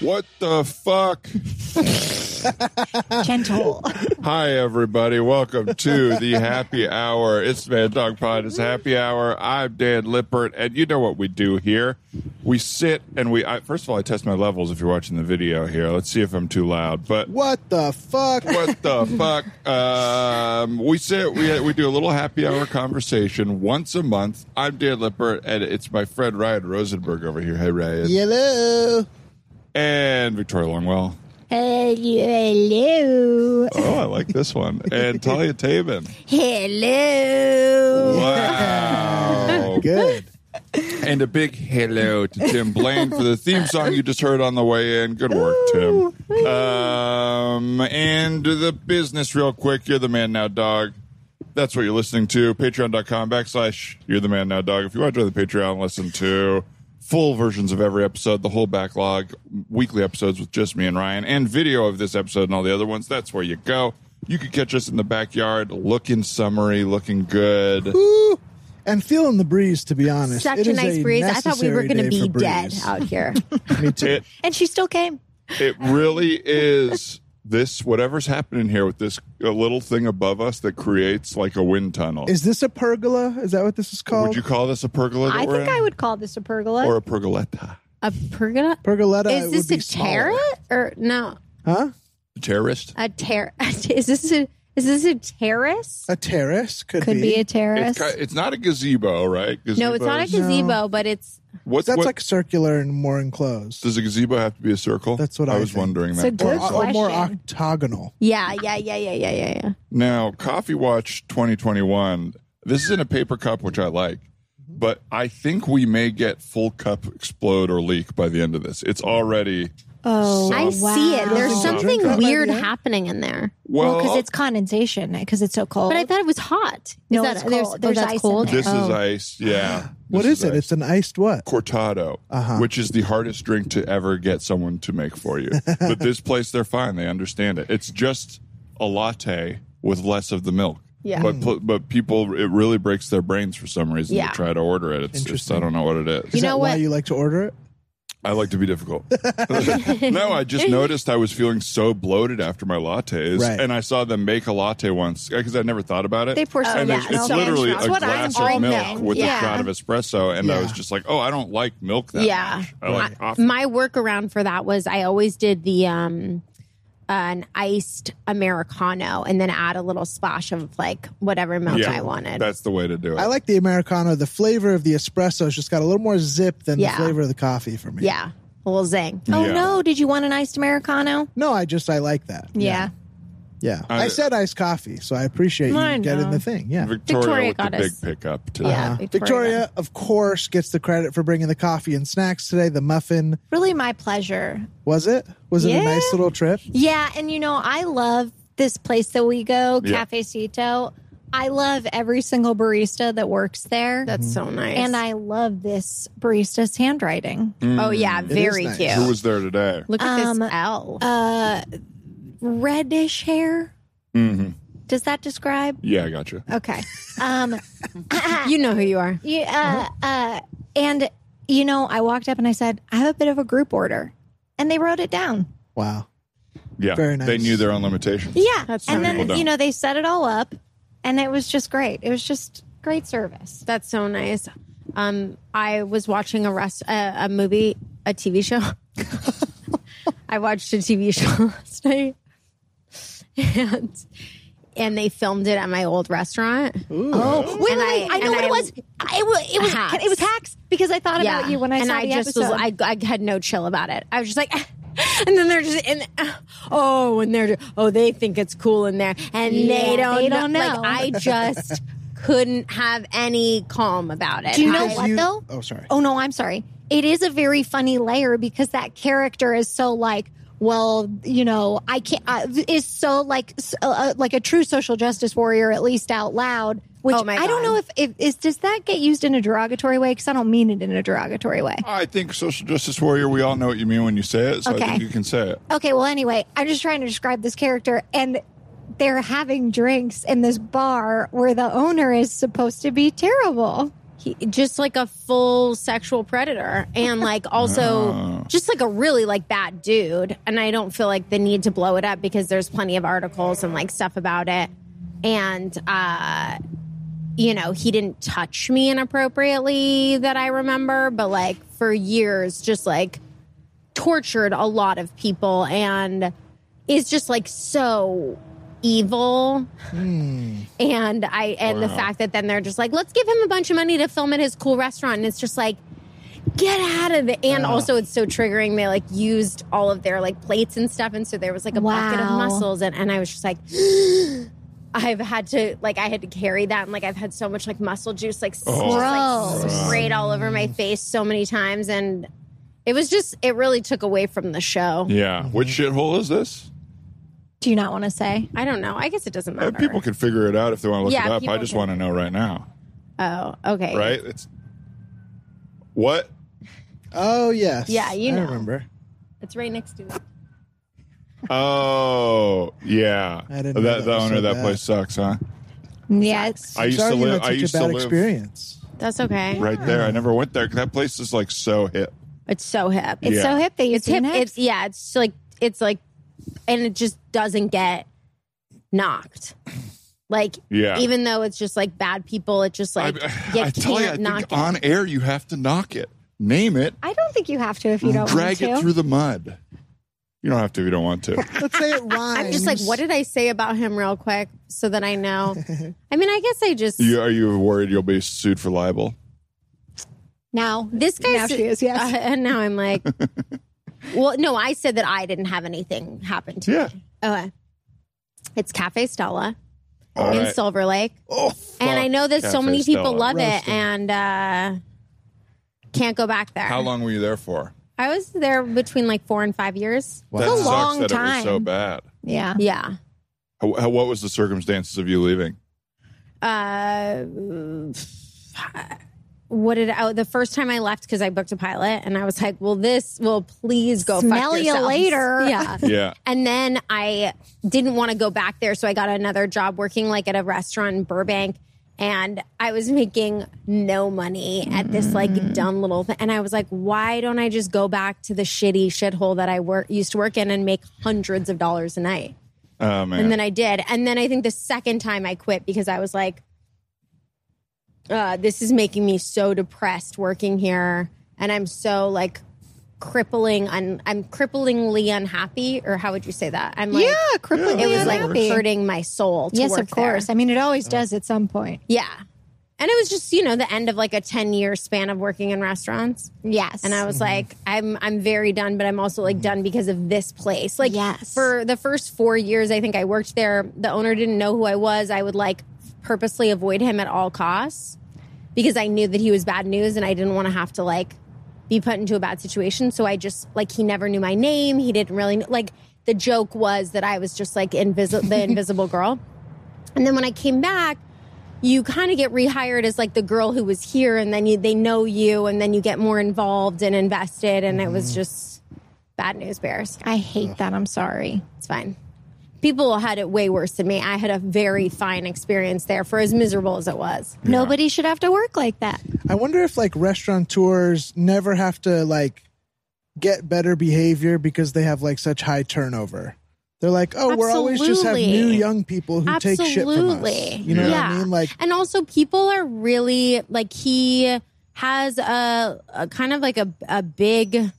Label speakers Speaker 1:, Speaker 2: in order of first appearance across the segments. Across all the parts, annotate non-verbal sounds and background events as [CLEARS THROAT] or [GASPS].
Speaker 1: What the fuck?
Speaker 2: Gentle.
Speaker 1: Hi, everybody. Welcome to the happy hour. It's Mad Dog Pod. It's happy hour. I'm Dan Lippert, and you know what we do here. We sit and we. I, first of all, I test my levels if you're watching the video here. Let's see if I'm too loud. But
Speaker 3: What the fuck?
Speaker 1: what the fuck? Um, we sit, we, we do a little happy hour conversation once a month. I'm Dan Lippert, and it's my friend Ryan Rosenberg over here. Hey, Ryan.
Speaker 3: Yellow.
Speaker 1: And Victoria Longwell.
Speaker 2: Hello.
Speaker 1: Oh, I like this one. And Talia Taven.
Speaker 2: Hello.
Speaker 1: Wow.
Speaker 3: [LAUGHS] Good.
Speaker 1: And a big hello to Tim Blaine for the theme song you just heard on the way in. Good work, Tim. Um, and the business, real quick. You're the man now, dog. That's what you're listening to. Patreon.com backslash You're the man now, dog. If you want to join the Patreon, listen to full versions of every episode, the whole backlog, weekly episodes with just me and Ryan, and video of this episode and all the other ones. That's where you go. You can catch us in the backyard, looking summery, looking good.
Speaker 3: Ooh. And feeling the breeze, to be honest.
Speaker 2: Such
Speaker 3: It
Speaker 2: a
Speaker 3: is
Speaker 2: nice breeze. I thought we were
Speaker 3: necessary
Speaker 2: going to
Speaker 3: day for
Speaker 2: be dead
Speaker 3: breeze.
Speaker 2: out here.
Speaker 3: Me too.
Speaker 1: It
Speaker 2: and she still came.
Speaker 1: It really is this whatever's happening here with this uh, little thing above us that creates like a wind tunnel.
Speaker 3: Is this a pergola? Is that what this is called?
Speaker 1: would you call this a pergola? that
Speaker 2: I
Speaker 1: we're
Speaker 2: think
Speaker 1: in?
Speaker 2: I would call this a pergola.
Speaker 1: Or a pergoletta.
Speaker 4: A pergola?
Speaker 3: Pergoletta
Speaker 4: Is
Speaker 3: Uh, would
Speaker 4: this
Speaker 3: be
Speaker 4: a
Speaker 3: smaller.
Speaker 4: terra or no?
Speaker 3: Huh?
Speaker 1: A terrorist.
Speaker 4: A terra? [LAUGHS] Is this a is this a terrace?
Speaker 3: A terrace could,
Speaker 4: Could be a
Speaker 1: It's,
Speaker 4: terrace.
Speaker 1: ki- it's not a gazebo, right?
Speaker 4: No, it's not a
Speaker 1: Gazebos-
Speaker 4: gazebo, but it's
Speaker 1: What,
Speaker 3: That's
Speaker 1: what-
Speaker 3: like circular and more enclosed.
Speaker 1: does a gazebo have to be a circle?
Speaker 3: That's what I
Speaker 1: was
Speaker 3: think.
Speaker 1: wondering.
Speaker 4: It's
Speaker 1: that.
Speaker 4: a
Speaker 3: or,
Speaker 4: good
Speaker 3: or more
Speaker 4: question.
Speaker 3: octagonal.
Speaker 4: yeah, yeah, yeah, yeah, yeah, yeah, yeah.
Speaker 1: Now, Coffee Watch 2021, this is in a paper cup, which I like, but I think we may get full cup explode or leak by the end of this. It's already.
Speaker 2: Oh,
Speaker 1: some-
Speaker 4: I see it.
Speaker 2: wow.
Speaker 4: There's
Speaker 1: You don't think
Speaker 4: something
Speaker 1: so?
Speaker 4: weird
Speaker 3: By the end?
Speaker 4: happening in there.
Speaker 2: Well, because it's condensation, because it's so cold.
Speaker 4: But I thought it was hot. is
Speaker 2: No,
Speaker 4: that,
Speaker 2: it's
Speaker 4: There's,
Speaker 2: cold.
Speaker 4: oh,
Speaker 2: There's
Speaker 4: that's
Speaker 2: ice in
Speaker 4: cold.
Speaker 2: there.
Speaker 1: This is
Speaker 2: Oh.
Speaker 1: ice.
Speaker 3: [GASPS]
Speaker 1: Yeah.
Speaker 3: What
Speaker 1: This
Speaker 3: is it?
Speaker 1: ice.
Speaker 3: It's Uh-huh. an iced what?
Speaker 1: cortado, which is the hardest drink to ever get someone to make for you. but
Speaker 3: [LAUGHS]
Speaker 1: this place, they're fine. They understand it. It's just a latte with less of the milk.
Speaker 4: Yeah.
Speaker 1: But pl- but people, it really breaks their brains for some reason
Speaker 4: Yeah.
Speaker 1: to try to order it. It's just
Speaker 3: Interesting.
Speaker 1: I don't know what it is.
Speaker 3: Is
Speaker 4: You know
Speaker 3: that why
Speaker 4: what?
Speaker 3: you like to order it?
Speaker 1: I like to be difficult. [LAUGHS] no, I just noticed I was feeling so bloated after my lattes,
Speaker 3: Right.
Speaker 1: and I saw them make a latte once because I never thought about it.
Speaker 2: They pour some
Speaker 1: and there's-
Speaker 2: milk.
Speaker 1: It's
Speaker 2: Yeah,
Speaker 1: literally
Speaker 2: that's
Speaker 1: a
Speaker 2: what I'm
Speaker 1: glass of milk
Speaker 2: drinking.
Speaker 1: with
Speaker 4: Yeah.
Speaker 1: a shot of espresso, and I
Speaker 3: Yeah.
Speaker 1: was just like, "Oh, I don't like milk that
Speaker 4: Yeah.
Speaker 1: much. I like coffee."
Speaker 4: My workaround for that was I always did the um an iced americano and then add a little splash of like whatever milk I wanted.
Speaker 1: That's the way to do it.
Speaker 3: I like the Americano. The flavor of the espresso has just got a little more zip than
Speaker 4: Yeah.
Speaker 3: the flavor of the coffee for me.
Speaker 4: yeah. A little zing.
Speaker 2: Oh
Speaker 1: Yeah.
Speaker 2: no! Did you want an iced americano?
Speaker 3: No, I just, I like that.
Speaker 2: Yeah.
Speaker 3: Yeah.
Speaker 1: I-
Speaker 3: I, said iced coffee, so I appreciate you
Speaker 4: I know.
Speaker 3: getting the thing. Yeah.
Speaker 1: Victoria,
Speaker 4: Victoria
Speaker 1: with
Speaker 4: got
Speaker 1: the
Speaker 4: us-
Speaker 1: big pickup today.
Speaker 4: Yeah.
Speaker 3: Uh,
Speaker 4: Victoria.
Speaker 3: Victoria, of course, gets the credit for bringing the coffee and snacks today. The muffin,
Speaker 2: Really, my pleasure.
Speaker 3: was it? Was it
Speaker 2: Yeah.
Speaker 3: a nice little trip?
Speaker 2: Yeah, and you know, I love this place that we go,
Speaker 1: Yeah.
Speaker 2: Cafecito. I love every single barista that works there.
Speaker 4: That's so nice.
Speaker 2: and I love this barista's handwriting.
Speaker 1: Mm.
Speaker 4: Oh yeah, very
Speaker 3: nice.
Speaker 4: cute.
Speaker 1: Who was there today?
Speaker 4: Look at
Speaker 2: Um,
Speaker 4: this L.
Speaker 2: Uh reddish hair.
Speaker 1: hmm
Speaker 2: Does that describe?
Speaker 1: Yeah, I got you.
Speaker 2: Okay. [LAUGHS] Um
Speaker 4: you know who you are.
Speaker 2: yeah, uh, uh and you know, I walked up and I said, "I have a bit of a group order." And they wrote it down.
Speaker 3: Wow.
Speaker 1: Yeah,
Speaker 3: Very nice.
Speaker 1: they knew their own limitations.
Speaker 2: Yeah.
Speaker 4: That's
Speaker 2: and
Speaker 4: nice.
Speaker 2: then,
Speaker 1: Well
Speaker 2: you
Speaker 1: done.
Speaker 2: know, they set it all up and it was just great. It was just great service.
Speaker 4: That's so nice. Um, I was watching a rest uh, a movie, a TV show. [LAUGHS] I watched a TV show [LAUGHS] last night, and and they filmed it at my old restaurant.
Speaker 2: Oh, wait,
Speaker 4: And
Speaker 2: wait, wait.
Speaker 4: I-
Speaker 2: I, know
Speaker 4: and
Speaker 2: what
Speaker 4: I-
Speaker 2: it was. I, it was, it was
Speaker 4: Hacks.
Speaker 2: it was hacks because I thought about you when I
Speaker 4: and
Speaker 2: saw
Speaker 4: I
Speaker 2: the
Speaker 4: just
Speaker 2: episode.
Speaker 4: Was, I I had no chill about it. I was just like. [LAUGHS] And then they're just in. Oh, and they're oh, they think it's cool in there, and they
Speaker 2: Yeah,
Speaker 4: don't.
Speaker 2: they don't know.
Speaker 4: Like, I
Speaker 2: [LAUGHS]
Speaker 4: just couldn't have any calm about it.
Speaker 2: Do you know
Speaker 4: I-
Speaker 2: what
Speaker 3: you-
Speaker 2: though?
Speaker 3: oh, sorry.
Speaker 2: Oh no, I'm sorry. It is a very funny layer because that character is so like. Well, you know, I can't. Uh, is so like s- uh, uh, like a true social justice warrior, at least out loud. Which
Speaker 4: Oh, my
Speaker 2: I
Speaker 4: God.
Speaker 2: don't know if, if is does that get used in a derogatory way? Because I don't mean it in a derogatory way.
Speaker 1: I think social justice warrior. We all know what you mean when you say it, so I
Speaker 2: Okay.
Speaker 1: think you can say it.
Speaker 2: Okay, well, anyway, I'm just trying to describe this character, and they're having drinks in this bar where the owner is supposed to be terrible.
Speaker 4: he, just like a full sexual predator and like also just like a really like bad dude and i don't feel like the need to blow it up because there's plenty of articles and like stuff about it and uh you know he didn't touch me inappropriately that i remember but like for years just like tortured a lot of people and is just like so evil and i and the
Speaker 1: Wow.
Speaker 4: fact that then they're just like let's give him a bunch of money to film at his cool restaurant and it's just like get out of it and also it's so triggering they like used all of their like plates and stuff and so there was like a bucket of
Speaker 2: Wow.
Speaker 4: muscles and, and i was just like I've had to like I had to carry that and like I've had so much like muscle juice like, s- just,
Speaker 1: Oh,
Speaker 4: like,
Speaker 2: Gross.
Speaker 4: sprayed all over my face so many times and it was just it really took away from the show.
Speaker 1: Yeah. Which
Speaker 3: Mm-hmm.
Speaker 1: shithole is this?
Speaker 2: Do you not want to say?
Speaker 4: I don't know. I guess it doesn't
Speaker 1: Uh,
Speaker 4: matter.
Speaker 1: people can figure it out if they want to look
Speaker 4: Yeah,
Speaker 1: it up. I
Speaker 4: people
Speaker 1: just
Speaker 4: can.
Speaker 1: want to know right now.
Speaker 4: oh, okay.
Speaker 1: Right? It's what?
Speaker 3: Oh yes.
Speaker 4: Yeah, you
Speaker 3: I
Speaker 4: know.
Speaker 3: remember.
Speaker 4: It's right next to it.
Speaker 1: Oh yeah.
Speaker 3: I didn't know
Speaker 1: that
Speaker 3: that
Speaker 1: the
Speaker 3: was
Speaker 1: owner
Speaker 3: so
Speaker 1: of that
Speaker 3: bad.
Speaker 1: place sucks, huh?
Speaker 2: Yeah, it's
Speaker 1: I used to
Speaker 3: Sorry you
Speaker 1: live.
Speaker 3: had
Speaker 1: I
Speaker 3: such
Speaker 1: used
Speaker 3: a
Speaker 1: to
Speaker 3: bad
Speaker 1: live
Speaker 3: experience.
Speaker 4: That's okay.
Speaker 1: right there. I never went there because that place is like so hip.
Speaker 4: It's so hip.
Speaker 1: Yeah.
Speaker 2: it's so hip that you
Speaker 4: It's hip. It's yeah, it's like it's like and it just doesn't get knocked. Like
Speaker 1: Yeah.
Speaker 4: even though it's just like bad people, it
Speaker 1: [SIGHS]
Speaker 4: just like you
Speaker 1: I tell
Speaker 4: can't
Speaker 1: you, I
Speaker 4: knock
Speaker 1: think
Speaker 4: it.
Speaker 1: on air you have to knock it, name it,
Speaker 2: I don't think you have to if you don't
Speaker 1: Mm, drag it
Speaker 2: want
Speaker 1: through
Speaker 2: to.
Speaker 1: the mud. You don't have to if you don't want to.
Speaker 3: Let's say it rhymes.
Speaker 4: [LAUGHS] I'm just like, what did I say about him real quick so that I
Speaker 2: [LAUGHS]
Speaker 4: know? I mean, I guess I just.
Speaker 1: you, are you worried you'll be sued for libel?
Speaker 2: Now
Speaker 4: This guy's.
Speaker 2: Now she is, yes.
Speaker 4: Uh, and now
Speaker 1: [LAUGHS]
Speaker 4: I'm like. well, no, I said that I didn't have anything happen to
Speaker 1: Yeah.
Speaker 4: me. Okay. It's Cafe Stella
Speaker 1: All
Speaker 4: in
Speaker 1: right.
Speaker 4: Silver Lake.
Speaker 1: oh, fuck.
Speaker 4: and I know that so
Speaker 1: Cafe
Speaker 4: many people
Speaker 1: Stella.
Speaker 4: love it
Speaker 3: Roasted.
Speaker 4: and uh, can't go back there.
Speaker 1: How long were you there for?
Speaker 4: I was there between like four and five years.
Speaker 1: That
Speaker 2: It's a
Speaker 1: sucks
Speaker 2: long
Speaker 1: that it was so
Speaker 2: time.
Speaker 1: bad.
Speaker 2: yeah.
Speaker 4: Yeah.
Speaker 1: How, how, what was the circumstances of you leaving?
Speaker 4: uh, what did I, the first time I left because I booked a pilot and I was like, well, this will please go
Speaker 2: Smell
Speaker 4: fuck
Speaker 2: ya
Speaker 4: yourselves. [LAUGHS]
Speaker 2: later. [LAUGHS]
Speaker 4: Yeah.
Speaker 1: Yeah.
Speaker 4: And then I didn't want to go back there. So I got another job working like at a restaurant in Burbank. And I was making no money at this
Speaker 2: Mm.
Speaker 4: like dumb little thing. And I was like, why don't I just go back to the shitty shithole that I work, used to work in and make hundreds of dollars a night?
Speaker 1: Oh man.
Speaker 4: And then I did. And then I think the second time I quit because I was like, uh, this is making me so depressed working here. And I'm so like crippling, un- I'm cripplingly unhappy. Or how would you say that? I'm like,
Speaker 2: yeah, crippling.
Speaker 4: it was
Speaker 1: that
Speaker 4: like
Speaker 2: unhappy.
Speaker 4: hurting my soul. To
Speaker 2: Yes,
Speaker 4: work
Speaker 2: of course.
Speaker 4: there.
Speaker 2: I mean, it always does at some point.
Speaker 4: Yeah. And it was just, you know, the end of like a 10 year span of working in restaurants.
Speaker 2: Yes.
Speaker 4: And I was like, I'm I'm very done, but I'm also like done because of this place. Like
Speaker 2: Yes.
Speaker 4: for the first four years I think I worked there, the owner didn't know who I was. I would like purposely avoid him at all costs because I knew that he was bad news and I didn't want to have to like be put into a bad situation. So I just like he never knew my name. He didn't really kn- like the joke was that I was just like invisible the invisible girl. And then when I came back, you kind of get rehired as like the girl who was here, and then you, they know you, and then you get more involved and invested. And it was just bad news bears.
Speaker 2: I hate that. I'm sorry.
Speaker 4: It's fine. People had it way worse than me. I had a very fine experience there for as miserable as it was.
Speaker 2: Nobody should have to work like that.
Speaker 3: I wonder if like restaurateurs never have to like get better behavior because they have like such high turnover. They're like, oh, we're always just have new
Speaker 4: Absolutely.
Speaker 3: young people who take shit from us.
Speaker 4: Absolutely.
Speaker 3: You know
Speaker 1: Yeah.
Speaker 3: what I mean? Like,
Speaker 4: and also people are really like he has a, a kind of like a, a big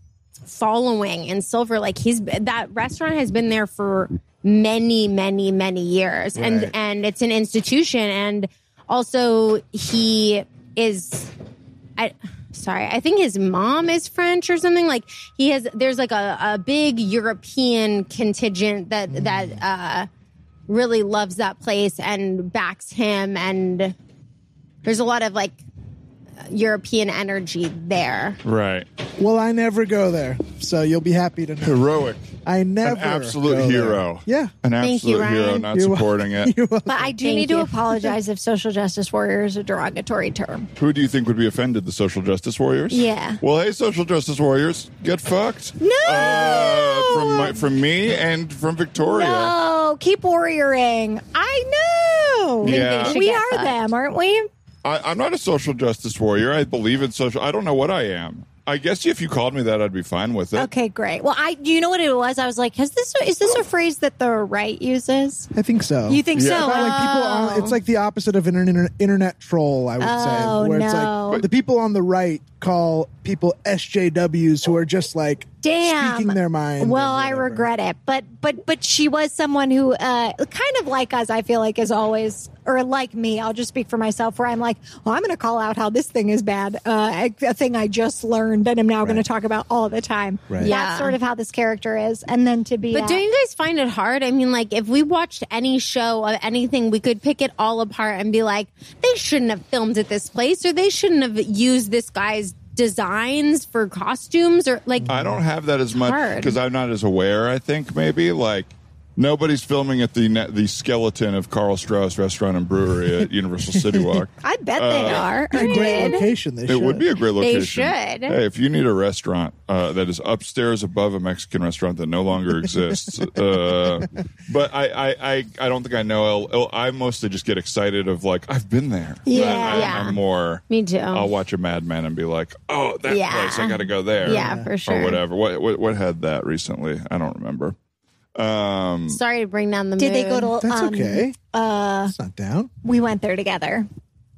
Speaker 4: following in silver like he's that restaurant has been there for many many many years and
Speaker 3: Right.
Speaker 4: and it's an institution and also he is I sorry, I think his mom is French or something. Like he has there's like a, a big European contingent that that uh really loves that place and backs him and there's a lot of like European energy there.
Speaker 1: [LAUGHS] right.
Speaker 3: well, I never go there, so you'll be happy to know.
Speaker 1: Heroic.
Speaker 3: I never
Speaker 1: An absolute
Speaker 3: go there.
Speaker 1: hero.
Speaker 3: Yeah.
Speaker 1: An
Speaker 4: Thank you,
Speaker 1: absolute hero.
Speaker 4: Ryan.
Speaker 1: Not
Speaker 3: You're wel-
Speaker 1: supporting it.
Speaker 3: [LAUGHS] You're wel-
Speaker 2: But I do
Speaker 4: Thank
Speaker 2: need
Speaker 4: you. [LAUGHS]
Speaker 2: to apologize if social justice warrior is a derogatory term.
Speaker 1: Who do you think would be offended? The social justice warriors?
Speaker 2: Yeah.
Speaker 1: Well, hey, social justice warriors, get fucked. No. from my, from me and from Victoria.
Speaker 2: No, keep warrioring. I know.
Speaker 1: Yeah.
Speaker 2: We
Speaker 4: Get
Speaker 2: are
Speaker 4: fucked.
Speaker 2: them, aren't we?
Speaker 1: I, I'm not a social justice warrior. I believe in social. I don't know what I am. I guess if you called me that, I'd be fine with it.
Speaker 2: Okay, great. Well, I you know what it was? I was like, has this is this a phrase that the right uses?
Speaker 3: I think so.
Speaker 4: You think
Speaker 1: Yeah.
Speaker 4: so?
Speaker 3: About, like people on, it's like the opposite of an internet, internet troll, I would
Speaker 2: Oh,
Speaker 3: say, where it's
Speaker 2: no.
Speaker 3: like the people on the right call people SJWs who are just like
Speaker 2: Damn.
Speaker 3: speaking their mind.
Speaker 2: Well,
Speaker 3: and
Speaker 2: I
Speaker 3: whatever.
Speaker 2: regret it, but but but she was someone who uh, kind of like us. I feel like is always or like me. I'll just speak for myself. Where I'm like, well, I'm going to call out how this thing is bad, uh, a thing I just learned, and I'm now going to
Speaker 3: Right.
Speaker 2: talk about all the time.
Speaker 3: Right.
Speaker 2: That's
Speaker 4: Yeah.
Speaker 2: sort of how this character is, and then to be.
Speaker 4: But
Speaker 2: at-
Speaker 4: do you guys find it hard? I mean, like, if we watched any show of anything, we could pick it all apart and be like, they shouldn't have filmed at this place, or they shouldn't have used this guy's designs for costumes, or like,
Speaker 1: I don't have that as much
Speaker 4: Hard.
Speaker 1: because I'm not as aware. I think maybe like nobody's filming at the ne- the skeleton of Carl Strauss Restaurant and Brewery at Universal City Walk.
Speaker 2: I bet they
Speaker 4: [LAUGHS]
Speaker 2: are.
Speaker 3: It's a great
Speaker 2: Did.
Speaker 3: location. They
Speaker 1: It would be a great location.
Speaker 4: should.
Speaker 1: Hey, if you need a restaurant uh, that is upstairs above a Mexican restaurant that no
Speaker 4: [LAUGHS]
Speaker 1: longer exists, uh, but I, I, I, I don't think I know. I'll- I'll- i mostly just get excited of like I've been there.
Speaker 2: Yeah.
Speaker 1: I,
Speaker 4: Yeah.
Speaker 1: am more.
Speaker 4: Me too.
Speaker 1: I'll watch a Mad Men and be like, oh, that
Speaker 4: Yeah.
Speaker 1: place. I got to go there.
Speaker 4: Yeah, for
Speaker 1: Or
Speaker 4: sure.
Speaker 1: whatever. What, what what had that recently? I don't remember. Um,
Speaker 4: sorry to bring down the
Speaker 2: Did they
Speaker 4: mood.
Speaker 2: go to?
Speaker 3: That's
Speaker 2: um,
Speaker 3: okay.
Speaker 2: Uh,
Speaker 3: It's not down.
Speaker 2: we went there together.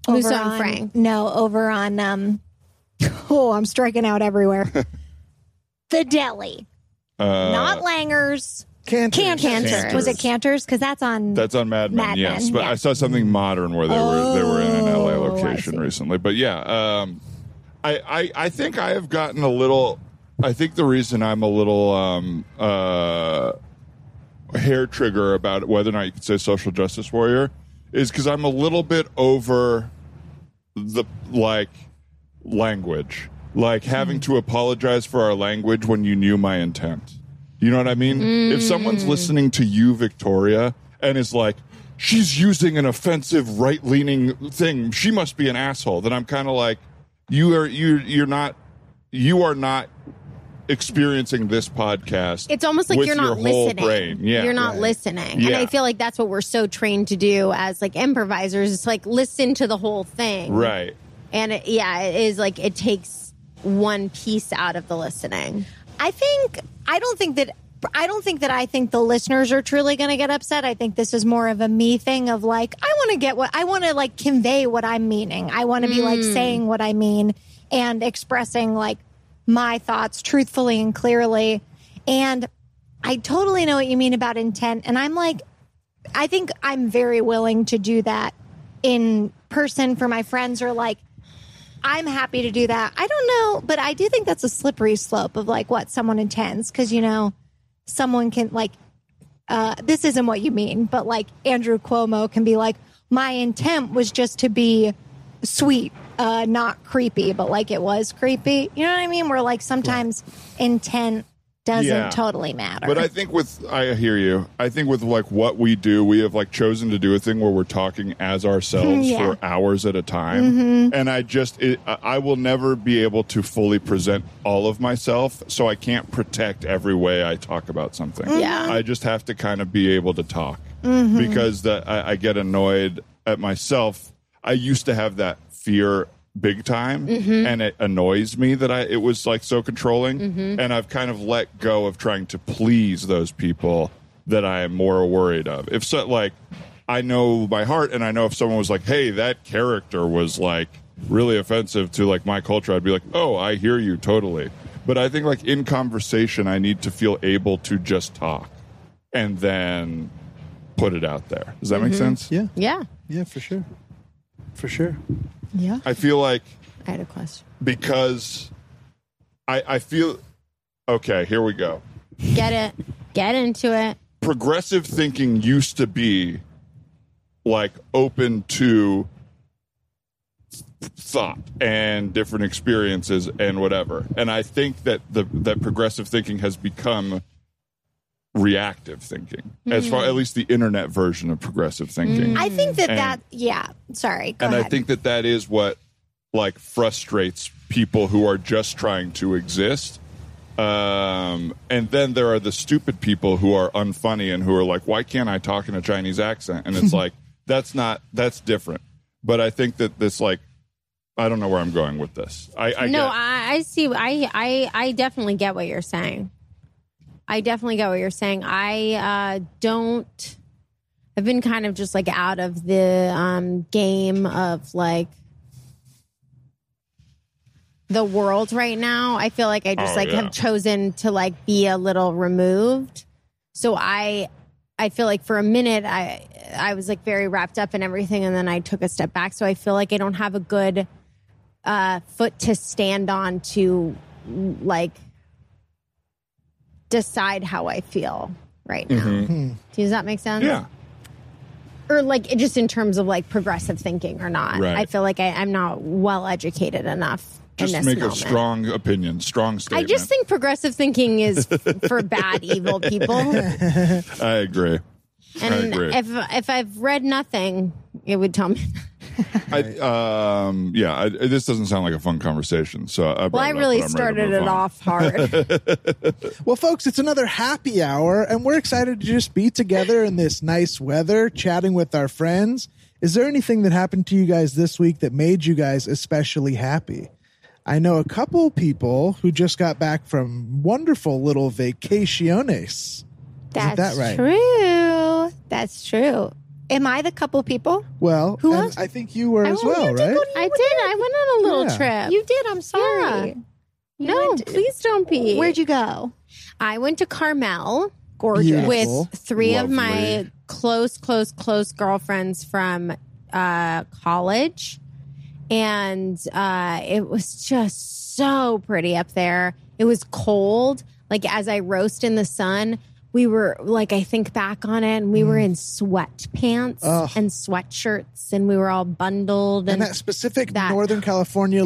Speaker 4: Who's
Speaker 2: Over
Speaker 4: on Frank?
Speaker 2: No, over on. Um, [LAUGHS] oh, I'm striking out everywhere. the deli,
Speaker 1: uh,
Speaker 2: not Langer's.
Speaker 3: Cantor.
Speaker 2: Cantor's.
Speaker 4: Cantor's.
Speaker 2: Was it Cantor's? Because that's on.
Speaker 1: That's on Mad Men,
Speaker 2: Mad
Speaker 1: yes.
Speaker 2: Men,
Speaker 1: but
Speaker 2: yeah.
Speaker 1: I saw something modern where they were they were in an LA
Speaker 2: Oh, I see.
Speaker 1: location recently. But yeah, um, I, I I think I have gotten a little. I think the reason I'm a little um, uh, hair trigger about whether or not you could say social justice warrior is because I'm a little bit over the like language, like
Speaker 4: Hmm.
Speaker 1: having to apologize for our language when you knew my intent. You know what I mean? If someone's
Speaker 4: Hmm.
Speaker 1: listening to you, Victoria, and is like, she's using an offensive right leaning thing, she must be an asshole. Then I'm kind of like, you are you you're not you are not experiencing this podcast.
Speaker 4: It's almost like
Speaker 1: with
Speaker 4: you're not
Speaker 1: your whole
Speaker 4: listening.
Speaker 1: brain. Yeah,
Speaker 4: you're not
Speaker 1: Right.
Speaker 4: listening. And
Speaker 1: Yeah.
Speaker 4: I feel like that's what we're so trained to do as like improvisers. It's like listen to the whole thing.
Speaker 1: right.
Speaker 4: And it, yeah, it is like it takes one piece out of the listening.
Speaker 2: I think. I don't think that. I don't think that I think the listeners are truly going to get upset. I think this is more of a me thing of like I want to get what I want to like convey what I'm meaning. I want to be like saying what I mean and expressing like my thoughts truthfully and clearly. And I totally know what you mean about intent and I'm like I think I'm very willing to do that in person for my friends or like I'm happy to do that. I don't know, but I do think that's a slippery slope of like what someone intends because you know someone can like uh, this isn't what you mean, but like Andrew Cuomo can be like my intent was just to be sweet, uh, not creepy, but like it was creepy. You know what I mean? Where like sometimes intent doesn't
Speaker 1: Yeah.
Speaker 2: totally matter.
Speaker 1: But I think with I hear you. I think with like what we do, we have like chosen to do a thing where we're talking as ourselves
Speaker 2: Yeah.
Speaker 1: for hours at a time, and I just it, I I will never be able to fully present all of myself, so I can't protect every way I talk about something.
Speaker 4: Yeah.
Speaker 1: I just have to kind of be able to talk because that I, I get annoyed at myself. I used to have that fear big time, and it annoys me that I it was like so controlling, and I've kind of let go of trying to please those people that I am more worried of. If so, like I know my heart, and I know if someone was like, "Hey, that character was like really offensive to like my culture," I'd be like, "Oh, I hear you totally." But I think like in conversation, I need to feel able to just talk and then put it out there. Does that make sense?
Speaker 3: Yeah.
Speaker 4: Yeah.
Speaker 3: Yeah, for sure. For sure.
Speaker 4: Yeah.
Speaker 1: I feel like
Speaker 4: I had a question.
Speaker 1: because I I feel okay, here we go.
Speaker 4: Get it. Get into it.
Speaker 1: Progressive thinking used to be like open to thought and different experiences and whatever. And I think that the that progressive thinking has become reactive thinking. As far at least the internet version of progressive thinking.
Speaker 2: Mm. I think that
Speaker 1: Mm. And-
Speaker 2: that yeah. Sorry, go
Speaker 1: and
Speaker 2: ahead.
Speaker 1: I think that that is what like frustrates people who are just trying to exist. Um, and then there are the stupid people who are
Speaker 4: [LAUGHS]
Speaker 1: unfunny and who are like, "Why can't I talk in a Chinese accent?" And it's like that's not that's different. But I think that this like I don't know where I'm going with this. I, I
Speaker 4: no,
Speaker 1: get-
Speaker 4: I, I see. I, I I definitely get what you're saying. I definitely get what you're saying. I uh, don't. I've been kind of just like out of the um, game of like the world right now. I feel like I just
Speaker 1: Oh,
Speaker 4: like
Speaker 1: yeah.
Speaker 4: have chosen to like be a little removed. So I I feel like for a minute I I was like very wrapped up in everything and then I took a step back. So I feel like I don't have a good uh foot to stand on to like decide how I feel right now.
Speaker 1: Mm-hmm.
Speaker 4: Does that make sense?
Speaker 1: yeah.
Speaker 4: Or like it- just in terms of like progressive thinking or not.
Speaker 1: Right.
Speaker 4: I feel like I, I'm not well educated enough.
Speaker 1: Just
Speaker 4: in this
Speaker 1: make
Speaker 4: moment.
Speaker 1: a strong opinion, strong
Speaker 4: I
Speaker 1: statement.
Speaker 4: just think progressive thinking is f- for bad, evil
Speaker 1: [LAUGHS]
Speaker 4: people. And
Speaker 1: I agree. agree.
Speaker 4: if if I've read nothing, it would tell me.
Speaker 1: I, um, yeah, I, this doesn't sound like a fun conversation. So, I brought
Speaker 4: Well, I
Speaker 1: it up,
Speaker 4: really
Speaker 1: but I'm ready to
Speaker 4: started
Speaker 1: move
Speaker 4: it
Speaker 1: on.
Speaker 4: off hard.
Speaker 3: Well, folks, it's another happy hour, and we're excited to just be together in this nice weather, chatting with our friends. Is there anything that happened to you guys this week that made you guys especially happy? I know a couple people who just got back from wonderful little vacaciones.
Speaker 2: That's
Speaker 3: that right?
Speaker 2: true.
Speaker 4: That's true.
Speaker 2: Am I the couple people?
Speaker 3: Well,
Speaker 2: Who
Speaker 3: and
Speaker 2: else?
Speaker 3: I think you were
Speaker 2: I
Speaker 3: as
Speaker 2: want
Speaker 3: well,
Speaker 2: you to
Speaker 3: right?
Speaker 2: go
Speaker 4: [LAUGHS] I did. I went on a little
Speaker 3: Yeah.
Speaker 4: trip.
Speaker 2: You did. I'm sorry.
Speaker 4: Yeah.
Speaker 2: You
Speaker 4: no,
Speaker 2: went-
Speaker 4: please don't be.
Speaker 2: Where'd you go?
Speaker 4: I went to Carmel, gorgeous,
Speaker 3: Beautiful.
Speaker 4: with three of my
Speaker 1: Lovely.
Speaker 4: close, close, close girlfriends from uh, college, and uh, it was just so pretty up there. It was cold, like as I roast in the sun. We were like, I think back on it, and we were in sweatpants
Speaker 3: Mm. Ugh.
Speaker 4: and sweatshirts, and we were all bundled. And,
Speaker 3: and that specific
Speaker 4: that-
Speaker 3: Northern California,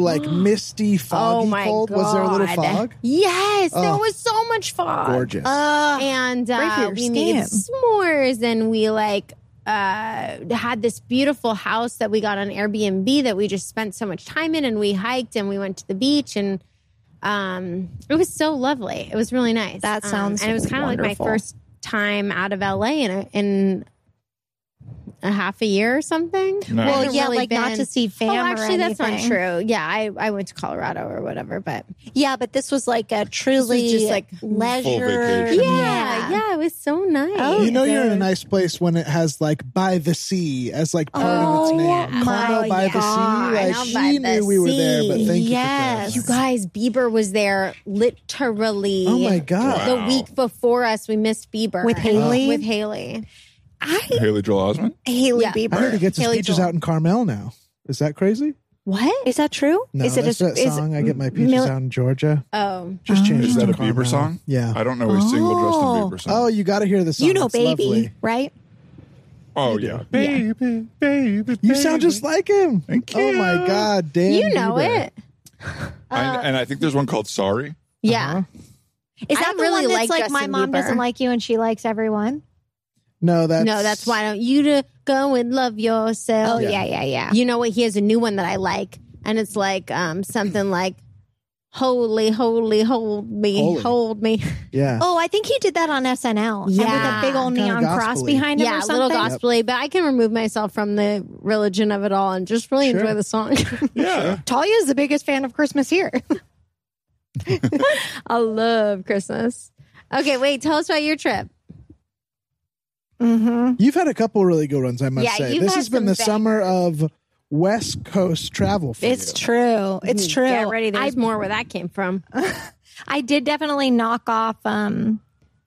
Speaker 4: [GASPS]
Speaker 3: like misty, foggy
Speaker 4: oh my
Speaker 3: cold.
Speaker 4: god,
Speaker 3: Was there a little fog?
Speaker 4: Yes, there
Speaker 3: Ugh.
Speaker 4: was so much fog
Speaker 3: Gorgeous.
Speaker 2: Uh,
Speaker 4: and
Speaker 2: Right
Speaker 4: uh,
Speaker 2: for your
Speaker 4: we made
Speaker 2: skin.
Speaker 4: s'mores and we like uh, had this beautiful house that we got on Airbnb that we just spent so much time in and we hiked and we went to the beach and um, it was so lovely. It was really nice.
Speaker 2: That
Speaker 4: Um,
Speaker 2: sounds
Speaker 4: and it was kind of like my
Speaker 2: wonderful.
Speaker 4: first time out of LA in a, in a half a year or something.
Speaker 1: Nice.
Speaker 4: I
Speaker 2: well,
Speaker 4: haven't
Speaker 2: yeah,
Speaker 4: really
Speaker 2: like not
Speaker 4: been-
Speaker 2: to see fam.
Speaker 4: Oh,
Speaker 2: or
Speaker 4: actually, that's not
Speaker 2: anything.
Speaker 4: true. Yeah, I, I went to Colorado or whatever, but
Speaker 2: Yeah, but this was like a truly
Speaker 4: just, like,
Speaker 1: Full
Speaker 2: leisure.
Speaker 1: vacation.
Speaker 4: yeah, yeah, it was so nice.
Speaker 2: Oh,
Speaker 3: you know you're in a
Speaker 2: good.
Speaker 3: nice place when it has like by the sea as like part of its
Speaker 2: Oh,
Speaker 3: name.
Speaker 2: yeah.
Speaker 3: Carmel
Speaker 2: Oh,
Speaker 3: by the
Speaker 4: yeah.
Speaker 3: sea. Like
Speaker 4: Carmel by
Speaker 3: she
Speaker 4: the
Speaker 3: knew we were there, but
Speaker 4: sea.
Speaker 3: thank
Speaker 2: Yes.
Speaker 3: you
Speaker 4: You
Speaker 3: for clarifying.
Speaker 4: guys, Bieber was there literally.
Speaker 3: Oh my god.
Speaker 4: The
Speaker 1: Wow.
Speaker 4: week before us, we missed Bieber
Speaker 2: With Haley?
Speaker 4: With Haley,
Speaker 2: I
Speaker 1: Haley Joel Osment?
Speaker 2: Haley
Speaker 4: Yeah.
Speaker 2: Bieber.
Speaker 3: I heard he gets his
Speaker 4: Haley
Speaker 3: peaches
Speaker 4: Joel.
Speaker 3: out in Carmel now. Is that crazy?
Speaker 4: what?
Speaker 2: Is that true?
Speaker 3: No,
Speaker 2: is it
Speaker 3: that's
Speaker 2: a,
Speaker 3: that song. I get my peaches
Speaker 2: Mil-
Speaker 3: out in Georgia.
Speaker 4: Oh,
Speaker 3: Just changed.
Speaker 1: Is that
Speaker 3: it to
Speaker 1: a Bieber
Speaker 3: Carmel.
Speaker 1: song?
Speaker 3: Yeah.
Speaker 1: I don't know a single Justin
Speaker 2: Oh.
Speaker 1: Bieber
Speaker 3: Oh,
Speaker 1: song.
Speaker 3: you got to hear the song.
Speaker 2: you know,
Speaker 3: It's
Speaker 2: baby,
Speaker 3: lovely.
Speaker 2: right?
Speaker 1: Oh,
Speaker 3: you do.
Speaker 1: yeah. Baby, baby, baby.
Speaker 3: You sound just like him.
Speaker 1: Thank
Speaker 3: Oh my
Speaker 1: you.
Speaker 3: god, Dan.
Speaker 4: you know
Speaker 3: Bieber.
Speaker 4: it.
Speaker 2: Uh,
Speaker 1: I, and I think there's one called Sorry.
Speaker 3: Uh-huh.
Speaker 4: Yeah,
Speaker 2: Is
Speaker 4: I
Speaker 2: that the
Speaker 4: really
Speaker 2: one that's
Speaker 4: like
Speaker 2: like my
Speaker 4: Justin
Speaker 2: mom
Speaker 4: Bieber.
Speaker 2: doesn't like you and she likes everyone?
Speaker 3: No, that's
Speaker 4: no, that's why don't you to go and love yourself.
Speaker 2: Oh yeah, yeah, yeah.
Speaker 4: You know what? He has a new one that I like, and it's like um something [CLEARS THROAT] like, "Holy, holy, hold me,
Speaker 3: Holy.
Speaker 4: hold me."
Speaker 3: Yeah.
Speaker 2: Oh, I think he did that on SNL. And
Speaker 4: Yeah.
Speaker 2: with a big old
Speaker 3: Kinda
Speaker 2: neon cross
Speaker 3: gospel-y.
Speaker 2: behind him.
Speaker 4: yeah,
Speaker 2: or
Speaker 4: a
Speaker 2: something.
Speaker 4: little gospelly, but I can remove myself from the religion of it all and just really
Speaker 3: Sure.
Speaker 4: enjoy the song. [LAUGHS]
Speaker 1: Yeah.
Speaker 2: Talia is the biggest fan of Christmas here.
Speaker 4: I love Christmas. Okay, wait, tell us about your trip.
Speaker 2: mm-hmm.
Speaker 3: You've had a couple really good ones, I must
Speaker 4: Yeah,
Speaker 3: say.
Speaker 4: you've
Speaker 3: This
Speaker 4: had
Speaker 3: has been
Speaker 4: some
Speaker 3: the summer of West Coast travel for
Speaker 2: It's
Speaker 3: you.
Speaker 2: true. It's true.
Speaker 4: Get ready.
Speaker 2: I,
Speaker 4: There's more where that came from.
Speaker 2: I did definitely knock off um,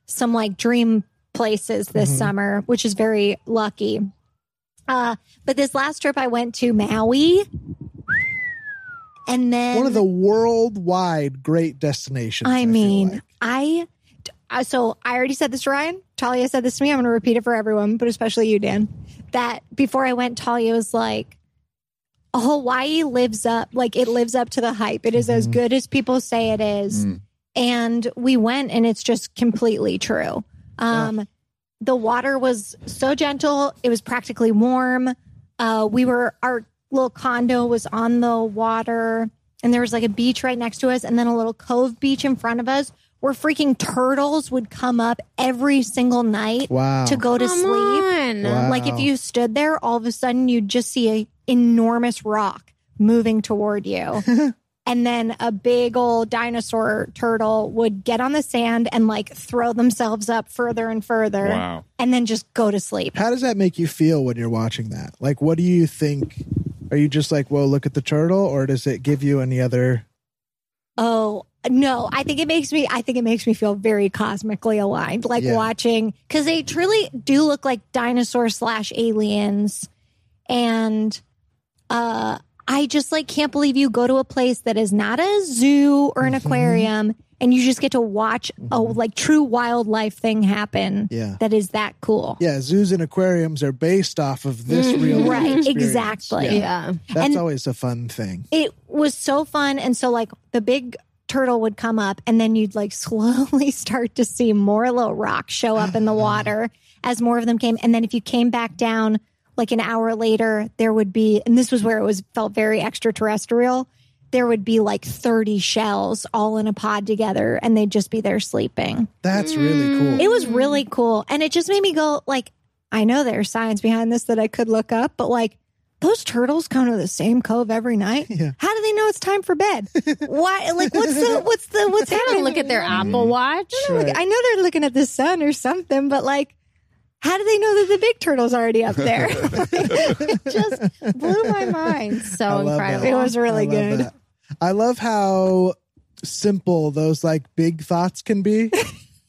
Speaker 2: some like dream places this
Speaker 3: Mm-hmm.
Speaker 2: summer, which is very lucky. Uh, but this last trip, I went to Maui. And then
Speaker 3: One of the worldwide great destinations.
Speaker 2: I
Speaker 3: feel
Speaker 2: mean,
Speaker 3: like.
Speaker 2: I uh, so I already said this to Ryan. Talia said this to me. I'm going to repeat it for everyone, but especially you, Dan. That before I went, Talia was like, "Hawaii lives up. Like it lives up to the hype. It is
Speaker 3: Mm-hmm.
Speaker 2: as good as people say it is."
Speaker 1: Mm.
Speaker 2: And we went, and it's just completely true. Um, The water was so gentle. It was practically warm. Uh, we were our little condo was on the water, and there was like a beach right next to us, and then a little cove beach in front of us. where where freaking turtles would come up every single night
Speaker 3: Wow.
Speaker 2: to go to
Speaker 4: Come
Speaker 2: sleep.
Speaker 4: on.
Speaker 3: Wow.
Speaker 2: Like if you stood there, all of a sudden you'd just see a enormous rock moving toward you. and then a big old dinosaur turtle would get on the sand and like throw themselves up further and further
Speaker 1: Wow.
Speaker 2: and then just go to sleep.
Speaker 3: How does that make you feel when you're watching that? Like, what do you think? Are you just like, whoa, look at the turtle, or does it give you any other?
Speaker 2: Oh, no, I think it makes me I think it makes me feel very cosmically aligned like
Speaker 3: Yeah.
Speaker 2: watching cuz they truly do look like dinosaur slash aliens and uh I just like can't believe you go to a place that is not a zoo or an
Speaker 3: Mm-hmm.
Speaker 2: aquarium and you just get to watch a like true wildlife thing happen
Speaker 3: Yeah.
Speaker 2: that is that cool.
Speaker 3: Yeah, zoos and aquariums are based off of this real life
Speaker 2: Right,
Speaker 3: experience.
Speaker 2: exactly.
Speaker 3: Yeah.
Speaker 4: Yeah.
Speaker 3: That's
Speaker 2: And-
Speaker 3: always a fun thing.
Speaker 2: it was so fun and so like the big turtle would come up and then you'd like [LAUGHS] slowly start to see more little rocks show up in the water as more of them came and then if you came back down like an hour later there would be and this was where it was felt very extraterrestrial there would be like 30 shells all in a pod together and they'd just be there sleeping
Speaker 3: That's really cool.
Speaker 2: it was really cool. And it just made me go, like, I know there's science behind this that I could look up, but like, those turtles come to the same cove every night.
Speaker 3: Yeah.
Speaker 2: How do they know it's time for bed? Why? Like, what's the what's the what's
Speaker 4: They
Speaker 2: happening?
Speaker 4: don't look at their Apple Watch.
Speaker 2: Look, I know they're looking at the sun or something, but like, how do they know that the big turtle's already up there? [LAUGHS] it just blew
Speaker 4: [LAUGHS]
Speaker 2: my mind.
Speaker 3: I
Speaker 4: So
Speaker 3: love
Speaker 4: incredible.
Speaker 3: that.
Speaker 2: It was
Speaker 3: I
Speaker 2: really
Speaker 3: love
Speaker 2: good.
Speaker 3: that. I love how simple those like big thoughts can be.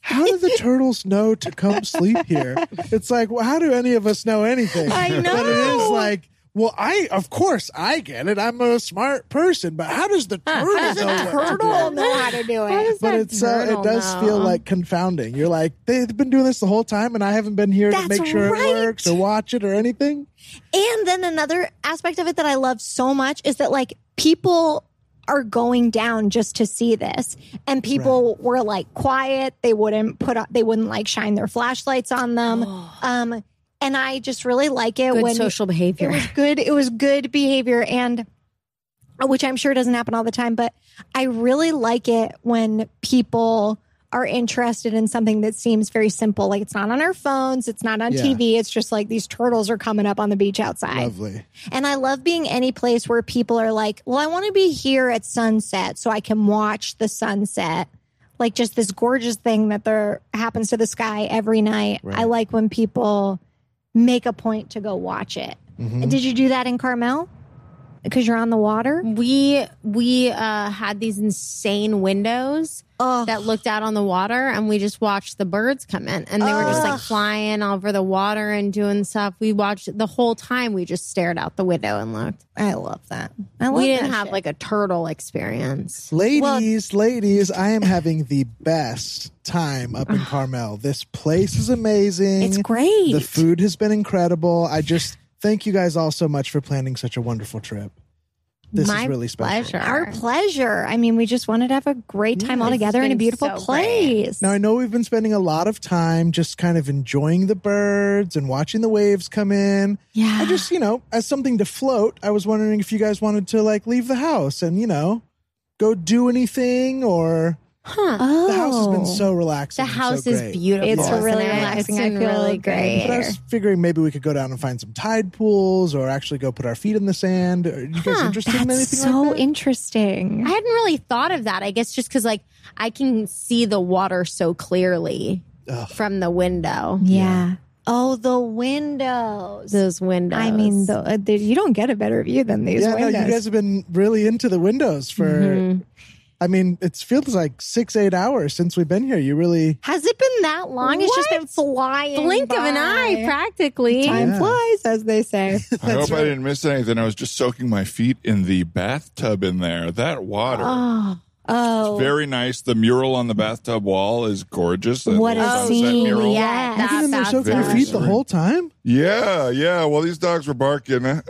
Speaker 3: How do
Speaker 2: [LAUGHS]
Speaker 3: the turtles know to come sleep here? It's like, well, how do any of us know anything?
Speaker 2: I
Speaker 3: But it is
Speaker 2: know.
Speaker 3: like, well, I of course I get it. I'm a smart person, but how does the turtle know? what to do?
Speaker 2: Turtle know how to do
Speaker 4: How
Speaker 2: it.
Speaker 4: does
Speaker 3: But
Speaker 4: that
Speaker 3: it's uh,
Speaker 4: turtle
Speaker 3: it does
Speaker 4: know?
Speaker 3: feel like confounding. You're like they've been doing this the whole time, and I haven't been here to
Speaker 2: That's
Speaker 3: make sure
Speaker 2: right.
Speaker 3: it works or watch it or anything.
Speaker 2: And then another aspect of it that I love so much is that like people are going down just to see this and people were like quiet they wouldn't put up they wouldn't like shine their flashlights on them um and i just really like it
Speaker 4: Oh. good
Speaker 2: when
Speaker 4: social
Speaker 2: it
Speaker 4: behavior.
Speaker 2: was good it was good behavior and which i'm sure doesn't happen all the time but i really like it when people are interested in something that seems very simple like it's not on our phones it's not on
Speaker 3: Yeah.
Speaker 2: tv it's just like these turtles are coming up on the beach outside
Speaker 3: Lovely.
Speaker 2: and I love being any place where people are like, well, I want to be here at sunset so I can watch the sunset. Like just this gorgeous thing that there happens to the sky every night. I like when people make a point to go watch it.
Speaker 3: Mm-hmm.
Speaker 2: Did you do that in Carmel? Because you're on the water?
Speaker 4: [LAUGHS] we we uh, had these insane windows
Speaker 2: Oh,
Speaker 4: that looked out on the water, and we just watched the birds come in, and they were just
Speaker 2: Ugh.
Speaker 4: like flying over the water and doing stuff. We watched the whole time. We just stared out the window and looked.
Speaker 2: I love that. I love
Speaker 4: We didn't
Speaker 2: that
Speaker 4: have
Speaker 2: shit.
Speaker 4: like a turtle experience.
Speaker 3: Ladies, ladies, I am having the best time up in Carmel. This place is amazing.
Speaker 2: It's great.
Speaker 3: The food has been incredible. I just thank you guys all so much for planning such a wonderful trip. This
Speaker 4: My
Speaker 3: is really special.
Speaker 4: pleasure.
Speaker 2: Our pleasure. I mean, we just wanted to have a great time all
Speaker 4: it's
Speaker 2: together in a
Speaker 4: been
Speaker 2: beautiful
Speaker 4: so great.
Speaker 2: place.
Speaker 3: Now I know we've been spending a lot of time just kind of enjoying the birds and watching the waves come in.
Speaker 2: yeah.
Speaker 4: Ah.
Speaker 3: I just, you know, as something to float, I was wondering if you guys wanted to like leave the house and, you know, go do anything or
Speaker 2: oh.
Speaker 3: the house has been so relaxing.
Speaker 4: The
Speaker 3: and so
Speaker 4: house is
Speaker 3: great.
Speaker 4: beautiful.
Speaker 2: It's
Speaker 3: Yeah.
Speaker 2: really
Speaker 4: It's
Speaker 2: relaxing. I
Speaker 4: and
Speaker 2: feel
Speaker 4: really
Speaker 3: But
Speaker 2: great.
Speaker 3: I
Speaker 4: great.
Speaker 3: was figuring maybe we could go down and find some tide pools or actually go put our feet in the sand. Are you guys interested in
Speaker 2: That's
Speaker 3: anything
Speaker 2: so
Speaker 3: like that?
Speaker 2: interesting.
Speaker 4: I hadn't really thought of that. I guess just because like I can see the water so clearly
Speaker 3: Ugh.
Speaker 4: from the window.
Speaker 2: Yeah. Oh, the windows.
Speaker 4: Those windows.
Speaker 2: I mean, the, uh, the, you don't get a better view than these
Speaker 3: yeah,
Speaker 2: windows. Mm-hmm.
Speaker 3: no, you guys have been really into the windows for. I mean, it feels like six, eight hours since we've been here. You really,
Speaker 2: Has it been that long? It's just been flying.
Speaker 4: blink of an
Speaker 2: by.
Speaker 4: eye, practically.
Speaker 2: Time
Speaker 3: Yeah.
Speaker 2: flies, as they say.
Speaker 1: I hope I didn't miss anything. I was just soaking my feet in the bathtub in there. That water.
Speaker 2: Oh,
Speaker 1: Very nice. The mural on the bathtub wall is gorgeous. That
Speaker 2: What a
Speaker 1: little sunset
Speaker 2: scene,
Speaker 1: mural.
Speaker 2: yeah.
Speaker 3: you've been in there
Speaker 4: that's
Speaker 3: soaking your
Speaker 1: very
Speaker 3: feet the
Speaker 1: sweet.
Speaker 3: whole time.
Speaker 1: Yeah, yeah. Well, these dogs were barking uh,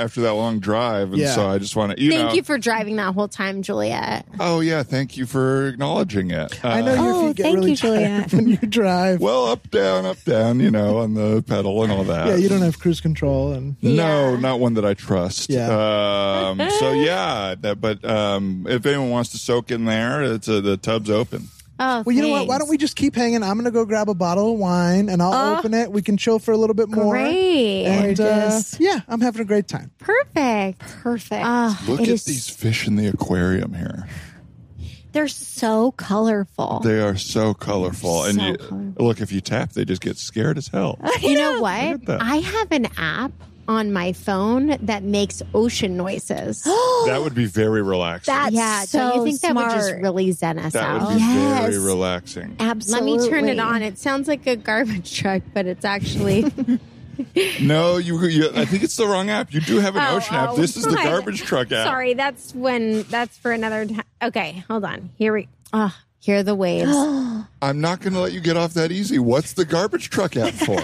Speaker 1: [LAUGHS] after that long drive, and
Speaker 3: Yeah.
Speaker 1: so I just want to, you
Speaker 4: Thank
Speaker 1: know.
Speaker 4: you for driving that whole time, Juliet.
Speaker 1: oh yeah, thank you for acknowledging it.
Speaker 3: I know
Speaker 1: Uh,
Speaker 3: your
Speaker 2: Oh,
Speaker 3: feet get
Speaker 2: thank
Speaker 3: really
Speaker 2: you,
Speaker 3: tired [LAUGHS]
Speaker 2: Juliet.
Speaker 3: when you drive.
Speaker 1: well, up down, up down, you know, on the pedal and all that.
Speaker 3: yeah, you don't have cruise control, and
Speaker 1: No, not one that I trust.
Speaker 3: Yeah.
Speaker 1: Um, so yeah, that, but um, if anyone wants to soak in there, it's uh, the tub's open.
Speaker 4: Oh,
Speaker 3: Well, you know what? Why don't we just keep hanging? I'm going to go grab a bottle of wine and I'll
Speaker 4: Oh.
Speaker 3: open it. We can chill for a little bit more.
Speaker 4: Great.
Speaker 3: And uh,
Speaker 2: Gorgeous.
Speaker 3: yeah, I'm having a great time.
Speaker 4: Perfect.
Speaker 2: Perfect.
Speaker 4: Ah,
Speaker 1: Look
Speaker 4: it
Speaker 1: at
Speaker 4: is-
Speaker 1: these fish in the aquarium here.
Speaker 2: They're so colorful.
Speaker 1: They are so colorful. and
Speaker 2: So
Speaker 1: you,
Speaker 2: colorful.
Speaker 1: look, if you tap, they just get scared as hell.
Speaker 4: You know what?
Speaker 1: at that.
Speaker 4: I have an app on my phone that makes ocean [GASPS] noises.
Speaker 1: that would be very relaxing.
Speaker 2: That's
Speaker 4: yeah,
Speaker 2: so
Speaker 4: don't you think that would just
Speaker 2: smart.
Speaker 4: really zen us
Speaker 1: that
Speaker 4: out?
Speaker 1: would be
Speaker 2: Yes.
Speaker 1: very relaxing.
Speaker 4: Let
Speaker 2: Absolutely.
Speaker 4: me turn it on. It sounds like a garbage truck, but it's [LAUGHS] actually
Speaker 1: No, you, you. I think it's the wrong app. You do have an
Speaker 4: Oh,
Speaker 1: ocean app.
Speaker 4: oh.
Speaker 1: This
Speaker 4: [LAUGHS]
Speaker 1: is the
Speaker 4: I-
Speaker 1: garbage truck app.
Speaker 4: Sorry, that's when that's for another time. Okay, hold on. Here we Ah, hear the [GASPS] waves. Uh,
Speaker 1: I'm not going to let you get off that easy. What's the garbage truck app
Speaker 4: [LAUGHS]
Speaker 1: for?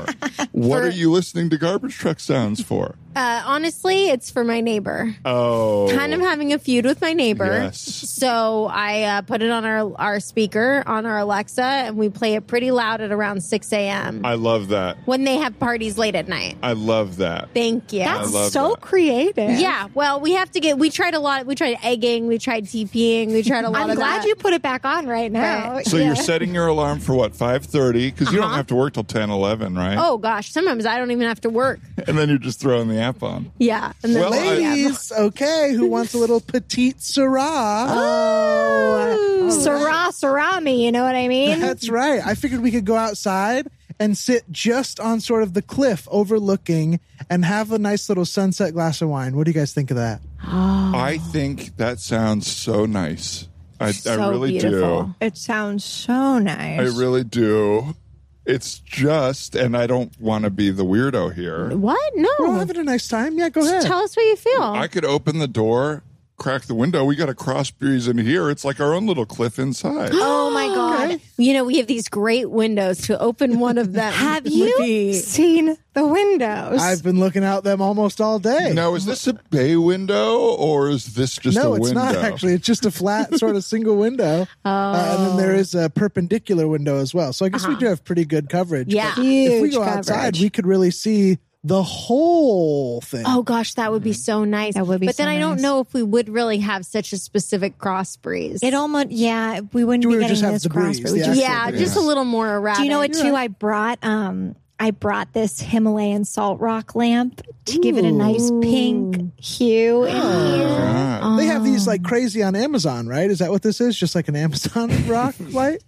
Speaker 1: what are you listening to garbage truck sounds for?
Speaker 4: Uh, honestly, it's for my neighbor.
Speaker 1: Oh,
Speaker 4: Kind of having a feud with my neighbor.
Speaker 1: Yes.
Speaker 4: So I uh, put it on our our speaker on our Alexa, and we play it pretty loud at around six a.m.
Speaker 1: I love that.
Speaker 4: when they have parties late at night.
Speaker 1: I love that.
Speaker 4: Thank you.
Speaker 1: I
Speaker 2: That's
Speaker 1: love
Speaker 2: so
Speaker 1: that.
Speaker 2: creative.
Speaker 4: yeah, well, we have to get. We tried a lot. We tried egging. We tried TPing. We tried a lot
Speaker 2: I'm
Speaker 4: of
Speaker 2: glad
Speaker 4: that.
Speaker 2: you put it back on right now.
Speaker 4: Right.
Speaker 1: So
Speaker 2: Yeah.
Speaker 1: you're setting your alarm for what 5:30 because you don't have to work till 10, 11, right?
Speaker 4: Uh-huh. Oh gosh, sometimes I don't even have to
Speaker 2: [LAUGHS]
Speaker 4: work.
Speaker 1: and then you're just throwing the app on.
Speaker 4: Yeah, and then
Speaker 1: Well, I-
Speaker 3: Ladies, okay, who wants a little petite Syrah? [LAUGHS]
Speaker 2: Oh, Sarah, Sarah me, you know what I [LAUGHS] mean?
Speaker 3: That's right. I figured we could go outside and sit just on sort of the cliff overlooking and have a nice little sunset glass of wine. What do you guys think of that?
Speaker 4: Oh.
Speaker 1: I think that sounds so nice. I, I
Speaker 4: So
Speaker 1: really do.
Speaker 4: beautiful.
Speaker 5: It sounds so nice.
Speaker 1: I really do. It's just, and I don't want to be the weirdo here.
Speaker 4: What? No.
Speaker 3: We're having a nice time. Yeah, go ahead.
Speaker 4: Tell us what you feel.
Speaker 1: I could open the door, crack the window. We got a cross breeze in here. It's like our own little cliff inside.
Speaker 3: [GASPS]
Speaker 2: oh my God.
Speaker 4: you know, we have these great windows to open one of them.
Speaker 2: [LAUGHS] Have
Speaker 4: would
Speaker 2: you
Speaker 4: be-
Speaker 2: seen the windows?
Speaker 3: I've been looking out them almost all day.
Speaker 1: now, is this a bay window or is this just
Speaker 3: no,
Speaker 1: a
Speaker 3: it's
Speaker 1: window?
Speaker 3: not actually. It's just
Speaker 1: [LAUGHS]
Speaker 3: a flat sort of single window. Uh, and then there is a perpendicular window as well. So I guess we do have pretty good coverage.
Speaker 4: Yeah.
Speaker 3: but If we
Speaker 2: Huge
Speaker 3: go
Speaker 2: coverage.
Speaker 3: outside, we could really see the whole thing.
Speaker 4: Oh gosh, that would be so nice.
Speaker 5: That would be
Speaker 4: But then
Speaker 5: so
Speaker 4: I don't
Speaker 5: nice.
Speaker 4: know if we would really have such a specific cross breeze.
Speaker 2: It almost, yeah, we wouldn't
Speaker 3: We
Speaker 2: be
Speaker 3: would
Speaker 2: getting
Speaker 3: just have
Speaker 2: this
Speaker 3: the
Speaker 2: cross.
Speaker 3: breeze,
Speaker 2: but we
Speaker 3: the
Speaker 2: just-
Speaker 4: yeah,
Speaker 1: Yeah.
Speaker 4: just a little more erratic.
Speaker 2: Do you know what, too? I brought, um, I brought this Himalayan salt rock lamp to give it a nice pink hue in here.
Speaker 1: God.
Speaker 3: They have these like crazy on Amazon, right? Is that what this is? Just like an Amazon [LAUGHS] rock light?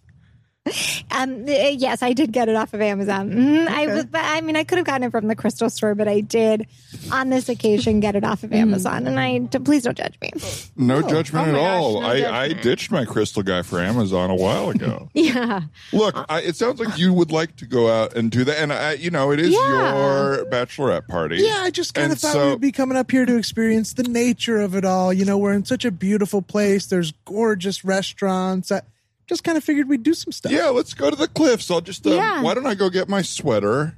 Speaker 2: Um, uh, yes, I did get it off of Amazon. Mhm, I was, but I mean, I could have gotten it from the crystal store, but I did on this occasion get it off of
Speaker 3: Mm.
Speaker 2: Amazon. And I, d- please don't judge me.
Speaker 1: no judgment
Speaker 4: Oh
Speaker 1: at
Speaker 4: my gosh,
Speaker 1: all.
Speaker 4: no
Speaker 1: I, I ditched my crystal guy for Amazon a while
Speaker 3: [LAUGHS]
Speaker 1: ago.
Speaker 4: Yeah.
Speaker 1: Look, I, it sounds like you would like to go out and do that, and I, you know, it is
Speaker 4: Yeah.
Speaker 1: your bachelorette party.
Speaker 3: Yeah, I just kind
Speaker 1: And
Speaker 3: of thought
Speaker 1: so-
Speaker 3: we would be coming up here to experience the nature of it all. You know, we're in such a beautiful place. There's gorgeous restaurants. I just kind of figured we'd do some stuff.
Speaker 1: Yeah, let's go to the cliffs. I'll just. Um,
Speaker 4: Yeah.
Speaker 1: Why don't I go get my sweater,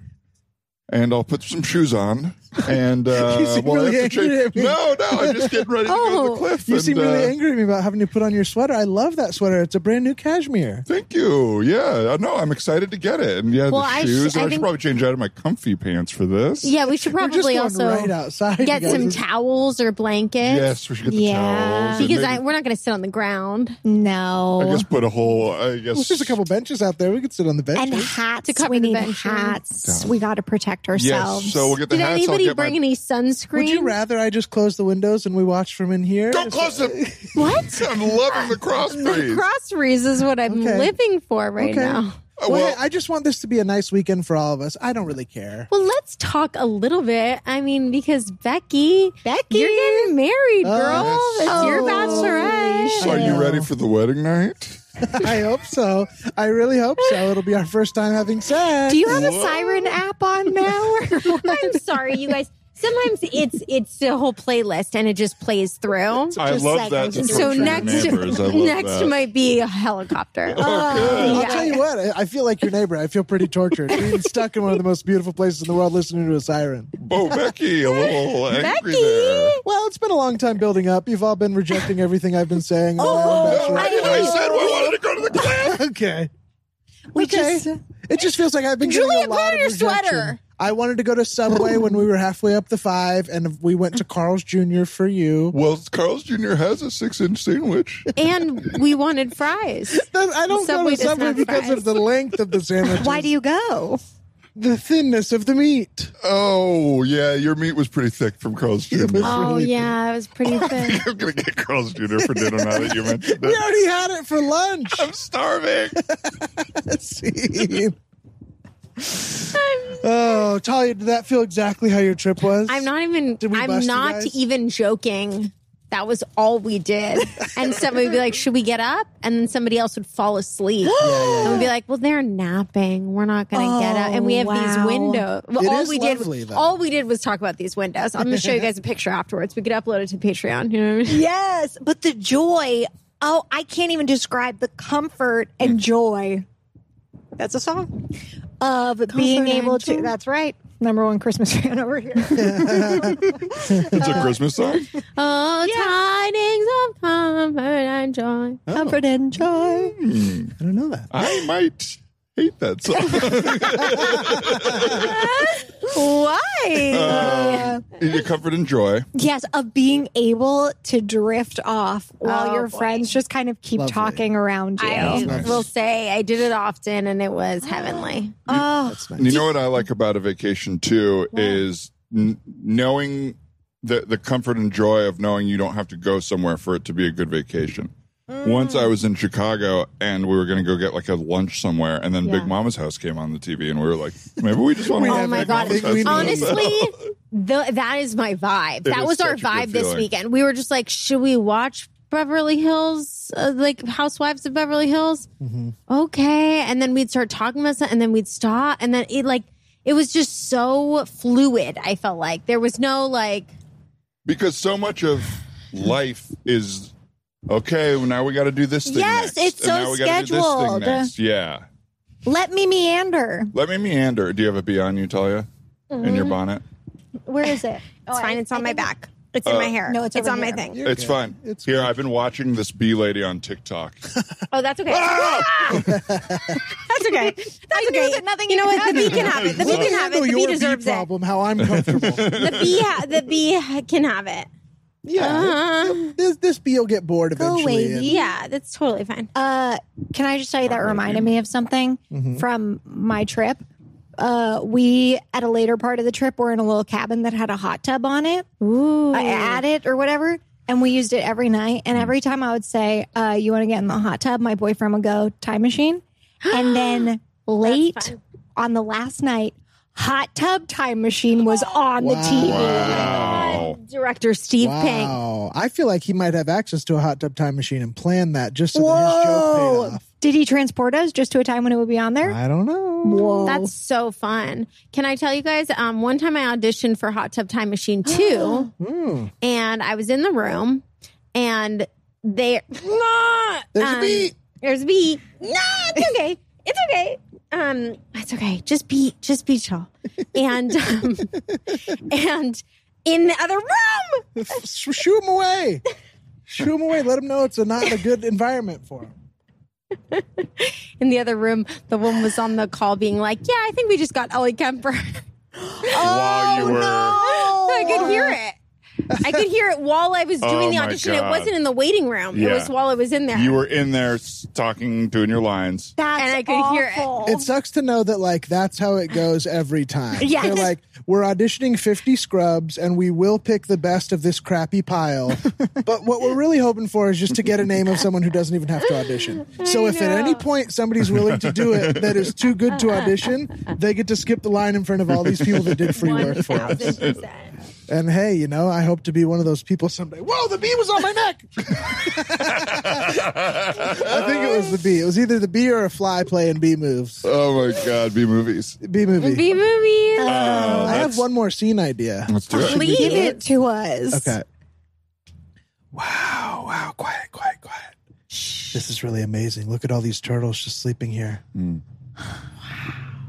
Speaker 1: and I'll put some shoes on, and
Speaker 3: You
Speaker 1: uh,
Speaker 3: seem
Speaker 1: we'll
Speaker 3: really
Speaker 1: have to
Speaker 3: angry
Speaker 1: change.
Speaker 3: at me.
Speaker 1: No, no, I'm just getting ready to go to the
Speaker 4: Oh,
Speaker 1: cliff.
Speaker 3: You
Speaker 1: and,
Speaker 3: seem really
Speaker 1: uh,
Speaker 3: angry at me about having to put on your sweater. I love that sweater. It's a brand new cashmere.
Speaker 1: Thank you. Yeah, I know. I'm excited to get it, and yeah,
Speaker 4: Well,
Speaker 1: the
Speaker 4: I
Speaker 1: shoes.
Speaker 4: sh-
Speaker 1: and I
Speaker 4: I
Speaker 1: should
Speaker 4: think-
Speaker 1: probably change out of my comfy pants for this.
Speaker 4: Yeah, we should
Speaker 3: We're just
Speaker 4: probably
Speaker 3: going
Speaker 4: also
Speaker 3: right outside.
Speaker 4: get
Speaker 3: you
Speaker 4: some
Speaker 3: guys.
Speaker 4: towels or blankets.
Speaker 1: Yes, we should get the
Speaker 2: Yeah.
Speaker 1: towels. and
Speaker 4: Because I,
Speaker 1: maybe-
Speaker 4: we're not going to sit on the ground.
Speaker 2: No.
Speaker 1: I guess put a whole. I guess
Speaker 3: There's just a couple benches out there. We could sit on the bench.
Speaker 2: and hats.
Speaker 4: To cover
Speaker 2: we
Speaker 4: the
Speaker 2: need
Speaker 4: bench, yeah.
Speaker 2: hats. We got to protect ourselves.
Speaker 1: Yes, so we'll get the
Speaker 4: Did
Speaker 1: hats. I'll
Speaker 4: anybody
Speaker 1: get my-
Speaker 4: bring any sunscreen?
Speaker 3: Would you rather I just close the windows and we watch from in here?
Speaker 1: Don't close
Speaker 3: [LAUGHS]
Speaker 1: them.
Speaker 4: What?
Speaker 1: [LAUGHS] I'm loving the cross breeze.
Speaker 4: Cross breeze is what I'm
Speaker 3: Okay.
Speaker 4: living for right
Speaker 3: Okay.
Speaker 4: now.
Speaker 1: Uh,
Speaker 3: well,
Speaker 1: well-
Speaker 3: hey, I just want this to be a nice weekend for all of us. I don't really care. [LAUGHS]
Speaker 4: Well, let's talk a little bit. I mean, because Becky,
Speaker 2: Becky?
Speaker 4: you're getting married, girl.
Speaker 1: yes.
Speaker 4: It's your
Speaker 2: Oh,
Speaker 4: bachelorette.
Speaker 1: Are you
Speaker 3: Yeah.
Speaker 1: ready for the wedding night?
Speaker 3: I hope so. I really hope so. It'll be our first time having sex.
Speaker 2: Do you have a
Speaker 1: Whoa.
Speaker 2: siren app on now?
Speaker 4: [LAUGHS] I'm sorry, you guys. Sometimes it's it's a whole playlist and it just plays through.
Speaker 1: I
Speaker 2: Just
Speaker 1: love
Speaker 2: like
Speaker 1: that.
Speaker 2: I just-
Speaker 1: torture
Speaker 4: So
Speaker 1: your
Speaker 4: next,
Speaker 1: neighbors. I love
Speaker 4: [LAUGHS] next uh,
Speaker 1: that.
Speaker 4: might be a helicopter.
Speaker 1: [LAUGHS] Oh,
Speaker 3: I'll
Speaker 1: good.
Speaker 4: Yeah.
Speaker 3: tell you what. I- I feel like your neighbor. I feel
Speaker 4: [LAUGHS]
Speaker 3: pretty tortured. Being stuck in one of the most beautiful places in the world, listening to a siren.
Speaker 1: Oh, Becky, a little
Speaker 4: [LAUGHS]
Speaker 1: angry
Speaker 4: Becky!
Speaker 1: there.
Speaker 3: Well, it's been a long time building up. You've all
Speaker 4: [LAUGHS]
Speaker 3: been rejecting everything I've been saying.
Speaker 4: Oh,
Speaker 1: No, I, I said we wanted to go to the cliff.
Speaker 3: [LAUGHS] okay.
Speaker 2: We
Speaker 3: Okay.
Speaker 2: just
Speaker 3: It just feels like I've been. getting
Speaker 4: Julia,
Speaker 3: a
Speaker 4: put
Speaker 3: lot
Speaker 4: on
Speaker 3: of
Speaker 4: your
Speaker 3: rejection.
Speaker 4: sweater.
Speaker 3: I wanted to go to Subway when we were halfway up the five, and we went to Carl's Jr. for you.
Speaker 1: Well, Carl's Jr. has a six inch sandwich.
Speaker 4: and we wanted fries.
Speaker 3: That- I don't
Speaker 4: Subway
Speaker 3: go to
Speaker 4: does
Speaker 3: Subway
Speaker 4: not
Speaker 3: because
Speaker 4: fries.
Speaker 3: of the
Speaker 4: [LAUGHS]
Speaker 3: length of the sandwich.
Speaker 5: Why do you go?
Speaker 3: the thinness of the meat?
Speaker 1: Oh, yeah, your meat was pretty thick from Carl's Jr.
Speaker 4: Oh yeah, it was pretty thin.
Speaker 1: [LAUGHS] I'm going to get Carl's Jr. for dinner now that you
Speaker 4: [LAUGHS]
Speaker 1: mentioned
Speaker 3: We
Speaker 1: it.
Speaker 3: already had it for lunch.
Speaker 1: [LAUGHS] I'm starving.
Speaker 3: scene. oh, Talia, did that feel exactly how your trip was?
Speaker 4: I'm not even.
Speaker 3: Did we bust
Speaker 4: I'm
Speaker 3: you
Speaker 4: not
Speaker 3: guys?
Speaker 4: even joking. That was all we did. And somebody would be like, "Should we get up?" And then somebody else would fall
Speaker 3: [GASPS]
Speaker 4: asleep. and we'd be like, "Well, they're napping. We're not going to get up." And we have these
Speaker 5: wow.
Speaker 4: windows. Well,
Speaker 3: It
Speaker 4: all
Speaker 3: is
Speaker 4: we
Speaker 3: lovely,
Speaker 4: did.
Speaker 3: though.
Speaker 4: All we did was talk about these windows. I'm going to show
Speaker 3: [LAUGHS]
Speaker 4: you guys a picture afterwards. We could upload it to Patreon. You know what I
Speaker 2: [LAUGHS]
Speaker 4: mean?
Speaker 5: Yes,
Speaker 2: But the joy, oh, I can't even describe the comfort and joy
Speaker 5: that's a song.
Speaker 2: of being
Speaker 5: and
Speaker 2: able to.
Speaker 5: joy.
Speaker 2: That's right.
Speaker 5: Number one
Speaker 2: [LAUGHS]
Speaker 5: Christmas fan over here.
Speaker 1: It's a Christmas song.
Speaker 4: Oh, tidings of comfort and joy.
Speaker 5: Comfort and joy.
Speaker 3: I don't know that.
Speaker 1: I might hate that
Speaker 4: [LAUGHS]
Speaker 1: song.
Speaker 4: Why?
Speaker 1: you comfort and joy.
Speaker 2: Yes, of being able to drift off while
Speaker 4: Oh,
Speaker 2: your
Speaker 4: boy.
Speaker 2: friends just kind of keep
Speaker 3: Lovely.
Speaker 2: talking around you.
Speaker 4: I will say I did it often, and it was heavenly.
Speaker 5: Oh,
Speaker 3: That's nice.
Speaker 1: You know what I like about a vacation too is n- knowing the the comfort and joy of knowing you don't have to go somewhere for it to be a good vacation. Once I was in Chicago and we were going to go get like a lunch somewhere, and then
Speaker 4: Yeah.
Speaker 1: Big Mama's House came on the TV, and we were like, maybe we just want to.
Speaker 3: We
Speaker 4: Oh
Speaker 3: have
Speaker 4: my
Speaker 3: Big
Speaker 4: god!
Speaker 1: [LAUGHS]
Speaker 3: Mama's House.
Speaker 4: Honestly, the, that is my vibe. that
Speaker 1: is
Speaker 4: was
Speaker 1: such
Speaker 4: our
Speaker 1: a good
Speaker 4: vibe this
Speaker 1: feeling.
Speaker 4: weekend. We were just like, should we watch Beverly Hills, uh, like Housewives of Beverly Hills?
Speaker 1: Mm-hmm.
Speaker 4: Okay, and then we'd start talking about something, and then we'd stop, and then it like it was just so fluid. I felt like there was no like.
Speaker 1: because so much of life is okay. Well, now we got to do this thing.
Speaker 2: Yes,
Speaker 1: next,
Speaker 2: it's
Speaker 1: and
Speaker 2: so
Speaker 1: now we gotta do this thing
Speaker 2: scheduled.
Speaker 1: next. Yeah,
Speaker 2: Let me meander.
Speaker 1: let me meander. Do you have it beyond you, Talia, in your bonnet?
Speaker 2: Where is it?
Speaker 4: [LAUGHS] It's fine. it's on my back. It's in
Speaker 1: Uh,
Speaker 4: my hair.
Speaker 2: No, it's over
Speaker 4: on my
Speaker 2: here.
Speaker 4: thing.
Speaker 1: it's fine.
Speaker 3: It's
Speaker 1: Here, I've been watching this bee lady on TikTok.
Speaker 3: [LAUGHS]
Speaker 4: Oh, that's okay.
Speaker 1: Ah!
Speaker 4: [LAUGHS] that's okay. That's okay.
Speaker 5: that nothing
Speaker 4: you know
Speaker 5: you
Speaker 4: what?
Speaker 5: could
Speaker 4: The bee can have it. The bee
Speaker 3: Let me
Speaker 4: can have it.
Speaker 3: handle
Speaker 4: The bee
Speaker 3: your
Speaker 4: deserves
Speaker 3: bee
Speaker 4: it.
Speaker 3: problem. How I'm comfortable.
Speaker 4: [LAUGHS] The bee, ha- the bee can have it.
Speaker 3: yeah,
Speaker 4: Uh-huh.
Speaker 3: this this bee will get bored eventually.
Speaker 2: away,
Speaker 3: and-
Speaker 4: Yeah, that's totally fine.
Speaker 2: Uh, can I just tell you that reminded me of something
Speaker 4: Mm-hmm.
Speaker 2: from my trip? Uh, we at a later part of the trip were in a little cabin that had a hot tub on it,
Speaker 4: Ooh.
Speaker 2: I at it or whatever, and we used it every night. And every time I would say, uh, "You want to get in the hot tub?" My boyfriend would go, "Time machine," and then late
Speaker 4: fun.
Speaker 2: on the last night, hot tub time machine was on the TV.
Speaker 3: Oh,
Speaker 1: Wow.
Speaker 4: Director Steve Pink.
Speaker 3: Wow, I feel like he might have access to a hot tub time machine and plan that just so that his joke paid off.
Speaker 2: Did he transport us just to a time when it would be on there?
Speaker 3: I don't know.
Speaker 4: That's so fun. Can I tell you guys? Um, one time I auditioned for Hot Tub Time Machine 2, and I was in the room, and they. um,
Speaker 3: There's a bee.
Speaker 4: There's a bee. No, it's okay. [LAUGHS] It's okay. Um, it's okay. Just be, just be chill. And, um, and in the other room,
Speaker 3: [LAUGHS] Shoo him away. Shoo him away. Let him know it's a not a good environment for him.
Speaker 4: in the other room, the woman was on the call being like, Yeah, I think we just got Ellie Kemper. [LAUGHS]
Speaker 1: While you were
Speaker 4: I could hear it. I could hear it while I
Speaker 3: [LAUGHS]
Speaker 4: was doing
Speaker 1: Oh
Speaker 4: the
Speaker 1: my
Speaker 4: audition. It
Speaker 1: God.
Speaker 4: wasn't in the waiting room. It
Speaker 1: Yeah.
Speaker 4: was while I was in there.
Speaker 1: you were in there s- talking, doing your lines.
Speaker 2: That's
Speaker 4: And I could hear it.
Speaker 2: awful.
Speaker 3: It sucks to know that like that's how it goes every time.
Speaker 2: Yes.
Speaker 3: They're like, we're auditioning 50 scrubs and we will pick the best of this crappy pile. but what we're really hoping for is just to get a name of someone who doesn't even have to audition. So if at any point somebody's willing to do it that is too good to audition, they get to skip the line in front of all these people that did free work for us.
Speaker 4: 1000%.
Speaker 3: And hey, you know, I hope to be one of those people someday. Whoa, the bee was on my neck. [LAUGHS] I think it was the bee. It was either the bee or a fly playing bee moves.
Speaker 1: Oh my God, B movies.
Speaker 3: Bee movie.
Speaker 4: Bee movies.
Speaker 5: Uh,
Speaker 1: Oh,
Speaker 3: Uh, I have one more scene idea.
Speaker 1: Let's do it.
Speaker 4: Please.
Speaker 2: Give it to us.
Speaker 3: Okay. Wow, wow, quiet, quiet, quiet. This is really amazing. Look at all these turtles just sleeping here.
Speaker 1: Hmm.
Speaker 3: [SIGHS]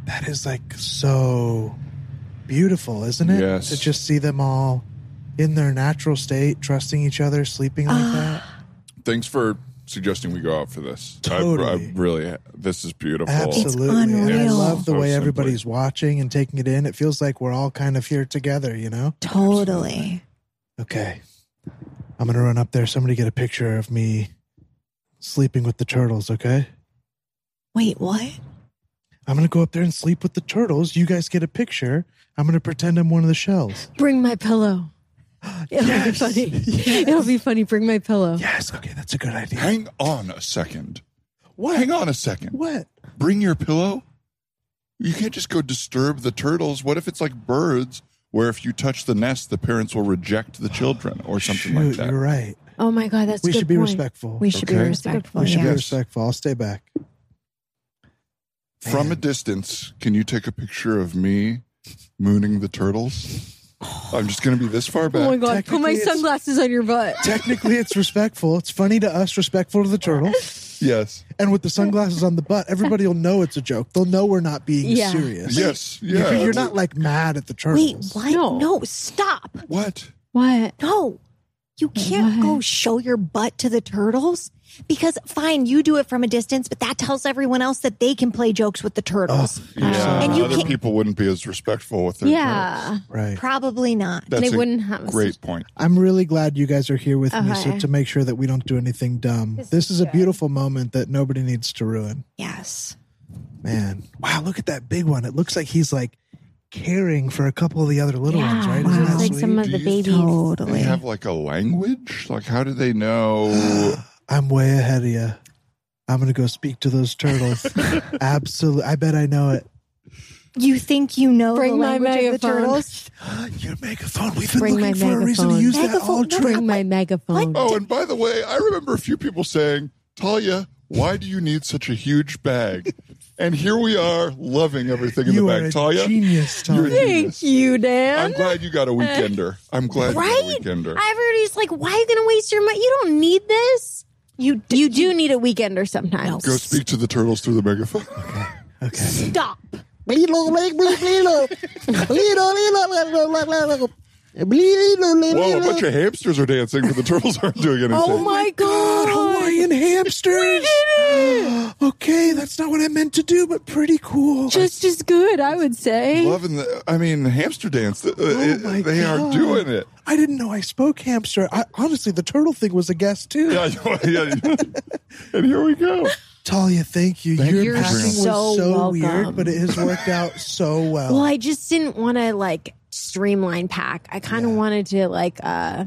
Speaker 3: That is like so beautiful, isn't it?
Speaker 1: Yes.
Speaker 3: To just see them all in their natural state, trusting each other, sleeping like that.
Speaker 1: Thanks for suggesting we go out for this. I- I,
Speaker 3: Totally.
Speaker 1: really, this is beautiful.
Speaker 3: Absolutely. And I
Speaker 2: unreal.
Speaker 3: love
Speaker 1: So
Speaker 3: the way
Speaker 1: simply.
Speaker 3: everybody's watching and taking it in. It feels like we're all kind of here together, you know?
Speaker 5: Totally.
Speaker 3: Okay. I'm going to run up there. Somebody get a picture of me sleeping with the turtles, okay?
Speaker 5: Wait, what?
Speaker 3: I'm going to go up there and sleep with the turtles. You guys get a picture. I'm going to pretend I'm one of the shells.
Speaker 4: Bring my
Speaker 3: [GASPS]
Speaker 4: pillow. It'll be funny. It'll be funny. Bring my pillow.
Speaker 3: Yes. Okay. That's a good idea.
Speaker 1: Hang on a second.
Speaker 3: What?
Speaker 1: Hang on a second.
Speaker 3: What?
Speaker 1: Bring your pillow. You can't just go disturb the turtles. What if it's like birds, where if you touch the nest, the parents will reject the children or something like
Speaker 3: Shoot,
Speaker 1: that?
Speaker 3: you're right.
Speaker 4: Oh my god, that's a
Speaker 3: we
Speaker 4: good
Speaker 3: should be
Speaker 4: point.
Speaker 3: respectful.
Speaker 5: We should be
Speaker 1: Okay.
Speaker 5: respectful.
Speaker 3: We should be
Speaker 5: yeah.
Speaker 3: respectful. I'll stay back.
Speaker 1: From a distance, can you take a picture of me mooning the turtles? I'm just going to be this far back.
Speaker 4: Oh my god, put
Speaker 3: Technically,
Speaker 4: my
Speaker 3: it's-
Speaker 4: sunglasses on your butt.
Speaker 3: Technically, it's respectful. It's funny to us, respectful to the turtles.
Speaker 1: Yes.
Speaker 3: And with the sunglasses on the butt, everybody will know it's a joke. They'll know we're not being
Speaker 4: Yeah.
Speaker 3: serious.
Speaker 1: Yes. Yeah.
Speaker 3: You're- You're not like mad at the
Speaker 5: Wait,
Speaker 3: turtles.
Speaker 5: what?
Speaker 4: No.
Speaker 5: No. stop.
Speaker 1: What?
Speaker 4: What?
Speaker 5: No. You can't go
Speaker 4: What?
Speaker 5: show your butt to the turtles because fine, you do it from a distance, but that tells everyone else that they can play jokes with the turtles.
Speaker 1: Yeah.
Speaker 5: And you
Speaker 1: Other
Speaker 5: can't-
Speaker 1: people wouldn't be as respectful with their turtles.
Speaker 4: Yeah.
Speaker 3: Right.
Speaker 5: Probably not.
Speaker 1: That's
Speaker 4: They
Speaker 1: a
Speaker 4: wouldn't have a
Speaker 1: great point.
Speaker 3: I'm really glad you guys are here with me so
Speaker 4: Okay.
Speaker 3: to make sure that we don't do anything dumb. This, is a beautiful moment that nobody needs to ruin.
Speaker 5: Yes.
Speaker 3: Man. Wow, look at that big one. It looks like he's like caring for a couple of the other little ones, right?
Speaker 4: Wow.
Speaker 3: Isn't that
Speaker 4: It's like
Speaker 3: sweet?
Speaker 4: some of
Speaker 1: Do
Speaker 4: the
Speaker 1: you-
Speaker 4: babies.
Speaker 1: They
Speaker 5: Totally.
Speaker 1: have like a language? Like, how do they know?
Speaker 3: [GASPS] [GASPS] I'm way ahead of you. I'm going to go speak to
Speaker 4: [LAUGHS]
Speaker 3: those turtles. Absolutely. I bet I know it.
Speaker 5: You think you know
Speaker 4: Bring
Speaker 5: the
Speaker 4: my
Speaker 5: language of the
Speaker 4: megaphone.
Speaker 5: turtles?
Speaker 3: Your megaphone. We've been
Speaker 4: Bring
Speaker 3: looking
Speaker 4: my
Speaker 3: for a reason to
Speaker 4: megaphone.
Speaker 3: use that
Speaker 5: Megaphone,
Speaker 3: all
Speaker 5: no,
Speaker 3: trip.
Speaker 4: Bring my megaphone.
Speaker 1: Oh, and by the way, I remember a few people saying, Talia, why do you need such a huge bag? And here we are, loving everything in
Speaker 3: You
Speaker 1: the
Speaker 3: are
Speaker 1: bag.
Speaker 3: a
Speaker 1: Talia,
Speaker 3: genius,
Speaker 1: you're a
Speaker 3: Talia.
Speaker 1: genius.
Speaker 4: Thank you,
Speaker 1: I'm
Speaker 4: Dan.
Speaker 1: glad you got a weekender. I'm glad
Speaker 5: Right?
Speaker 1: you got a weekender.
Speaker 4: Everybody's like, why are you going to waste your money? You don't need this.
Speaker 5: You d-
Speaker 4: You do need a weekender sometimes.
Speaker 1: Go speak to the turtles through the megaphone.
Speaker 3: Okay.
Speaker 5: stop.
Speaker 1: Whoa, a bunch of hamsters are dancing, but the turtles aren't doing anything.
Speaker 4: Oh my god.
Speaker 3: Hawaiian hamsters. [GASPS] okay, that's not what I meant to do, but pretty cool.
Speaker 4: Just as good, I would say.
Speaker 1: Loving the, I mean, the hamster dance. uh,
Speaker 3: Oh
Speaker 1: it-
Speaker 3: my
Speaker 1: they are
Speaker 3: God.
Speaker 1: doing it. [LAUGHS]
Speaker 3: I didn't know I spoke hamster. I, honestly, the turtle thing was a guess too.
Speaker 1: Yeah, yeah, yeah. And here we go.
Speaker 3: Talia, thank you.
Speaker 1: Thank
Speaker 3: Your
Speaker 1: you for
Speaker 3: passing was
Speaker 1: bringing
Speaker 4: us.
Speaker 3: so,
Speaker 4: So welcome.
Speaker 3: weird, but it has worked
Speaker 4: [LAUGHS]
Speaker 3: out so well.
Speaker 4: Well, I just didn't want to like streamline pack. I kind of
Speaker 3: Yeah.
Speaker 4: wanted to like uh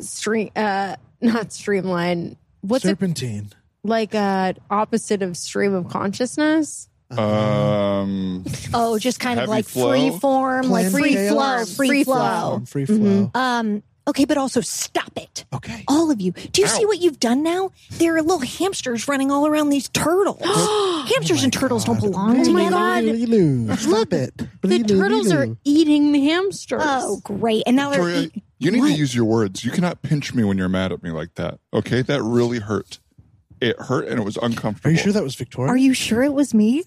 Speaker 4: stream uh not streamline. What's it
Speaker 3: Serpentine.
Speaker 4: like uh opposite of stream of
Speaker 5: [GASPS]
Speaker 4: consciousness?
Speaker 1: Uh,
Speaker 3: Uh-huh.
Speaker 1: Um,
Speaker 5: Oh, just kind of
Speaker 1: Heavy
Speaker 5: like
Speaker 1: flow.
Speaker 5: free form, like
Speaker 3: Plan
Speaker 5: free
Speaker 3: scale.
Speaker 5: flow, free, flow.
Speaker 3: Um, free flow.
Speaker 4: Mhm.
Speaker 5: Um, okay, but also stop it.
Speaker 4: Oh,
Speaker 3: Okay.
Speaker 5: All of you. Do you see
Speaker 1: Ow.
Speaker 5: what you've done now? There are little hamsters running all around these turtles.
Speaker 1: [GASPS]
Speaker 5: hamsters
Speaker 1: Oh
Speaker 5: and turtles don't belong
Speaker 4: Oh my
Speaker 5: together.
Speaker 4: God.
Speaker 3: Lulu. Stop it.
Speaker 4: The turtles are eating the hamsters.
Speaker 5: Oh, great. And now
Speaker 1: Victoria,
Speaker 5: they're.
Speaker 1: you need to
Speaker 5: What?
Speaker 1: use your words. You cannot pinch me when you're mad at me like that. Okay, that really hurt. It hurt and it was uncomfortable.
Speaker 3: Are you sure that was Victoria?
Speaker 5: Are you sure it was me?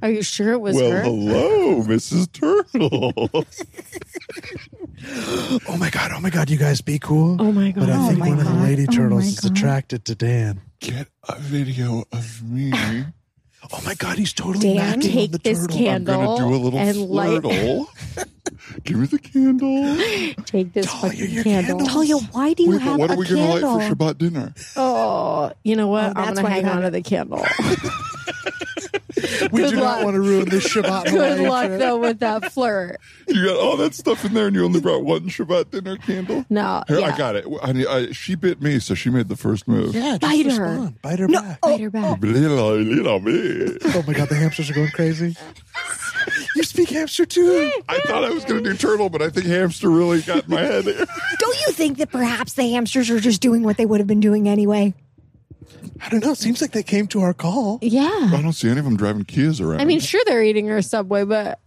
Speaker 4: Are you sure it was
Speaker 1: well,
Speaker 4: her?
Speaker 1: hello, Mrs. Turtle. [LAUGHS]
Speaker 3: [GASPS] oh my god! Oh my god! You guys be cool.
Speaker 4: Oh my god.
Speaker 3: But I
Speaker 5: Oh
Speaker 3: think
Speaker 5: my
Speaker 3: one of the
Speaker 5: God.
Speaker 3: lady
Speaker 5: Oh
Speaker 3: turtles
Speaker 5: my
Speaker 3: is
Speaker 5: God.
Speaker 3: attracted to Dan.
Speaker 1: Get a video of me.
Speaker 3: Oh my god, he's totally
Speaker 4: Dan,
Speaker 3: acting on
Speaker 4: take
Speaker 3: the
Speaker 4: this
Speaker 3: turtle.
Speaker 1: I'm gonna
Speaker 4: candle
Speaker 1: do a little
Speaker 4: and light.
Speaker 1: flirtle.
Speaker 4: [LAUGHS]
Speaker 1: Give me the candle.
Speaker 4: Take this
Speaker 3: Talia,
Speaker 4: fucking
Speaker 3: your
Speaker 4: candle.
Speaker 3: candle.
Speaker 5: Talia, why do you
Speaker 1: Wait, but
Speaker 5: have
Speaker 1: what
Speaker 5: a
Speaker 1: are we gonna light
Speaker 5: candle?
Speaker 1: for Shabbat
Speaker 4: [LAUGHS]
Speaker 1: dinner?
Speaker 4: Oh, you know what? I'm
Speaker 5: that's
Speaker 4: gonna
Speaker 5: why
Speaker 4: hang
Speaker 5: you
Speaker 4: on
Speaker 5: have
Speaker 4: to the [LAUGHS] candle.
Speaker 3: We
Speaker 4: Good
Speaker 3: do not
Speaker 4: luck.
Speaker 3: want to
Speaker 4: [LAUGHS]
Speaker 3: ruin this Shabbat.
Speaker 4: Good
Speaker 3: holiday
Speaker 4: luck
Speaker 3: trip.
Speaker 4: though with that flirt.
Speaker 1: You got all that stuff in there, and you only brought one Shabbat dinner candle.
Speaker 4: No,
Speaker 1: [LAUGHS] Here,
Speaker 4: yeah.
Speaker 1: I got it. I, I, she bit me, so she made the first move. [LAUGHS]
Speaker 3: Yeah, just
Speaker 4: Bite her. oh.
Speaker 3: respond. Bite her back.
Speaker 4: Right
Speaker 5: Oh,
Speaker 4: her back.
Speaker 1: Little, little bit.
Speaker 3: Oh my god, the hamsters are going crazy. you speak hamster too.
Speaker 1: I thought I was going to do turtle, but I think hamster really got in my head there. [LAUGHS]
Speaker 5: Don't you think that perhaps the hamsters are just doing what they would have been doing anyway?
Speaker 3: I don't know. It seems like they came to our call.
Speaker 4: Yeah.
Speaker 1: I don't see any of them driving Kias around.
Speaker 4: I mean, sure they're eating her Subway, but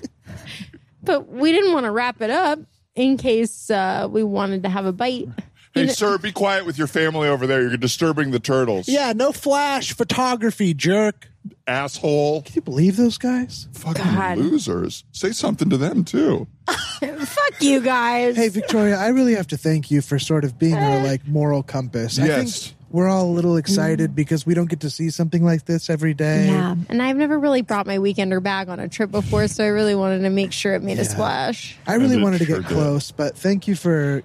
Speaker 4: [LAUGHS] but we didn't want to wrap it up in case uh, we wanted to have a bite.
Speaker 1: Hey, sir, be quiet with your family over there. You're disturbing the turtles.
Speaker 3: Yeah, no flash photography, jerk.
Speaker 1: Asshole.
Speaker 3: Can you believe those guys?
Speaker 1: Fucking
Speaker 4: God.
Speaker 1: losers. Say something to them, too.
Speaker 4: [LAUGHS] Fuck you guys.
Speaker 3: Hey, Victoria, I really have to thank you for sort of being our like moral compass. I
Speaker 1: Yes.
Speaker 3: think we're all a little excited because we don't get to see something like this every day.
Speaker 2: Yeah.
Speaker 4: and I've never really brought my weekender bag on a trip before, so I really wanted to make sure it made a splash.
Speaker 3: I really
Speaker 1: did
Speaker 3: wanted to
Speaker 1: sure
Speaker 3: get
Speaker 1: did.
Speaker 3: close, but thank you for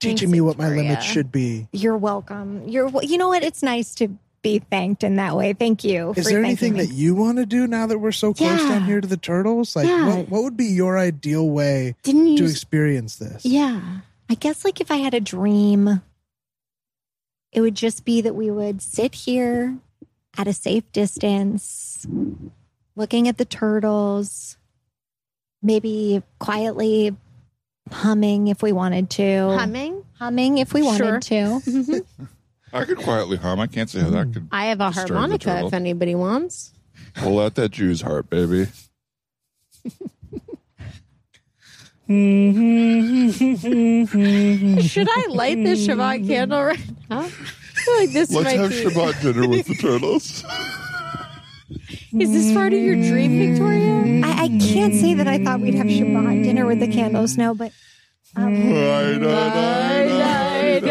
Speaker 3: teaching
Speaker 4: Thanks,
Speaker 3: me what my
Speaker 4: Victoria.
Speaker 3: limits should be.
Speaker 2: You're welcome. You're wel- you know what? It's nice to be thanked in that way. Thank you.
Speaker 3: Is
Speaker 2: for
Speaker 3: there
Speaker 2: thanking
Speaker 3: anything
Speaker 2: me.
Speaker 3: that you want to do now that we're so close
Speaker 2: Yeah.
Speaker 3: down here to the turtles? Like,
Speaker 2: Yeah.
Speaker 3: what, what would be your ideal way
Speaker 4: Didn't
Speaker 3: to
Speaker 4: you?
Speaker 3: experience this?
Speaker 2: Yeah. I guess like if I had a dream, it would just be that we would sit here at a safe distance, looking at the turtles, maybe quietly humming if we wanted to.
Speaker 4: humming?
Speaker 2: Humming if we wanted to.
Speaker 1: I could quietly hum. I can't say how that could
Speaker 4: I have a
Speaker 1: Disturb the
Speaker 4: harmonica
Speaker 1: turtle.
Speaker 4: if anybody wants.
Speaker 1: pull out that Jew's heart, baby.
Speaker 4: Should I light the
Speaker 2: [LAUGHS]
Speaker 4: Shabbat candle right now? I feel like this
Speaker 1: Let's
Speaker 4: might
Speaker 1: have
Speaker 4: be.
Speaker 1: Shabbat dinner with the [LAUGHS] turtles.
Speaker 4: Is this part of your dream, Victoria?
Speaker 2: I, I can't say that I thought we'd have Shabbat dinner with the candles, no, but um,
Speaker 1: Oh, Mm.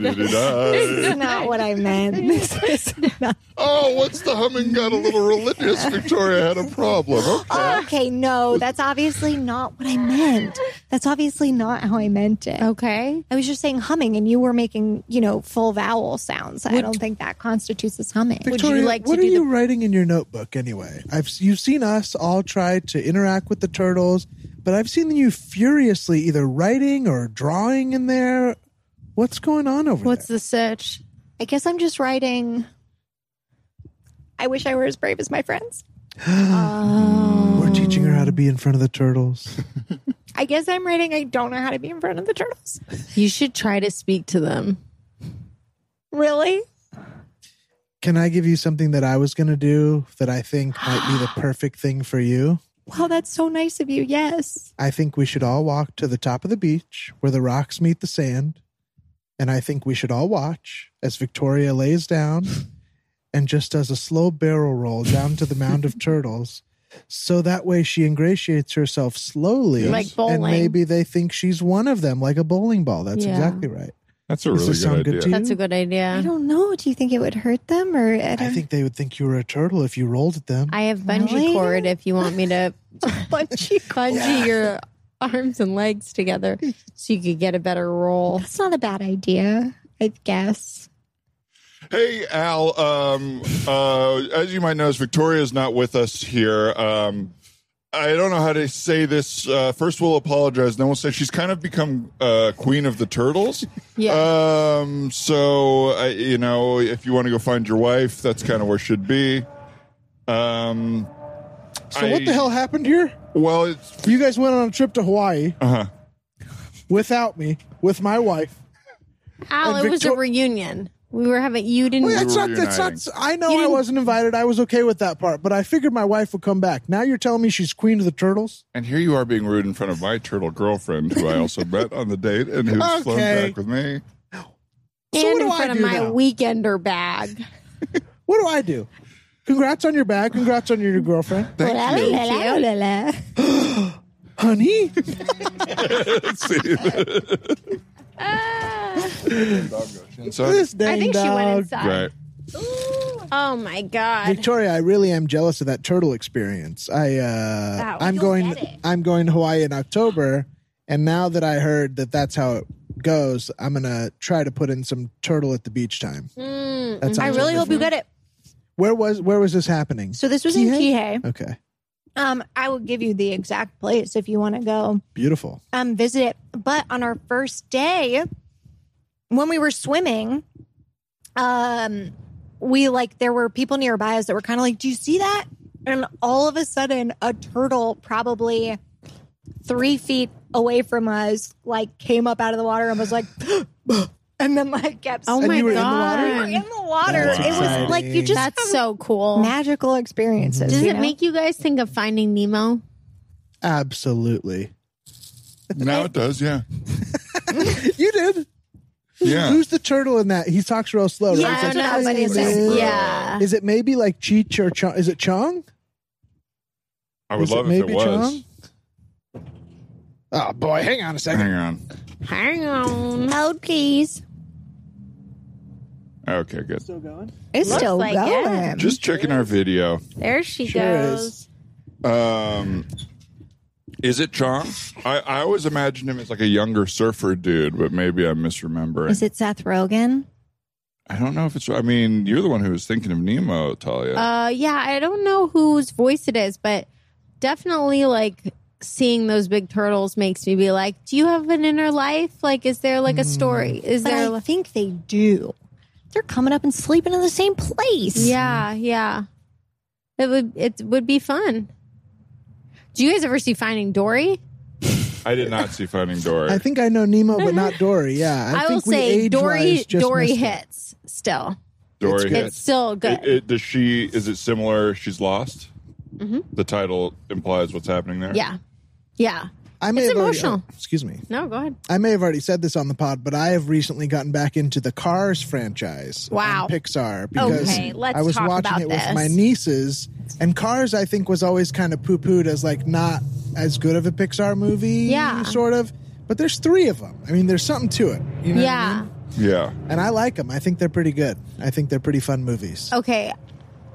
Speaker 1: [LAUGHS]
Speaker 2: [LAUGHS] that's not what I meant. This is not-
Speaker 1: Oh, what's the humming got a little religious? Victoria had a problem. Okay.
Speaker 2: Okay, no, that's obviously not what I meant. That's obviously not how I meant it.
Speaker 4: Okay.
Speaker 2: I was just saying humming, and you were making, you know, full vowel sounds. I don't think that constitutes as humming.
Speaker 4: Would you
Speaker 3: Victoria,
Speaker 4: like to
Speaker 3: what
Speaker 4: do
Speaker 3: are
Speaker 4: the-
Speaker 3: you writing in your notebook anyway? I've you've seen us all try to interact with the turtles, but I've seen you furiously either writing or drawing in there. What's going on over
Speaker 4: What's
Speaker 3: there?
Speaker 4: the search?
Speaker 2: I guess I'm just writing. I wish I were as brave as my friends.
Speaker 3: We're teaching her how to be in front of the turtles.
Speaker 2: I guess I'm writing. I don't know how to be in front of the turtles.
Speaker 4: You should try to speak to them.
Speaker 2: Really?
Speaker 3: Can I give you something that I was going to do that
Speaker 4: [GASPS]
Speaker 3: I think might be the perfect thing for you?
Speaker 2: Wow, that's so nice of you. Yes.
Speaker 3: I think we should all walk to the top of the beach where the rocks meet the sand. And I think we should all watch as Victoria
Speaker 4: [LAUGHS]
Speaker 3: lays down and just does a slow barrel roll down to the
Speaker 4: [LAUGHS]
Speaker 3: mound of turtles. So that way she ingratiates herself slowly.
Speaker 4: Like
Speaker 3: And
Speaker 4: bowling.
Speaker 3: maybe they think she's one of them, like a bowling ball. That's
Speaker 4: Yeah.
Speaker 3: exactly right.
Speaker 1: That's a
Speaker 3: Does
Speaker 1: really
Speaker 3: this
Speaker 1: good
Speaker 3: sound good
Speaker 1: idea.
Speaker 3: to you?
Speaker 4: That's a good
Speaker 2: I
Speaker 4: idea.
Speaker 2: don't know. Do you think it would hurt them, or I
Speaker 3: I
Speaker 2: don't
Speaker 3: think they would think you were a turtle if you rolled at them.
Speaker 4: I have bungee
Speaker 2: Really?
Speaker 4: cord if you want me to
Speaker 2: [LAUGHS] bungee?
Speaker 4: [LAUGHS] bungee your arms and legs together so you could get a better roll.
Speaker 2: That's not a bad idea. I guess.
Speaker 1: Hey, Al. Um, uh, as you might notice, Victoria's not with us here. Um, I don't know how to say this. Uh, first, we'll apologize. Then we'll say she's kind of become uh, queen of the turtles.
Speaker 4: Yeah.
Speaker 3: Uh,
Speaker 1: Um, so, uh, you know, if you want to go find your wife, that's kind of where she'd be. Um,
Speaker 3: so, what the hell happened here?
Speaker 1: Well, it's,
Speaker 3: You guys went on a trip to Hawaii
Speaker 1: uh-huh.
Speaker 3: without me, with my wife.
Speaker 4: Al,
Speaker 3: And
Speaker 4: it was a
Speaker 3: Victor-
Speaker 4: reunion. We were having you didn't.
Speaker 3: Well, that's
Speaker 1: were
Speaker 3: not. That's not.
Speaker 1: reuniting.
Speaker 3: I know
Speaker 4: You
Speaker 3: I
Speaker 4: didn't-
Speaker 3: wasn't invited. I was okay with that part, but I figured my wife would come back. Now you're telling me she's queen of the turtles.
Speaker 1: and here you are being rude in front of my turtle girlfriend, who I also [LAUGHS] met on the date and who's flown
Speaker 3: Okay.
Speaker 1: back with me.
Speaker 3: So
Speaker 4: and
Speaker 3: what do
Speaker 4: in
Speaker 3: I
Speaker 4: front of
Speaker 3: do
Speaker 4: my
Speaker 3: now?
Speaker 4: weekender bag.
Speaker 3: What do I do? Congrats on your bag. Congrats on your new girlfriend,
Speaker 1: Thank you.
Speaker 2: La, la, la, la.
Speaker 3: honey.
Speaker 1: Inside.
Speaker 3: This dang
Speaker 4: I think she went
Speaker 3: dog.
Speaker 4: inside.
Speaker 1: Right.
Speaker 4: Oh my god.
Speaker 3: Victoria, I really am jealous of that turtle experience. I uh,
Speaker 4: Wow,
Speaker 3: I'm
Speaker 4: you'll
Speaker 3: going.
Speaker 4: get it.
Speaker 3: I'm going to Hawaii in October, and now that I heard that that's how it goes, I'm gonna try to put in some turtle at the beach time.
Speaker 4: Hmm,
Speaker 3: That's
Speaker 5: I really hope you get it.
Speaker 3: Where was Where was this happening?
Speaker 5: So this was in Kihei.
Speaker 3: Okay,
Speaker 5: Um, I will give you the exact place if you want to go
Speaker 3: beautiful.
Speaker 5: um visit it. But on our first day, when we were swimming, um, we like there were people nearby us that were kind of like, "Do you see that?" And all of a sudden, a turtle probably three feet away from us like came up out of the water and was like, [GASPS] and then like kept.
Speaker 4: Oh
Speaker 3: And
Speaker 4: my
Speaker 3: you were in the
Speaker 4: god.
Speaker 3: water?
Speaker 5: We were in the water.
Speaker 1: That's
Speaker 5: it was
Speaker 1: exciting.
Speaker 5: like you just
Speaker 4: That's so cool.
Speaker 2: Magical experiences.
Speaker 4: Does
Speaker 2: you
Speaker 4: it
Speaker 2: know?
Speaker 4: make you guys think of finding Nemo?
Speaker 3: Absolutely.
Speaker 1: Now it does, yeah.
Speaker 3: You did.
Speaker 1: Yeah.
Speaker 3: Who's the turtle in that? He talks real slow.
Speaker 2: Yeah,
Speaker 3: right?
Speaker 2: I
Speaker 3: He's
Speaker 2: don't know,
Speaker 3: like,
Speaker 2: but he's
Speaker 3: "Hey,
Speaker 2: like-
Speaker 3: hey."
Speaker 4: Yeah.
Speaker 3: Is it maybe like Cheech or Chong? Is it Chong?
Speaker 1: I would
Speaker 3: Is it
Speaker 1: love if it
Speaker 3: maybe
Speaker 1: was.
Speaker 3: Chong? Oh boy, hang on a second.
Speaker 1: Hang on.
Speaker 4: Hang on.
Speaker 2: Loud, please.
Speaker 1: Okay, good.
Speaker 3: Still going.
Speaker 2: It's
Speaker 4: Looks
Speaker 2: still
Speaker 4: like
Speaker 2: going.
Speaker 4: it.
Speaker 1: Just checking our video.
Speaker 4: There she
Speaker 3: Sure
Speaker 4: goes.
Speaker 3: is.
Speaker 1: Um, is it Chong? I, I always imagined him as like a younger surfer dude, but maybe I'm misremembering.
Speaker 5: Is it Seth Rogen?
Speaker 1: I don't know if it's. I mean, you're the one who was thinking of Nemo, Talia.
Speaker 4: Uh, yeah, I don't know whose voice it is, but definitely like seeing those big turtles makes me be like, do you have an inner life? Like, is there like a
Speaker 3: Mm.
Speaker 4: story? Is
Speaker 5: But
Speaker 4: there?
Speaker 5: I
Speaker 4: like-
Speaker 5: think they do. They're coming up and sleeping in the same place.
Speaker 4: yeah, yeah. It would it would be fun. Do you guys ever see Finding Dory?
Speaker 1: I did not see Finding Dory.
Speaker 3: I think I know Nemo, but not Dory. Yeah,
Speaker 4: Mm-hmm. I, will
Speaker 3: think we
Speaker 4: say Dory
Speaker 3: age-wise just
Speaker 4: Dory
Speaker 3: missed it.
Speaker 4: hits still.
Speaker 1: Dory
Speaker 3: it's good.
Speaker 4: It's
Speaker 1: hits.
Speaker 4: still good.
Speaker 1: It, it, does she? Is it similar? She's lost.
Speaker 3: Mm-hmm.
Speaker 1: The title implies what's happening there.
Speaker 4: yeah, yeah.
Speaker 3: I may
Speaker 4: It's
Speaker 3: have already-
Speaker 4: emotional.
Speaker 3: oh, excuse me.
Speaker 4: No, go ahead.
Speaker 3: I may have already said this on the pod, but I have recently gotten back into the Cars franchise. on
Speaker 4: Wow.
Speaker 3: Pixar. Because
Speaker 4: Okay, let's
Speaker 3: I was
Speaker 4: talk
Speaker 3: watching
Speaker 4: about
Speaker 3: it
Speaker 4: this.
Speaker 3: with my nieces, and Cars, I think, was always kind of poo pooed as like not as good of a Pixar movie,
Speaker 4: Yeah.
Speaker 3: sort of. But there's three of them. I mean, there's something to it. You know what I
Speaker 4: yeah.
Speaker 3: mean?
Speaker 1: Yeah.
Speaker 3: And I like them. I think they're pretty good. I think they're pretty fun movies.
Speaker 4: okay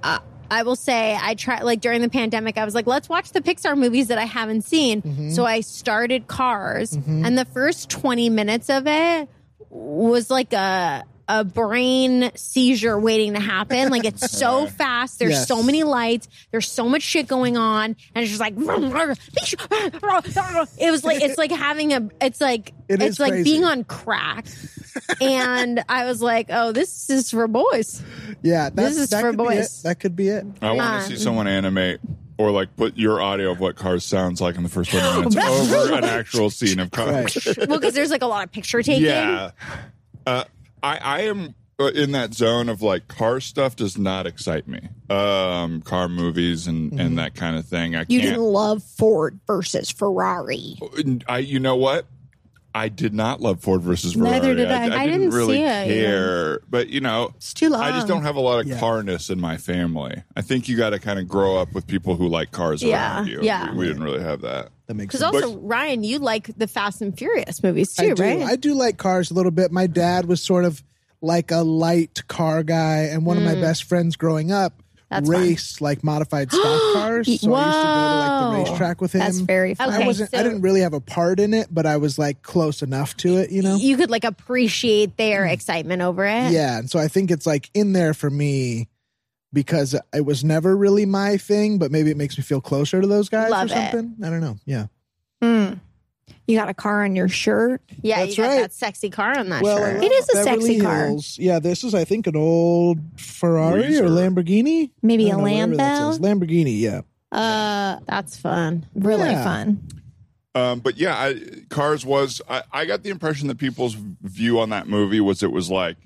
Speaker 4: uh, i will say i tried like during the pandemic i was like let's watch the pixar movies that i haven't seen
Speaker 3: Mm-hmm.
Speaker 4: so i started cars and the first 20 minutes of it was like a a brain seizure waiting to happen like it's
Speaker 3: [LAUGHS]
Speaker 4: so fast there's
Speaker 3: Yes.
Speaker 4: so many lights there's so much shit going on and it's just like [LAUGHS] it was like it's like having a it's like
Speaker 3: It is
Speaker 4: it's like
Speaker 3: crazy.
Speaker 4: being on crack and i was like oh this is for boys
Speaker 3: Yeah, that,
Speaker 4: This is
Speaker 3: that
Speaker 4: for
Speaker 3: could be it.
Speaker 4: boys.
Speaker 3: That could be it.
Speaker 1: I want to see someone animate or like put your audio of what Cars sounds like in the first 20 minutes over an actual scene of Cars. [LAUGHS]
Speaker 3: Right.
Speaker 4: [LAUGHS] well, because there's like a lot of picture taking.
Speaker 1: Yeah. Uh, I, I am uh, in that zone of like car stuff does not excite me. Um, car movies and, and that kind of thing. I
Speaker 2: You didn't
Speaker 1: can't.
Speaker 2: love Ford versus Ferrari.
Speaker 1: I you know what? I did not love Ford versus Ferrari.
Speaker 5: Neither did I.
Speaker 1: I,
Speaker 4: I
Speaker 1: didn't,
Speaker 4: didn't
Speaker 1: really
Speaker 4: see it, yeah.
Speaker 1: care. But you know,
Speaker 2: It's too long.
Speaker 1: I just don't have a lot of
Speaker 3: Yeah.
Speaker 1: carness in my family. I think you got to kind of grow up with people who like cars
Speaker 4: Yeah,
Speaker 1: around you.
Speaker 4: yeah.
Speaker 1: We, we didn't really have that.
Speaker 3: That makes
Speaker 4: Because
Speaker 3: sense.
Speaker 4: also, Ryan, you like the Fast and Furious movies too,
Speaker 3: I do.
Speaker 4: right?
Speaker 3: I do like cars a little bit. My dad was sort of like a light car guy, and one of my best friends growing up
Speaker 4: Mm. That's fun.
Speaker 3: raced
Speaker 4: [GASPS]
Speaker 3: like modified stock cars. So I used to go to like the
Speaker 4: Whoa.
Speaker 3: racetrack with him.
Speaker 5: That's very fun.
Speaker 4: Okay,
Speaker 3: I wasn't. I
Speaker 4: so-
Speaker 3: didn't really have a part in it, but I was like close enough to it. You know.
Speaker 4: You could like appreciate their excitement over it.
Speaker 3: Yeah, and so I think it's like in there for me because it was never really my thing, but maybe it makes me feel closer to those guys
Speaker 4: Love
Speaker 3: or
Speaker 4: it.
Speaker 3: something. I don't know. Yeah.
Speaker 5: hmm. You got a car on your shirt.
Speaker 4: yeah.
Speaker 3: That's
Speaker 4: you got
Speaker 3: right.
Speaker 4: that sexy car on that
Speaker 3: I
Speaker 4: shirt.
Speaker 3: love
Speaker 5: It is a
Speaker 3: Beverly
Speaker 5: sexy car.
Speaker 3: Hills. Yeah, this is I think an old Ferrari or
Speaker 1: Weezer.
Speaker 3: Lamborghini.
Speaker 5: Maybe a
Speaker 3: I don't know, whatever that
Speaker 5: Lambo.
Speaker 3: says. Lamborghini, yeah.
Speaker 4: Uh, that's fun.
Speaker 5: Really
Speaker 3: Yeah.
Speaker 5: fun.
Speaker 1: Um, but yeah, I, Cars was. I, I got the impression that people's view on that movie was it was like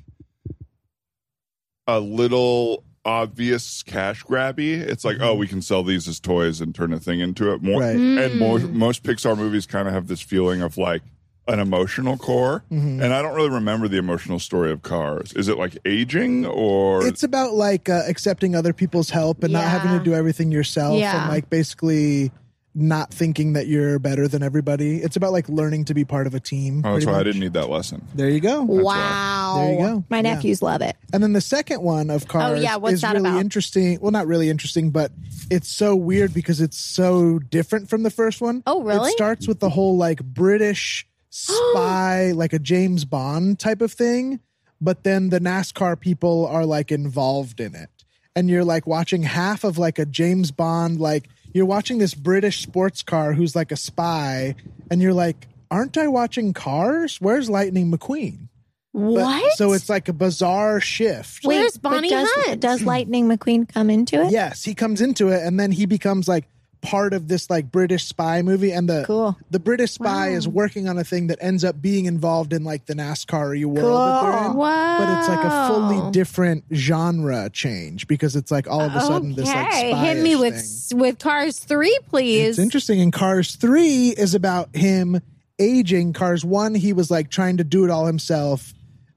Speaker 1: a little obvious cash grabby. It's like, oh, we can sell these as toys and turn a thing into it. More
Speaker 3: Mm-hmm. Right.
Speaker 1: and more,
Speaker 4: Mm.
Speaker 1: most Pixar movies kind of have this feeling of like an emotional core.
Speaker 3: Uh,
Speaker 1: And I don't really remember the emotional story of Cars. Is it like aging or
Speaker 3: It's about like uh, accepting other people's help and not
Speaker 4: Yeah.
Speaker 3: having to do everything yourself
Speaker 4: Yeah.
Speaker 3: and like basically not thinking that you're better than everybody. It's about like learning to be part of a team.
Speaker 1: oh, that's
Speaker 3: pretty
Speaker 1: why I
Speaker 3: much.
Speaker 1: didn't need that lesson.
Speaker 3: There you go.
Speaker 4: Wow.
Speaker 3: There you go.
Speaker 5: My
Speaker 3: Yeah.
Speaker 5: nephews love it.
Speaker 3: And then the second one of Cars
Speaker 4: Oh, yeah, what's
Speaker 3: is
Speaker 4: that
Speaker 3: really
Speaker 4: about?
Speaker 3: interesting. Well, not really interesting, but it's so weird because it's so different from the first one.
Speaker 4: Oh, really?
Speaker 3: It starts with the whole
Speaker 4: [GASPS]
Speaker 3: like British spy, like a James Bond type of thing, but then the NASCAR people are like involved in it. And you're like watching half of like a James Bond, like you're watching this British sports car who's like a spy, and you're like, aren't I watching cars? Where's Lightning McQueen? But-
Speaker 4: what?
Speaker 3: So it's like a bizarre shift.
Speaker 4: Where's
Speaker 5: but
Speaker 4: Bonnie
Speaker 5: does,
Speaker 4: Hunt?
Speaker 5: Does Lightning McQueen come into it?
Speaker 3: Yes, he comes into it, and then he becomes like part of this like British spy movie, and the
Speaker 5: Cool.
Speaker 3: the British spy is working on a thing that ends up being involved in like the NASCAR world that they're in.
Speaker 4: Wow.
Speaker 3: But it's like a fully different genre change because it's like all of a sudden this like
Speaker 4: Okay,
Speaker 3: spy
Speaker 4: hit me with
Speaker 3: thing.
Speaker 4: s- with Cars three, please.
Speaker 3: It's interesting. And Cars 3 is about him aging. Cars 1, he was like trying to do it all himself.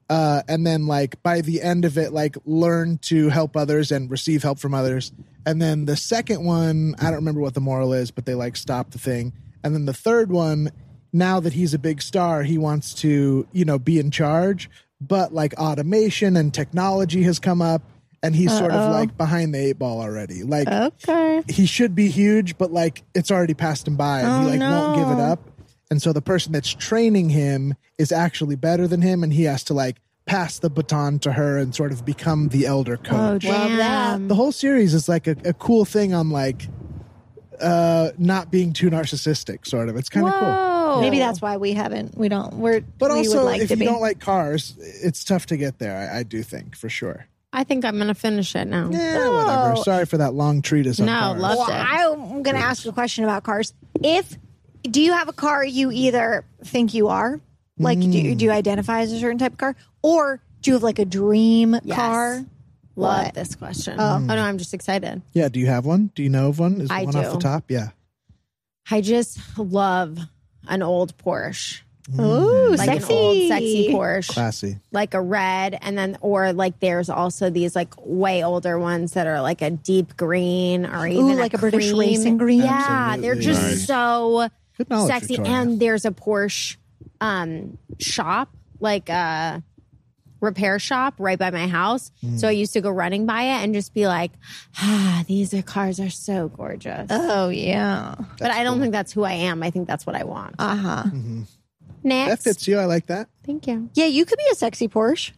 Speaker 3: uh, and then like by the end of it, like learn to help others and receive help from others. And then the second one, I don't remember what the moral is, but they like stop the thing. And then the third one, now that he's a big star, he wants to you know be in charge, but like automation and technology has come up, and he's sort of like behind the eight ball already. Like
Speaker 4: Okay.
Speaker 3: he should be huge, but like it's already passed him by, and
Speaker 4: Oh,
Speaker 3: he like won't give it
Speaker 4: no.
Speaker 3: up. And so the person that's training him is actually better than him, and he has to like pass the baton to her and sort of become the elder
Speaker 4: Oh,
Speaker 3: coach.
Speaker 4: damn.
Speaker 3: the whole series is like a, a cool thing on like uh not being too narcissistic, sort of. It's kind of cool.
Speaker 4: Whoa.
Speaker 2: Maybe that's why we haven't. We don't. We're.
Speaker 3: But
Speaker 2: we
Speaker 3: also,
Speaker 2: would like
Speaker 3: if
Speaker 2: to
Speaker 3: you
Speaker 2: be.
Speaker 3: don't like cars, it's tough to get there. I, I do think for sure.
Speaker 4: I think I'm gonna finish it now.
Speaker 3: Yeah, whatever. Sorry for that long treatise. On
Speaker 4: No,
Speaker 3: cars.
Speaker 4: love-
Speaker 2: Well, I'm going to ask a question about cars. If do you have a car you either think you are, like do you
Speaker 4: Mm.
Speaker 2: do you identify as a certain type of car, or do you have like a dream
Speaker 4: Yes.
Speaker 2: car?
Speaker 4: Love
Speaker 2: What?
Speaker 4: this question. Oh. no, I'm just excited.
Speaker 3: yeah. Do you have one? Do you know of one? Is
Speaker 4: I
Speaker 3: one off the
Speaker 4: do.
Speaker 3: top? Yeah.
Speaker 4: I just love an old Porsche.
Speaker 2: Ooh,
Speaker 4: Mm-hmm. Like an old sexy Porsche.
Speaker 3: Classy.
Speaker 4: Like a red and then or like there's also these like way older ones that are like a deep green or even
Speaker 2: like a British
Speaker 4: cream.
Speaker 2: racing green.
Speaker 4: Yeah, they're
Speaker 3: Absolutely.
Speaker 4: just
Speaker 1: Nice.
Speaker 4: so
Speaker 3: Good knowledge,
Speaker 4: sexy.
Speaker 3: Victoria.
Speaker 4: And there's a Porsche um shop, like a repair shop right by my house.
Speaker 3: Hmm.
Speaker 4: So I used to go running by it and just be like, [SIGHS] ah, these are cars are so gorgeous.
Speaker 2: Oh yeah.
Speaker 4: but I don't think that's who I am. I think that's what I want.
Speaker 2: Uh huh.
Speaker 3: Mm-hmm. That
Speaker 4: Next.
Speaker 3: fits you. I like that.
Speaker 4: Thank you.
Speaker 2: Yeah, you could be a sexy Porsche.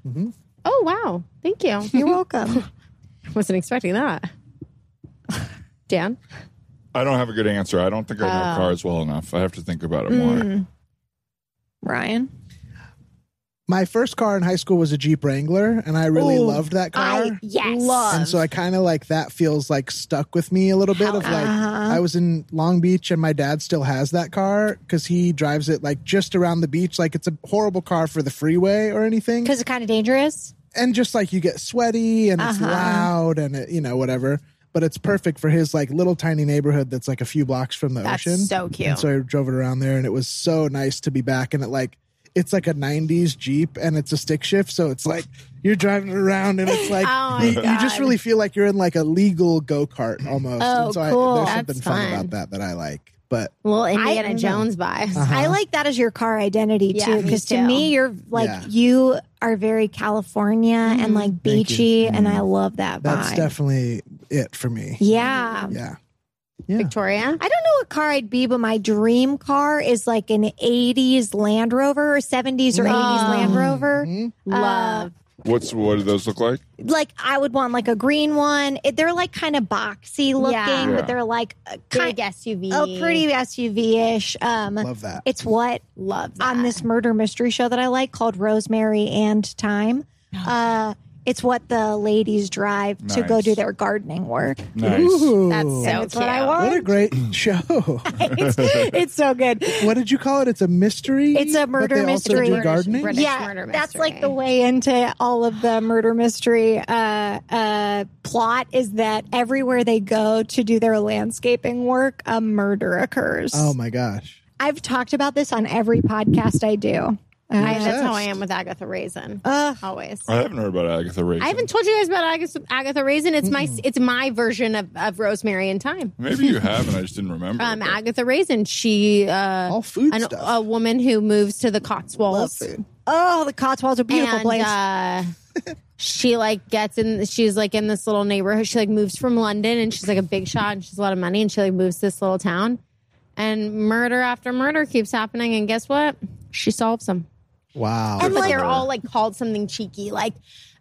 Speaker 4: Oh wow. Thank you. [LAUGHS]
Speaker 2: You're welcome.
Speaker 4: Wasn't expecting that. Dan?
Speaker 1: I don't have a good answer. I don't think I
Speaker 4: Oh.
Speaker 1: know cars well enough. I have to think about it more.
Speaker 4: Hmm.
Speaker 2: Ryan.
Speaker 3: My first car in high school was a Jeep Wrangler, and I really loved that car.
Speaker 4: yes.
Speaker 3: and so I kind of like that feels like stuck with me a little bit of like
Speaker 2: Uh-huh.
Speaker 3: I was in Long Beach and my dad still has that car because he drives it like just around the beach like it's a horrible car for the freeway or anything
Speaker 2: Because it's kind of dangerous. Uh-huh.
Speaker 3: and just like you get sweaty and it's loud and it, you know whatever but it's perfect for his like little tiny neighborhood that's like a few blocks from the
Speaker 4: That's
Speaker 3: ocean
Speaker 4: so cute.
Speaker 3: And so I drove it around there, and it was so nice to be back. And it like it's like a '90s Jeep, and it's a stick shift, so it's like you're driving it around, and
Speaker 2: [LAUGHS]
Speaker 3: it's like
Speaker 4: Oh my
Speaker 3: you, you just
Speaker 4: God.
Speaker 3: really feel like you're in like a legal go kart almost.
Speaker 4: Oh,
Speaker 3: and so
Speaker 4: cool.
Speaker 3: I, there's
Speaker 4: That's
Speaker 3: something fun.
Speaker 4: fun.
Speaker 3: about that that I like. But uh-huh,
Speaker 4: Little Indiana
Speaker 2: I-
Speaker 4: Jones
Speaker 3: Uh,
Speaker 4: vibes.
Speaker 2: I like that as your car identity
Speaker 4: Yeah,
Speaker 2: too,
Speaker 4: me
Speaker 2: because to
Speaker 4: too.
Speaker 2: me, you're like
Speaker 3: Yeah.
Speaker 2: you are very California and like
Speaker 4: Mm-hmm.
Speaker 2: beachy, and
Speaker 4: Mm.
Speaker 2: I love that vibe.
Speaker 3: that's definitely it for me.
Speaker 2: yeah.
Speaker 3: Yeah, yeah.
Speaker 4: Victoria?
Speaker 2: I don't know what car I'd be, but my dream car is like an '80s Land Rover or '70s or '80s Land Rover.
Speaker 3: Mm-hmm.
Speaker 4: Uh, Love.
Speaker 1: What's what do those look like?
Speaker 2: Like I would want like a green one. It, they're like kind of boxy looking,
Speaker 4: Yeah.
Speaker 2: but they're like a
Speaker 4: Big E.
Speaker 2: kind
Speaker 4: SUV.
Speaker 2: a pretty SUV ish. Um,
Speaker 3: Love that.
Speaker 2: it's what
Speaker 4: Love that.
Speaker 2: on this murder mystery show that I like called Rosemary and Time. Uh, it's what the ladies drive to go
Speaker 1: Nice.
Speaker 2: do their gardening work.
Speaker 1: Nice.
Speaker 3: Ooh,
Speaker 4: That's so
Speaker 2: That's
Speaker 4: cute.
Speaker 2: what I
Speaker 3: what a
Speaker 2: want. [LAUGHS]
Speaker 3: great show. [LAUGHS]
Speaker 2: it's, it's so good.
Speaker 3: what did you call it? It's a mystery.
Speaker 2: It's a
Speaker 3: but
Speaker 2: murder
Speaker 3: they also
Speaker 2: mystery.
Speaker 3: do gardening.
Speaker 4: British
Speaker 2: yeah,
Speaker 4: murder
Speaker 2: that's
Speaker 4: mystery.
Speaker 2: like the way into all of the murder mystery uh, uh, plot is that everywhere they go to do their landscaping work, a murder occurs.
Speaker 3: Oh my gosh.
Speaker 2: I've talked about this on every podcast I do.
Speaker 3: Uh,
Speaker 4: I, that's how I am with Agatha Raisin. Always.
Speaker 1: I haven't heard about Agatha Raisin.
Speaker 4: I haven't told you guys about Agatha, Agatha Raisin. It's my it's my version of, of Rosemary and Time.
Speaker 1: Maybe you have, and I just didn't
Speaker 4: [LAUGHS]
Speaker 1: remember.
Speaker 4: Um,
Speaker 1: it, but-
Speaker 4: Agatha Raisin. She uh,
Speaker 3: All food
Speaker 4: an,
Speaker 3: stuff.
Speaker 4: a woman who moves to the Cotswolds.
Speaker 2: Oh, the Cotswolds are a beautiful
Speaker 4: and,
Speaker 2: place.
Speaker 4: Uh, she like gets in. She's like in this little neighborhood. She like moves from London, and she's like a big shot, and she's a lot of money, and she like moves to this little town, and murder after murder keeps happening. And guess what? She solves them.
Speaker 3: Wow.
Speaker 4: But
Speaker 1: like-
Speaker 4: they're all like called something cheeky, like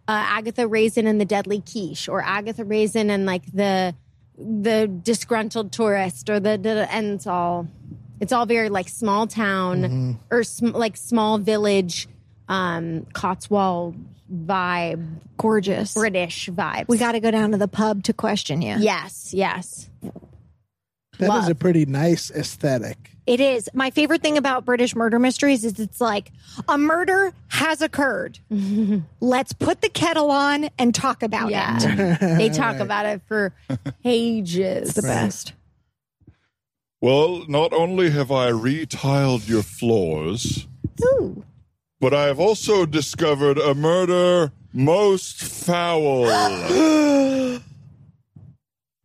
Speaker 4: uh, Agatha Raisin and the Deadly Quiche, or Agatha Raisin and like the the disgruntled tourist, or the, the and it's all it's all very like small town
Speaker 2: Mm-hmm.
Speaker 4: or sm- like small village, um, Cotswold vibe,
Speaker 2: Gorgeous.
Speaker 4: British vibes.
Speaker 2: We got to go down to the pub to question you.
Speaker 4: yes, yes.
Speaker 3: That is
Speaker 4: Love.
Speaker 3: a pretty nice aesthetic.
Speaker 2: It is. My favorite thing about British murder mysteries is it's like a murder has
Speaker 4: [LAUGHS]
Speaker 2: occurred. Let's put the kettle on and talk about
Speaker 4: Yeah,
Speaker 2: it.
Speaker 4: [LAUGHS] they talk about it
Speaker 2: [LAUGHS]
Speaker 4: for pages.
Speaker 2: The best.
Speaker 1: Well, not only have I retiled your floors,
Speaker 2: Ooh.
Speaker 1: but I have also discovered a murder most foul.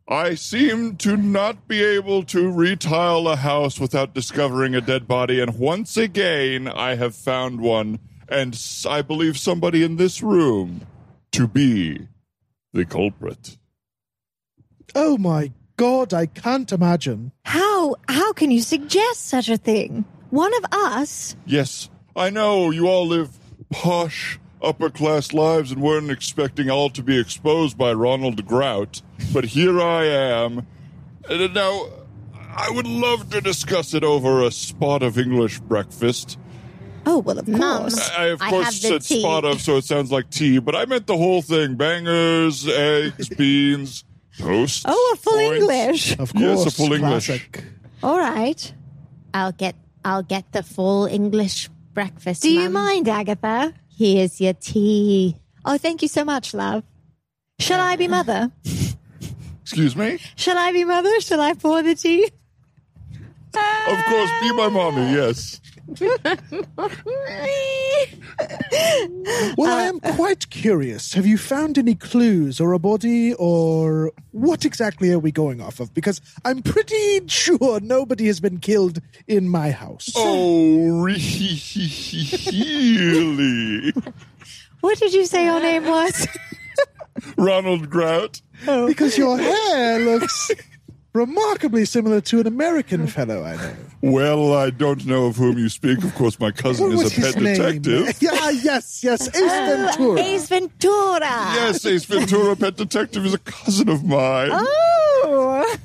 Speaker 1: I seem to not be able to retile a house without discovering a dead body, and once again I have found one, and s- I believe somebody in this room to be the culprit.
Speaker 3: Oh my god, I can't imagine.
Speaker 5: How how can you suggest such a thing? One of us.
Speaker 1: Yes, I know you all live posh, upper class lives and weren't expecting all to be exposed by Ronald Grout, but here I am. And now, I would love to discuss it over a spot of English breakfast.
Speaker 5: Oh well, of
Speaker 4: Mum.
Speaker 5: course.
Speaker 1: I, of
Speaker 4: I
Speaker 1: course,
Speaker 4: have the
Speaker 1: said
Speaker 4: tea.
Speaker 1: spot of, so it sounds like tea, but I meant the whole thing bangers, eggs, beans, toast.
Speaker 5: Oh, a full
Speaker 1: points.
Speaker 5: English.
Speaker 3: Of course,
Speaker 1: Yes, a full English.
Speaker 3: classic.
Speaker 5: All right.
Speaker 4: I'll get I'll get the full English breakfast.
Speaker 5: Do you
Speaker 4: Mum.
Speaker 5: mind, Agatha?
Speaker 4: Here's your tea.
Speaker 5: Oh, thank you so much, love. Shall I be mother?
Speaker 1: Excuse me?
Speaker 5: Shall I be mother? Shall I pour the tea?
Speaker 1: Of course, be my mommy, yes.
Speaker 3: Well, I am quite curious. Have you found any clues or a body or what exactly are we going off of? Because I'm pretty sure nobody has been killed in my house.
Speaker 1: Oh, [LAUGHS] really?
Speaker 5: What did you say your name
Speaker 4: [LAUGHS]
Speaker 5: was?
Speaker 1: Ronald Grout?
Speaker 3: Because your hair looks remarkably similar to an American fellow I know.
Speaker 1: Well, I don't know of whom you speak. Of course, my cousin is a pet detective.
Speaker 3: [LAUGHS] yeah, yes, yes, Ace Ventura.
Speaker 5: Ace Ventura.
Speaker 1: Yes, Ace Ventura, pet detective, is a cousin of mine.
Speaker 5: Oh.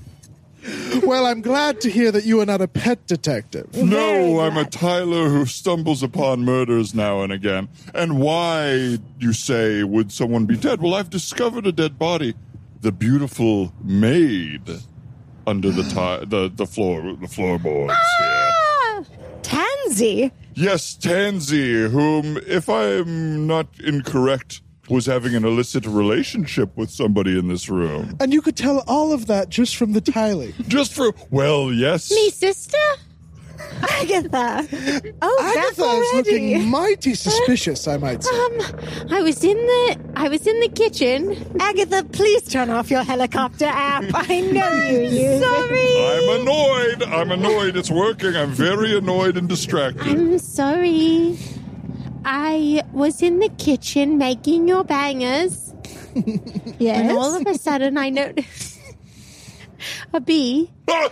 Speaker 3: Well, I'm glad to hear that you are not a pet detective.
Speaker 1: No, I'm a Tyler who stumbles upon murders now and again. And why, you say, would someone be dead? Well, I've discovered a dead body. The beautiful maid under the ti- the, the floor the floorboards. here.
Speaker 5: Tansy.
Speaker 1: Yes, Tansy, whom, if I'm not incorrect, was having an illicit relationship with somebody in this room.
Speaker 3: And you could tell all of that just from
Speaker 5: [LAUGHS]
Speaker 3: the tiling.
Speaker 1: Just for well, yes.
Speaker 4: Me sister?
Speaker 5: Agatha. Oh,
Speaker 3: Agatha is looking mighty suspicious, I might
Speaker 5: [LAUGHS]
Speaker 3: say.
Speaker 4: Um I was in the I was in the kitchen.
Speaker 5: Agatha, please turn off your helicopter app. I
Speaker 4: [LAUGHS]
Speaker 5: know you use Sorry.
Speaker 1: I'm annoyed. I'm annoyed. It's working. I'm very annoyed and distracted.
Speaker 4: I'm sorry. I was in the kitchen making your bangers. And all
Speaker 5: Yes.
Speaker 4: of a sudden I noticed [LAUGHS] a bee.
Speaker 1: Ah!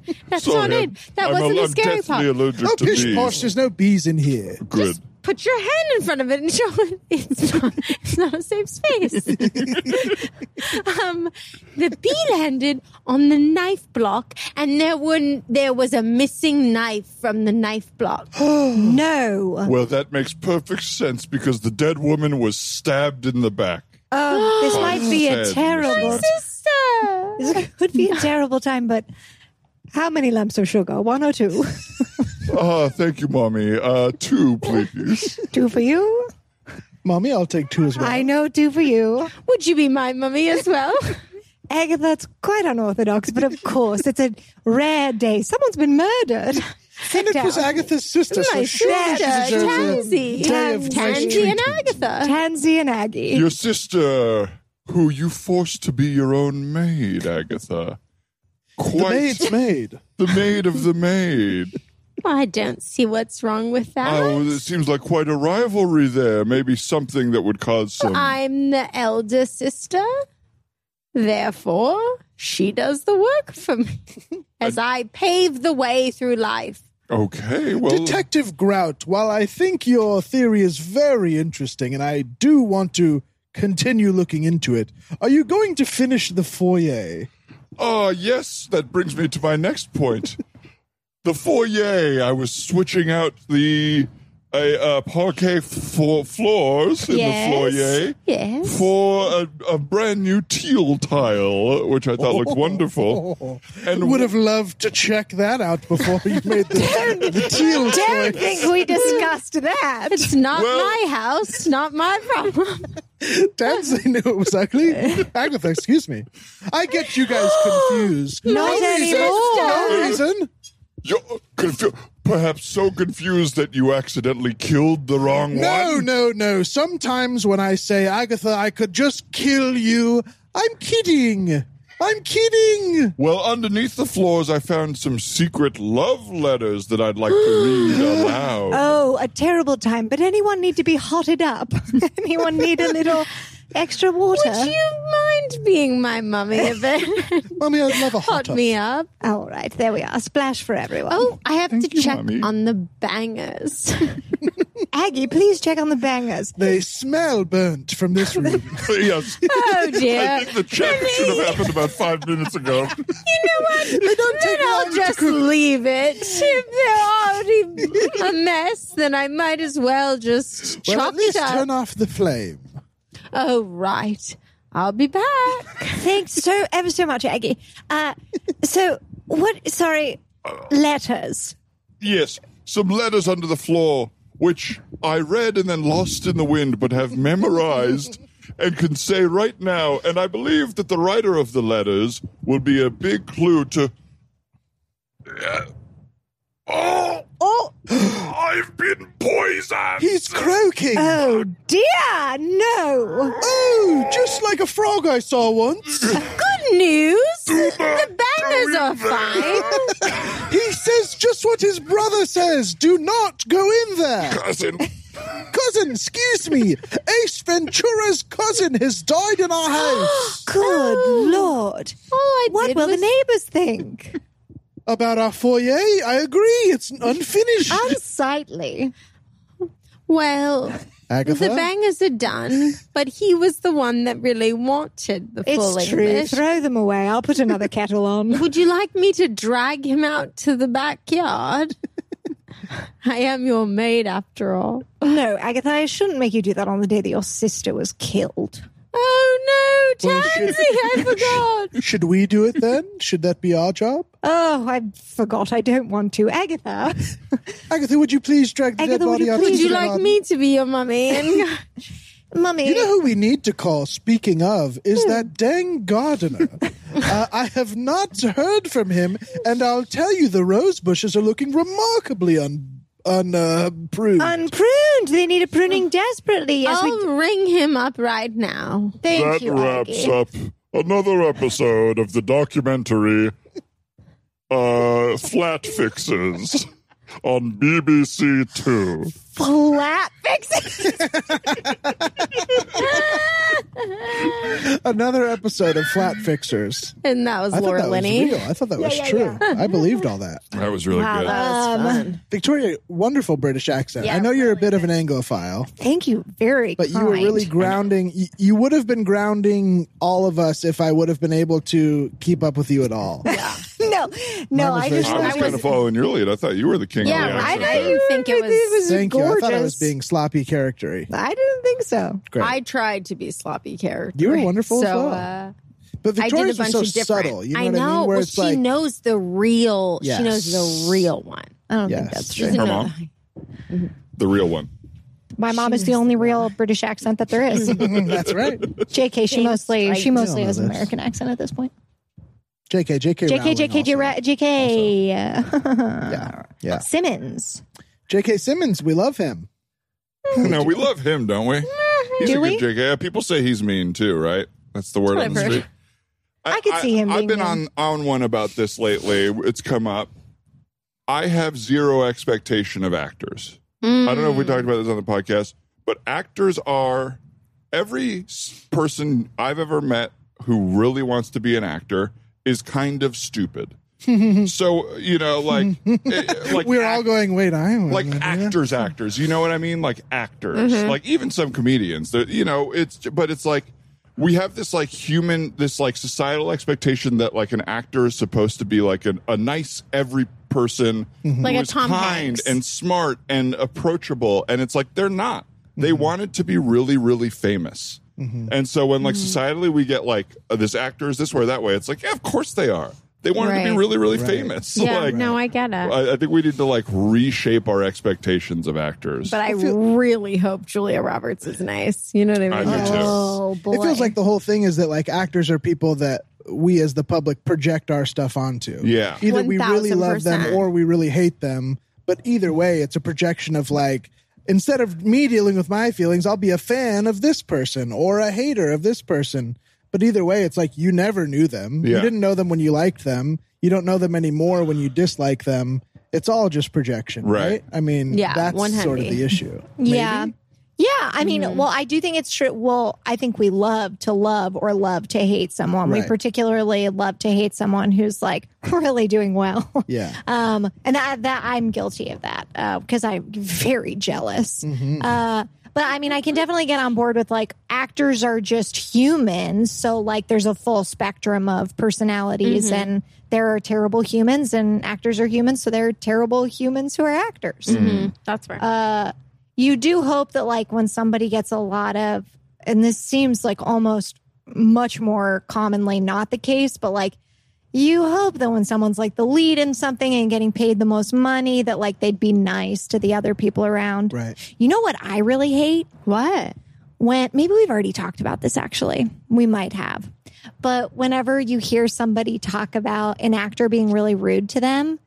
Speaker 4: [LAUGHS] That's
Speaker 1: Sorry,
Speaker 4: not
Speaker 1: I'm-
Speaker 4: it. That
Speaker 1: I'm
Speaker 4: wasn't
Speaker 1: al-
Speaker 4: the scary
Speaker 1: I'm
Speaker 4: part.
Speaker 1: deathly allergic
Speaker 3: Oh,
Speaker 1: to
Speaker 3: pish
Speaker 1: bees.
Speaker 3: posh, there's no bees in here.
Speaker 1: Good.
Speaker 4: Put your hand in front of it and show it. It's not, it's not a safe space. [LAUGHS] um, the bee landed on the knife block, and there were there was a missing knife from the knife block.
Speaker 5: No.
Speaker 1: Well, that makes perfect sense because the dead woman was stabbed in the back.
Speaker 5: Oh, this might be a
Speaker 1: Sad.
Speaker 5: terrible.
Speaker 4: Sister,
Speaker 5: [LAUGHS] This could be a terrible time, but how many lumps of sugar? One or two?
Speaker 1: Ah, thank you, mommy. Uh, two, please.
Speaker 5: [LAUGHS] two for you.
Speaker 3: Mommy, I'll take two as well.
Speaker 5: I know two for you.
Speaker 4: would you be my mummy as [LAUGHS] well?
Speaker 5: Agatha, it's quite unorthodox, [LAUGHS] but of course, it's a rare day. Someone's been [LAUGHS] murdered. Sit
Speaker 3: and it was
Speaker 5: down.
Speaker 3: Agatha's sister, so
Speaker 5: My
Speaker 3: surely she
Speaker 5: sister,
Speaker 3: deserves a
Speaker 4: Tansy.
Speaker 3: day of nice
Speaker 4: Tansy and
Speaker 3: treatment.
Speaker 4: Agatha.
Speaker 5: Tansy and Aggie.
Speaker 1: Your sister, who you forced to be your own maid, Agatha.
Speaker 3: The
Speaker 1: Quite
Speaker 3: maid's maid.
Speaker 1: the maid of the
Speaker 3: [LAUGHS]
Speaker 1: maid.
Speaker 4: I don't see what's wrong with that.
Speaker 1: Oh, it seems like quite a rivalry there. Maybe something that would cause some.
Speaker 4: I'm the elder sister. Therefore, she does the work for me [LAUGHS] as I pave the way through life.
Speaker 1: Okay, well,
Speaker 3: Detective Grout, while I think your theory is very interesting and I do want to continue looking into it, are you going to finish the foyer?
Speaker 1: ah, yes, that brings me to my next point. the foyer. I was switching out the uh, uh, parquet fo- floors in the foyer. eh?
Speaker 4: Yes.
Speaker 1: For a, a brand new teal tile, which I thought looked
Speaker 3: [LAUGHS]
Speaker 1: wonderful, and
Speaker 3: Would have loved to check that out before you made the, the
Speaker 5: [LAUGHS]
Speaker 3: teal
Speaker 5: don't
Speaker 3: choice.
Speaker 5: think we discussed that.
Speaker 4: It's not
Speaker 1: Well-
Speaker 4: my house, not my problem.
Speaker 3: Tansy knew it was ugly. Agatha, excuse me. I get you guys confused.
Speaker 5: Not
Speaker 3: no reason.
Speaker 5: anymore.
Speaker 3: No reason.
Speaker 1: You're confu- perhaps so confused that you accidentally killed the wrong
Speaker 3: No,
Speaker 1: one?
Speaker 3: no, no. Sometimes when I say, Agatha, I could just kill you, I'm kidding. I'm kidding.
Speaker 1: Well, underneath the floors, I found some secret love letters that I'd like to
Speaker 3: [GASPS]
Speaker 1: read aloud.
Speaker 3: Uh,
Speaker 5: Oh, a terrible time. But anyone need to be hotted up? [LAUGHS] anyone need a little extra water?
Speaker 4: Would you mind being my mummy a [LAUGHS] bit?
Speaker 3: Mommy, I'd love a hot
Speaker 4: Hot
Speaker 3: tub.
Speaker 4: me up.
Speaker 5: All right, there we are. Splash for everyone.
Speaker 4: Oh, I have to
Speaker 1: you,
Speaker 4: check
Speaker 1: mummy.
Speaker 4: on the bangers. [LAUGHS]
Speaker 5: Aggie, please check on the bangers.
Speaker 3: They smell burnt from this room.
Speaker 1: [LAUGHS]
Speaker 3: [LAUGHS]
Speaker 1: yes.
Speaker 4: oh
Speaker 1: I
Speaker 4: dear.
Speaker 1: think the check should have happened about five minutes ago.
Speaker 3: they don't take
Speaker 4: Then I'll
Speaker 3: long to
Speaker 4: just
Speaker 3: cook.
Speaker 4: leave it. If they're already a mess, then I might as well just
Speaker 3: Well,
Speaker 4: chop
Speaker 3: at least
Speaker 4: it up.
Speaker 3: turn off the flame.
Speaker 4: Oh right. I'll be back.
Speaker 5: Thanks so ever so much, Aggie. Uh, so what? Sorry, letters.
Speaker 1: Yes, some letters under the floor, which I read and then lost in the wind, but have
Speaker 4: [LAUGHS]
Speaker 1: memorized and can say right now. And I believe that the writer of the letters will be a big clue to. uh, Oh! Oh! [GASPS] I've been poisoned!
Speaker 3: He's croaking.
Speaker 5: Oh dear, no.
Speaker 3: oh, just like a frog I saw once.
Speaker 4: Good news.
Speaker 1: not
Speaker 4: The bangers
Speaker 1: go
Speaker 4: are
Speaker 1: in there.
Speaker 4: fine.
Speaker 3: he says just what his brother says. Do not go in there.
Speaker 1: Cousin!
Speaker 3: Cousin, excuse me. Ace Ventura's cousin has died in our
Speaker 2: [GASPS]
Speaker 3: house.
Speaker 5: Good lord.
Speaker 4: All I
Speaker 5: What
Speaker 4: did
Speaker 5: will the
Speaker 4: was-
Speaker 5: neighbors think?
Speaker 3: About our foyer, I agree. It's unfinished.
Speaker 2: Unsightly.
Speaker 4: Well,
Speaker 3: Agatha,
Speaker 4: the bangers are done, but he was the one that really wanted the full
Speaker 5: It's true.
Speaker 4: English.
Speaker 5: Throw them away. I'll put another kettle on.
Speaker 4: Would you like me to drag him out to the backyard? I am your maid after all.
Speaker 5: [LAUGHS] No, Agatha, I shouldn't make you do that on the day that your sister was killed.
Speaker 4: Oh no,
Speaker 3: Well,
Speaker 4: Tansy,
Speaker 3: shit. [LAUGHS]
Speaker 4: I forgot.
Speaker 3: should we do it then? Should that be our job?
Speaker 5: Oh, I forgot. I don't want to. Agatha.
Speaker 3: Agatha, would you please drag the
Speaker 5: Agatha,
Speaker 3: dead
Speaker 5: would
Speaker 3: body
Speaker 5: you
Speaker 3: out? to
Speaker 4: Would
Speaker 3: the
Speaker 4: you like
Speaker 3: garden?
Speaker 4: me to be your
Speaker 3: [LAUGHS]
Speaker 4: mummy? And
Speaker 5: [LAUGHS] Mummy.
Speaker 3: You know who we need to call, speaking of, is that dang gardener. uh, I have not heard from him, and I'll tell you the rose bushes are looking remarkably un, un, uh, pruned.
Speaker 5: Unpruned. They need a pruning desperately. Yes, we
Speaker 4: [LAUGHS] I'll ring him up right now.
Speaker 5: thank
Speaker 1: That
Speaker 5: you.
Speaker 1: wraps
Speaker 5: Aggie.
Speaker 1: up another episode of the documentary uh, Flat Fixes on BBC Two.
Speaker 5: [LAUGHS] Flat fixing.
Speaker 3: Another episode of Flat Fixers.
Speaker 4: And that was
Speaker 3: I thought
Speaker 4: Laura
Speaker 3: that
Speaker 4: Linney.
Speaker 3: was real. I thought that was true. I believed all that.
Speaker 1: That was really
Speaker 4: Wow,
Speaker 1: good.
Speaker 4: that was
Speaker 5: Um,
Speaker 4: fun.
Speaker 3: Victoria, wonderful British accent. I know you're a bit of an Anglophile,
Speaker 5: Thank you. Very
Speaker 3: but you were
Speaker 5: kind.
Speaker 3: really grounding. You, you would have been grounding all of us if I would have been able to keep up with you at all.
Speaker 5: No, no,
Speaker 3: was
Speaker 5: I
Speaker 3: very
Speaker 5: just
Speaker 1: I was
Speaker 5: I
Speaker 1: kind of following your lead. I thought you were the king
Speaker 4: Yeah,
Speaker 1: of the
Speaker 4: I
Speaker 1: accent
Speaker 4: didn't
Speaker 1: there.
Speaker 4: think it was.
Speaker 5: was
Speaker 3: Thank
Speaker 5: gorgeous.
Speaker 3: you. I thought I was being sloppy charactery.
Speaker 5: I didn't think so.
Speaker 3: Great.
Speaker 4: I tried to be sloppy character.
Speaker 3: You were wonderful
Speaker 4: So
Speaker 3: as well.
Speaker 4: uh,
Speaker 3: But
Speaker 4: I did a
Speaker 3: Victoria's was
Speaker 4: bunch
Speaker 3: so
Speaker 4: of different.
Speaker 3: subtle. You know
Speaker 4: I
Speaker 3: what
Speaker 4: know.
Speaker 3: I mean? Where
Speaker 4: well,
Speaker 3: it's
Speaker 4: she
Speaker 3: like,
Speaker 4: knows the real.
Speaker 3: Yes.
Speaker 4: She knows the real one.
Speaker 5: I don't
Speaker 3: Yes.
Speaker 5: think that's
Speaker 4: She's
Speaker 5: true.
Speaker 1: Her
Speaker 4: another-
Speaker 1: mom? The real one.
Speaker 2: My mom is the only real British accent that
Speaker 3: [LAUGHS]
Speaker 2: there is.
Speaker 4: [LAUGHS]
Speaker 3: that's right.
Speaker 2: JK, she mostly she
Speaker 4: Right.
Speaker 2: mostly
Speaker 3: No,
Speaker 2: has an
Speaker 3: that's-
Speaker 2: American accent at this point.
Speaker 3: JK, JK,
Speaker 2: JK,
Speaker 3: Rowling
Speaker 2: JK,
Speaker 3: also.
Speaker 2: JK, JK.
Speaker 3: Yeah, yeah.
Speaker 2: Simmons.
Speaker 3: JK Simmons, we love him.
Speaker 1: No, we love him, don't we? He's
Speaker 2: Mm-hmm. Do
Speaker 1: a
Speaker 2: we?
Speaker 1: good JK. Yeah, People say he's mean too, right? That's the word
Speaker 4: That's
Speaker 1: on
Speaker 4: what
Speaker 1: the
Speaker 4: I've
Speaker 1: street.
Speaker 2: I could see him
Speaker 1: I've
Speaker 2: being
Speaker 1: been on
Speaker 2: mean.
Speaker 1: on one about this lately. It's come up. I have zero expectation of actors. I don't know if we
Speaker 2: Mm.
Speaker 1: talked about this on the podcast, but actors are every s- person I've ever met who really wants to be an actor is kind of
Speaker 2: [LAUGHS]
Speaker 1: stupid. so you know, like, eh, like
Speaker 3: We're all
Speaker 1: act-
Speaker 3: going, wait, I'm
Speaker 1: like actors, actors. You know what I mean? Like actors,
Speaker 4: Mm-hmm.
Speaker 1: like even some comedians. That you know, it's but it's like we have this like human, this like societal expectation that like an actor is supposed to be like an, a nice every person,
Speaker 4: Like
Speaker 1: who
Speaker 4: a
Speaker 1: is
Speaker 4: Tom
Speaker 1: kind
Speaker 4: Hanks.
Speaker 1: and smart and approachable, and it's like they're not. They wanted to be really, really famous. And so when like
Speaker 4: Mm-hmm.
Speaker 1: societally we get like uh, this actor is this way or that way, it's like yeah, of course they are. They wanted to be
Speaker 4: Right.
Speaker 1: really, really famous. [LAUGHS]
Speaker 4: Yeah,
Speaker 1: like,
Speaker 4: no, I get it.
Speaker 1: I, I think we need to like reshape our expectations of actors.
Speaker 4: but I, really hope Julia Roberts is nice. You know what I mean?
Speaker 1: I do too.
Speaker 2: Oh boy.
Speaker 3: It feels like the whole thing is that like actors are people that we as the public project our stuff onto.
Speaker 1: Yeah.
Speaker 3: Either we really love them
Speaker 4: 1000%.
Speaker 3: or we really hate them, But either way, it's a projection of like, instead of me dealing with my feelings, I'll be a fan of this person or a hater of this person. But either way, it's like you never knew them. You
Speaker 1: Yeah.
Speaker 3: didn't know them when you liked them. You don't know them anymore when you dislike them. It's all just projection,
Speaker 1: Right.
Speaker 3: right? I mean,
Speaker 4: Yeah,
Speaker 3: that's sort of
Speaker 4: 100.
Speaker 3: the issue.
Speaker 2: Yeah.
Speaker 3: Maybe? Mm.
Speaker 2: Yeah, I mean, well, I do think it's true. Well, I think we love to love or love to hate someone. We
Speaker 3: Right.
Speaker 2: particularly love to hate someone who's like [LAUGHS] really doing well.
Speaker 3: Yeah.
Speaker 2: Um, and that, that I'm guilty of that because I'm very jealous. Uh, but I mean, I can definitely get on board with like actors are just humans. So like there's a full spectrum of personalities and there are terrible humans and actors are humans. So there are terrible humans who are actors
Speaker 4: Mm-hmm.
Speaker 1: Mm-hmm.
Speaker 4: That's right.
Speaker 2: uh, you do hope that like when somebody gets a lot of and this seems like almost much more commonly not the case but like you hope that when someone's like the lead in something and getting paid the most money that like they'd be nice to the other people around
Speaker 3: Right.
Speaker 2: you know what i really hate
Speaker 4: what?
Speaker 2: when maybe we've already talked about this actually we might have but whenever you hear somebody talk about an actor being really rude to them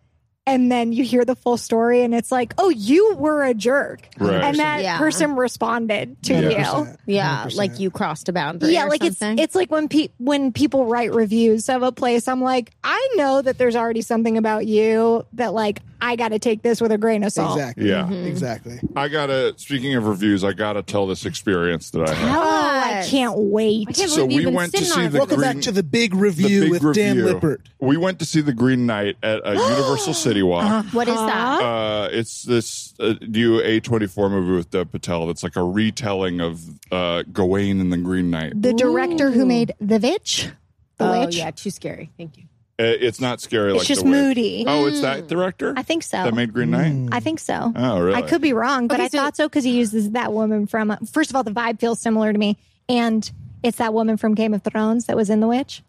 Speaker 2: and then you hear the full story and it's like oh you were a jerk
Speaker 1: Right.
Speaker 2: and that
Speaker 4: Yeah.
Speaker 2: person responded to you
Speaker 3: 100%.
Speaker 4: Yeah,
Speaker 3: 100%.
Speaker 4: like you crossed a boundary.
Speaker 2: yeah
Speaker 4: or
Speaker 2: like it's
Speaker 4: something.
Speaker 2: it's like when pe- when people write reviews of a place i'm like i know that there's already something about you that like i got to take this with a grain of salt
Speaker 3: Exactly.
Speaker 1: Yeah.
Speaker 3: Exactly.
Speaker 1: I gotta. Speaking of reviews, I gotta tell this experience that I had.
Speaker 2: oh i
Speaker 4: Yes.
Speaker 2: can't wait
Speaker 4: I can't
Speaker 1: So
Speaker 4: believe you've
Speaker 1: we
Speaker 4: been
Speaker 1: went to
Speaker 4: sitting
Speaker 1: see
Speaker 4: on it.
Speaker 1: the
Speaker 3: Welcome
Speaker 1: green-
Speaker 3: back to the big review with Dan Lippert.
Speaker 1: We went to see the Green Knight at
Speaker 2: [GASPS]
Speaker 1: a Universal City Walk.
Speaker 2: Uh-huh.
Speaker 4: what is that?
Speaker 1: Uh, it's this uh, new A24 movie with Dev Patel that's like a retelling of uh, Gawain and the Green Knight.
Speaker 2: the director who made the witch the
Speaker 4: oh
Speaker 2: witch
Speaker 4: yeah, too scary. Thank you.
Speaker 1: Uh, It's not scary
Speaker 2: it's
Speaker 1: like
Speaker 2: just
Speaker 1: The Witch.
Speaker 2: moody Mm.
Speaker 1: Oh, it's that director?
Speaker 2: I think so.
Speaker 1: That made Green Knight?
Speaker 2: I think so.
Speaker 1: Oh, really?
Speaker 2: I could be wrong, but
Speaker 4: Okay,
Speaker 2: I
Speaker 4: so-
Speaker 2: thought so because he uses that woman from. uh, First of all, the vibe feels similar to me, and it's that woman from Game of Thrones that was in The Witch.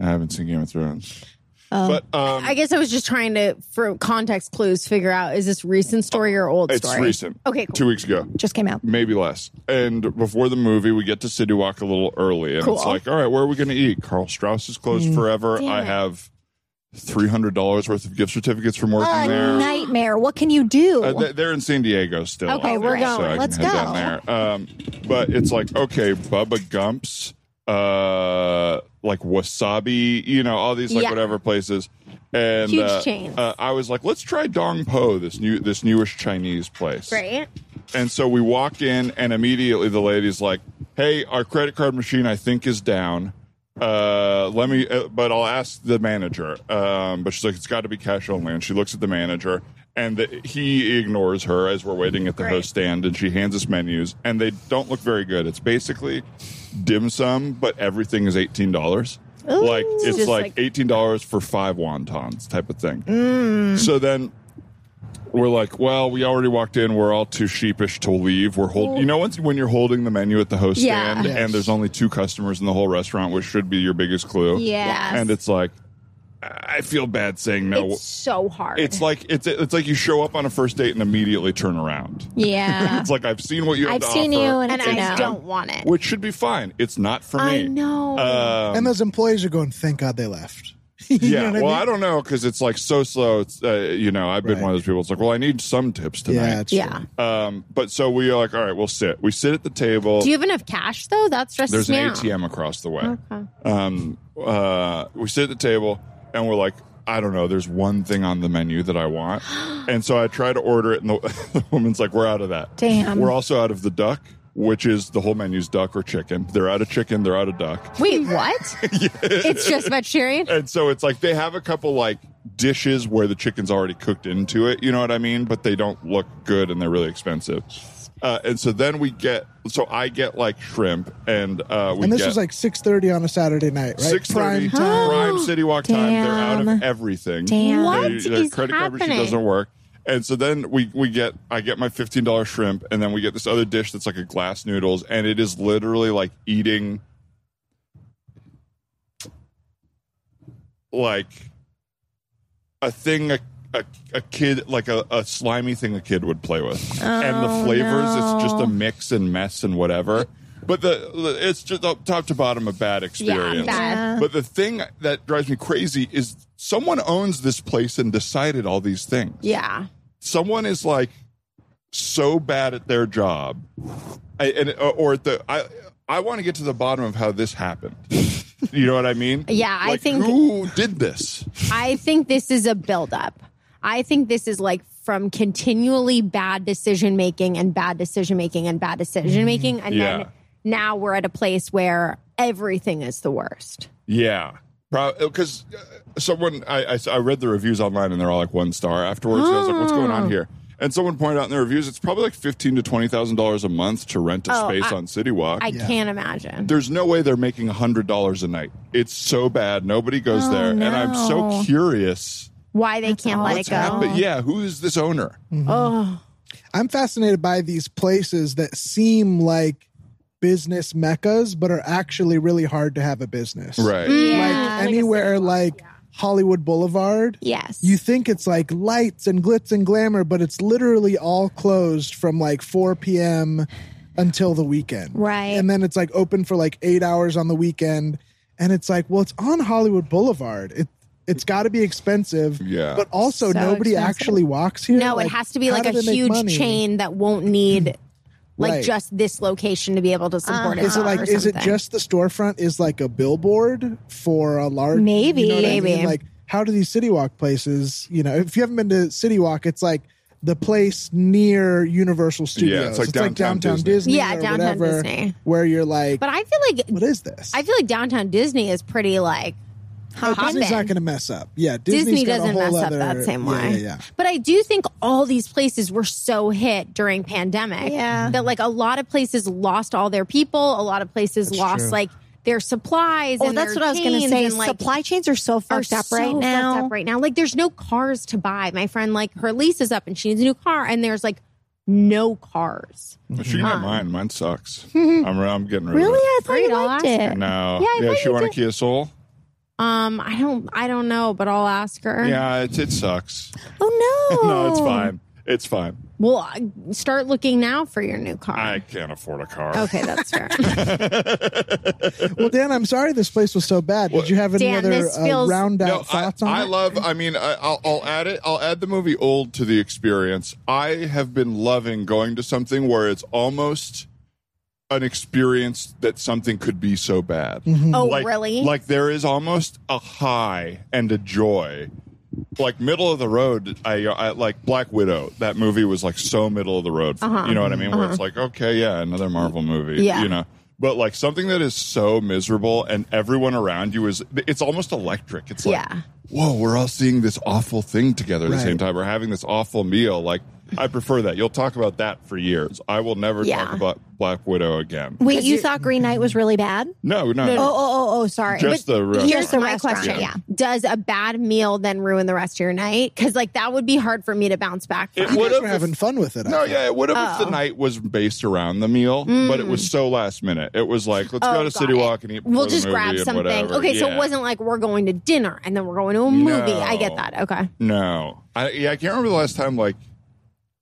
Speaker 1: I haven't seen Game of Thrones.
Speaker 2: Oh.
Speaker 1: but um,
Speaker 4: I guess I was just trying to, for context clues, figure out is this recent story or old
Speaker 1: it's
Speaker 4: story?
Speaker 1: recent.
Speaker 4: Okay, cool.
Speaker 1: Two weeks ago.
Speaker 2: Just came out.
Speaker 1: maybe less. And before the movie, we get to City Walk a little early, and it's
Speaker 4: Cool.
Speaker 1: like, all right, where are we going to eat? Carl Strauss is closed forever. I
Speaker 4: it.
Speaker 1: have three hundred dollars worth of gift certificates from working
Speaker 2: A
Speaker 1: there.
Speaker 2: nightmare. What can you do?
Speaker 1: Uh, they- they're in San Diego still.
Speaker 2: Okay,
Speaker 1: I
Speaker 2: we're
Speaker 1: think,
Speaker 2: going.
Speaker 1: I can
Speaker 2: Let's
Speaker 1: head
Speaker 2: go.
Speaker 1: Down there. Um, but it's like okay, Bubba Gump's, uh, like Wasabi, you know, all these like
Speaker 4: Yeah.
Speaker 1: whatever places. And
Speaker 4: Huge
Speaker 1: uh,
Speaker 4: chains.
Speaker 1: uh, I was like, let's try Dong Po, this new this newish Chinese place.
Speaker 4: Right?
Speaker 1: And so we walk in, and immediately the lady's like, "Hey, our credit card machine, I think, is down. Uh, let me, uh, but I'll ask the manager." Um, but she's like, "It's got to be cash only." And she looks at the manager, and the, he ignores her as we're waiting at the
Speaker 4: Right.
Speaker 1: host stand, and she hands us menus, and they don't look very good. It's basically dim sum, but everything is eighteen dollars. Like it's
Speaker 4: Just
Speaker 1: like
Speaker 4: like-
Speaker 1: eighteen dollars for five wontons type of thing. So then we're like, well, we already walked in. We're all too sheepish to leave. We're hold. You know, once when you're holding the menu at the host
Speaker 4: Yeah.
Speaker 1: stand,
Speaker 3: Yes.
Speaker 1: and there's only two customers in the whole restaurant, which should be your biggest clue.
Speaker 4: Yes.
Speaker 1: and it's like, I feel bad saying no.
Speaker 4: It's so hard.
Speaker 1: It's like it's it's like you show up on a first date and immediately turn around.
Speaker 2: yeah.
Speaker 1: [LAUGHS] It's like I've seen what you. Have
Speaker 2: I've
Speaker 1: to
Speaker 2: seen
Speaker 1: offer,
Speaker 2: you, and,
Speaker 4: and
Speaker 2: it's
Speaker 4: I
Speaker 2: no.
Speaker 4: don't want it.
Speaker 1: which should be fine. It's not for me.
Speaker 4: I know.
Speaker 1: Um,
Speaker 3: and those employees are going, thank God they left. [LAUGHS] You know
Speaker 1: yeah,
Speaker 3: what
Speaker 1: well,
Speaker 3: mean?
Speaker 1: I don't know because it's like so slow. It's uh, you know, I've been
Speaker 3: Right.
Speaker 1: one of those people. It's like, well, I need some tips tonight.
Speaker 3: Yeah, it's
Speaker 4: yeah.
Speaker 3: true.
Speaker 1: Um, but so we are like, all right, we'll sit. We sit at the table.
Speaker 4: Do you have enough cash though? That
Speaker 1: There's
Speaker 4: stresses
Speaker 1: an
Speaker 4: me out.
Speaker 1: ATM across the way.
Speaker 4: Okay.
Speaker 1: Um, uh, we sit at the table and we're like, I don't know. There's one thing on the menu that I
Speaker 4: [GASPS]
Speaker 1: want, and so I try to order it, and the, [LAUGHS] the woman's like, "We're out of that.
Speaker 2: Damn.
Speaker 1: We're also out of the duck, which is the whole menu's duck or chicken. They're out of chicken. They're out of duck.
Speaker 4: Wait,
Speaker 3: [LAUGHS]
Speaker 4: what? It's just vegetarian.
Speaker 1: And so it's like they have a couple like dishes where the chicken's already cooked into it. You know what I mean? But they don't look good and they're really expensive. Uh, and so then we get, so I get like shrimp and uh, we
Speaker 3: And this
Speaker 1: get
Speaker 3: was like 6.30 on a Saturday night, right?
Speaker 1: six thirty
Speaker 3: Prime time.
Speaker 1: prime city walk time. They're out of
Speaker 2: Damn.
Speaker 1: everything.
Speaker 2: Damn.
Speaker 4: What
Speaker 1: They- their
Speaker 4: is
Speaker 1: credit card machine
Speaker 4: happening?
Speaker 1: doesn't work. And so then we, we get I get my fifteen dollar shrimp, and then we get this other dish that's like a glass noodles, and it is literally like eating like a thing a, a, a kid like a, a slimy thing a kid would play with and
Speaker 4: Oh,
Speaker 1: the flavors it's just a mix and mess and whatever but the it's just up top to bottom a bad experience
Speaker 4: bad.
Speaker 1: but the thing that drives me crazy is someone owns this place and decided all these things
Speaker 4: Yeah.
Speaker 1: someone is like so bad at their job, I, and uh, or at the I I want to get to the bottom of how this happened. you know what I mean?
Speaker 4: [LAUGHS] Yeah, I
Speaker 1: Like,
Speaker 4: think-
Speaker 1: who did this?
Speaker 4: I think this is a buildup. I think this is like from continually bad decision making and bad decision making and bad decision
Speaker 3: Mm-hmm.
Speaker 4: making. And
Speaker 1: Yeah.
Speaker 4: then now we're at a place where everything is the worst.
Speaker 1: Yeah. Because someone, I, I, I read the reviews online and they're all like one star afterwards. and I was like, what's
Speaker 4: Oh.
Speaker 1: going on here? And someone pointed out in the reviews, it's probably like fifteen to twenty thousand dollars a month to rent a
Speaker 4: Oh,
Speaker 1: space
Speaker 4: I-
Speaker 1: on City Walk.
Speaker 4: I can't imagine.
Speaker 1: There's no way they're making hundred dollars a night. It's so bad, nobody goes
Speaker 4: Oh,
Speaker 1: there. And I'm so
Speaker 5: no.
Speaker 1: curious.
Speaker 4: Why they can't let it go.
Speaker 1: But yeah, who is this owner?
Speaker 4: Oh,
Speaker 3: I'm fascinated by these places that seem like business meccas, but are actually really hard to have a business.
Speaker 1: Right.
Speaker 4: Mm.
Speaker 3: Like anywhere like Hollywood Boulevard.
Speaker 2: Yes.
Speaker 3: You think it's like lights and glitz and glamour, but it's literally all closed from like 4 p.m. until the weekend.
Speaker 2: Right.
Speaker 3: And then it's like open for like eight hours on the weekend. And it's like, well, it's on Hollywood Boulevard. It, it's got to be expensive.
Speaker 1: Yeah.
Speaker 3: But also,
Speaker 4: So
Speaker 3: nobody
Speaker 4: expensive.
Speaker 3: actually walks here.
Speaker 4: no, it has to be
Speaker 3: how
Speaker 4: like
Speaker 3: do
Speaker 4: a
Speaker 3: they make
Speaker 4: huge
Speaker 3: money?
Speaker 4: chain that won't need like
Speaker 3: Right.
Speaker 4: just this location to be able to support it.
Speaker 3: Is it like?
Speaker 4: Uh, or
Speaker 3: Is it
Speaker 4: something.
Speaker 3: just the storefront? Is like a billboard for a large?
Speaker 2: Maybe.
Speaker 3: you know what I mean?
Speaker 4: Maybe.
Speaker 3: Like, how do these City Walk places? You know, if you haven't been to City Walk, it's like the place near Universal Studios.
Speaker 1: Yeah, it's like downtown
Speaker 3: downtown
Speaker 1: Disney.
Speaker 3: Disney.
Speaker 4: Yeah,
Speaker 3: or
Speaker 4: downtown
Speaker 3: whatever,
Speaker 4: Disney.
Speaker 3: Where you're like,
Speaker 4: But I feel like
Speaker 3: what is this?
Speaker 4: I feel like downtown Disney is pretty like
Speaker 3: Oh,
Speaker 4: hopping.
Speaker 3: Disney's not going to mess up. Yeah, Disney's
Speaker 4: Disney
Speaker 3: got a
Speaker 4: doesn't
Speaker 3: whole
Speaker 4: mess
Speaker 3: other-
Speaker 4: up that same
Speaker 3: yeah,
Speaker 4: way.
Speaker 3: Yeah, yeah.
Speaker 4: But I do think all these places were so hit during pandemic
Speaker 5: Yeah.
Speaker 4: that like a lot of places lost all their people, a lot of places lost
Speaker 3: true.
Speaker 4: like their supplies.
Speaker 5: Oh,
Speaker 4: and
Speaker 5: that's
Speaker 4: their
Speaker 5: what I was going to
Speaker 4: chains
Speaker 5: say.
Speaker 4: and, like,
Speaker 5: Supply chains are so
Speaker 4: are
Speaker 5: fucked up
Speaker 4: so
Speaker 5: right
Speaker 4: fucked
Speaker 5: now.
Speaker 4: up right now. Like there's no cars to buy. My friend like her lease is up and she needs a new car and there's like no cars.
Speaker 1: She got mine. Mine
Speaker 4: [LAUGHS]
Speaker 1: sucks. I'm, I'm getting rid
Speaker 5: Really?
Speaker 1: of
Speaker 5: I thought
Speaker 4: Great,
Speaker 5: you
Speaker 4: I'll
Speaker 5: liked
Speaker 4: ask
Speaker 5: it.
Speaker 1: it. No.
Speaker 4: Yeah, I thought
Speaker 1: she
Speaker 4: you
Speaker 1: wanted
Speaker 4: did.
Speaker 1: Kia Soul.
Speaker 4: Um I don't I don't know, but I'll ask her.
Speaker 1: Yeah, it, it sucks.
Speaker 5: Oh, no.
Speaker 1: [LAUGHS] No, it's fine. It's fine.
Speaker 4: Well, I- start looking now for your new car.
Speaker 1: I can't afford a car.
Speaker 4: okay, that's
Speaker 3: [LAUGHS]
Speaker 4: fair.
Speaker 3: Well, Dan, I'm sorry this place was so bad. Did you have any
Speaker 4: Dan,
Speaker 3: other
Speaker 4: this feels-
Speaker 3: uh, round out
Speaker 1: No, I,
Speaker 3: thoughts on
Speaker 1: I
Speaker 3: it?
Speaker 1: love. I mean, I, I'll, I'll add it. I'll add the movie Old to the experience. I have been loving going to something where it's almost an experience that something could be so bad.
Speaker 3: Mm-hmm.
Speaker 4: Oh,
Speaker 1: [LAUGHS] Like,
Speaker 4: really?
Speaker 1: Like there is almost a high and a joy. Like middle of the road, I, I like Black Widow. That movie was like so middle of the road. for- You know what I mean? Where it's like, okay, yeah, another Marvel movie.
Speaker 4: Uh-huh. Yeah.
Speaker 1: You know, but like something that is so miserable and everyone around you is, it's almost electric. It's like,
Speaker 4: Yeah.
Speaker 1: whoa, we're all seeing this awful thing together at the
Speaker 3: Right.
Speaker 1: same time. We're having this awful meal. Like, I prefer that. You'll talk about that for years. I will never
Speaker 4: Yeah.
Speaker 1: talk about Black Widow again.
Speaker 5: Wait, you thought Green Knight was really bad?
Speaker 1: No, no.
Speaker 5: Oh, oh, oh, oh, sorry.
Speaker 1: Just the restaurant.
Speaker 5: Here's the
Speaker 4: my
Speaker 5: restaurant,
Speaker 4: question.
Speaker 5: yeah.
Speaker 4: Does a bad meal then ruin the rest of your night? Because like that would be hard for me to bounce back
Speaker 1: It
Speaker 4: from.
Speaker 1: would
Speaker 3: We're
Speaker 1: have-
Speaker 3: having fun with it. I
Speaker 1: No,
Speaker 3: thought.
Speaker 1: yeah, it would have
Speaker 4: Oh.
Speaker 1: if the night was based around the meal, but it was so last minute. It was like, let's go to
Speaker 4: got
Speaker 1: City
Speaker 4: it.
Speaker 1: Walk and eat. before
Speaker 4: Mm. Oh, we'll
Speaker 1: the
Speaker 4: just
Speaker 1: movie
Speaker 4: grab
Speaker 1: and
Speaker 4: something.
Speaker 1: whatever.
Speaker 4: Okay, so
Speaker 1: Yeah.
Speaker 4: it wasn't like we're going to dinner and then we're going to a movie. I get
Speaker 1: No.
Speaker 4: that. Okay.
Speaker 1: No, I yeah, I can't remember the last time like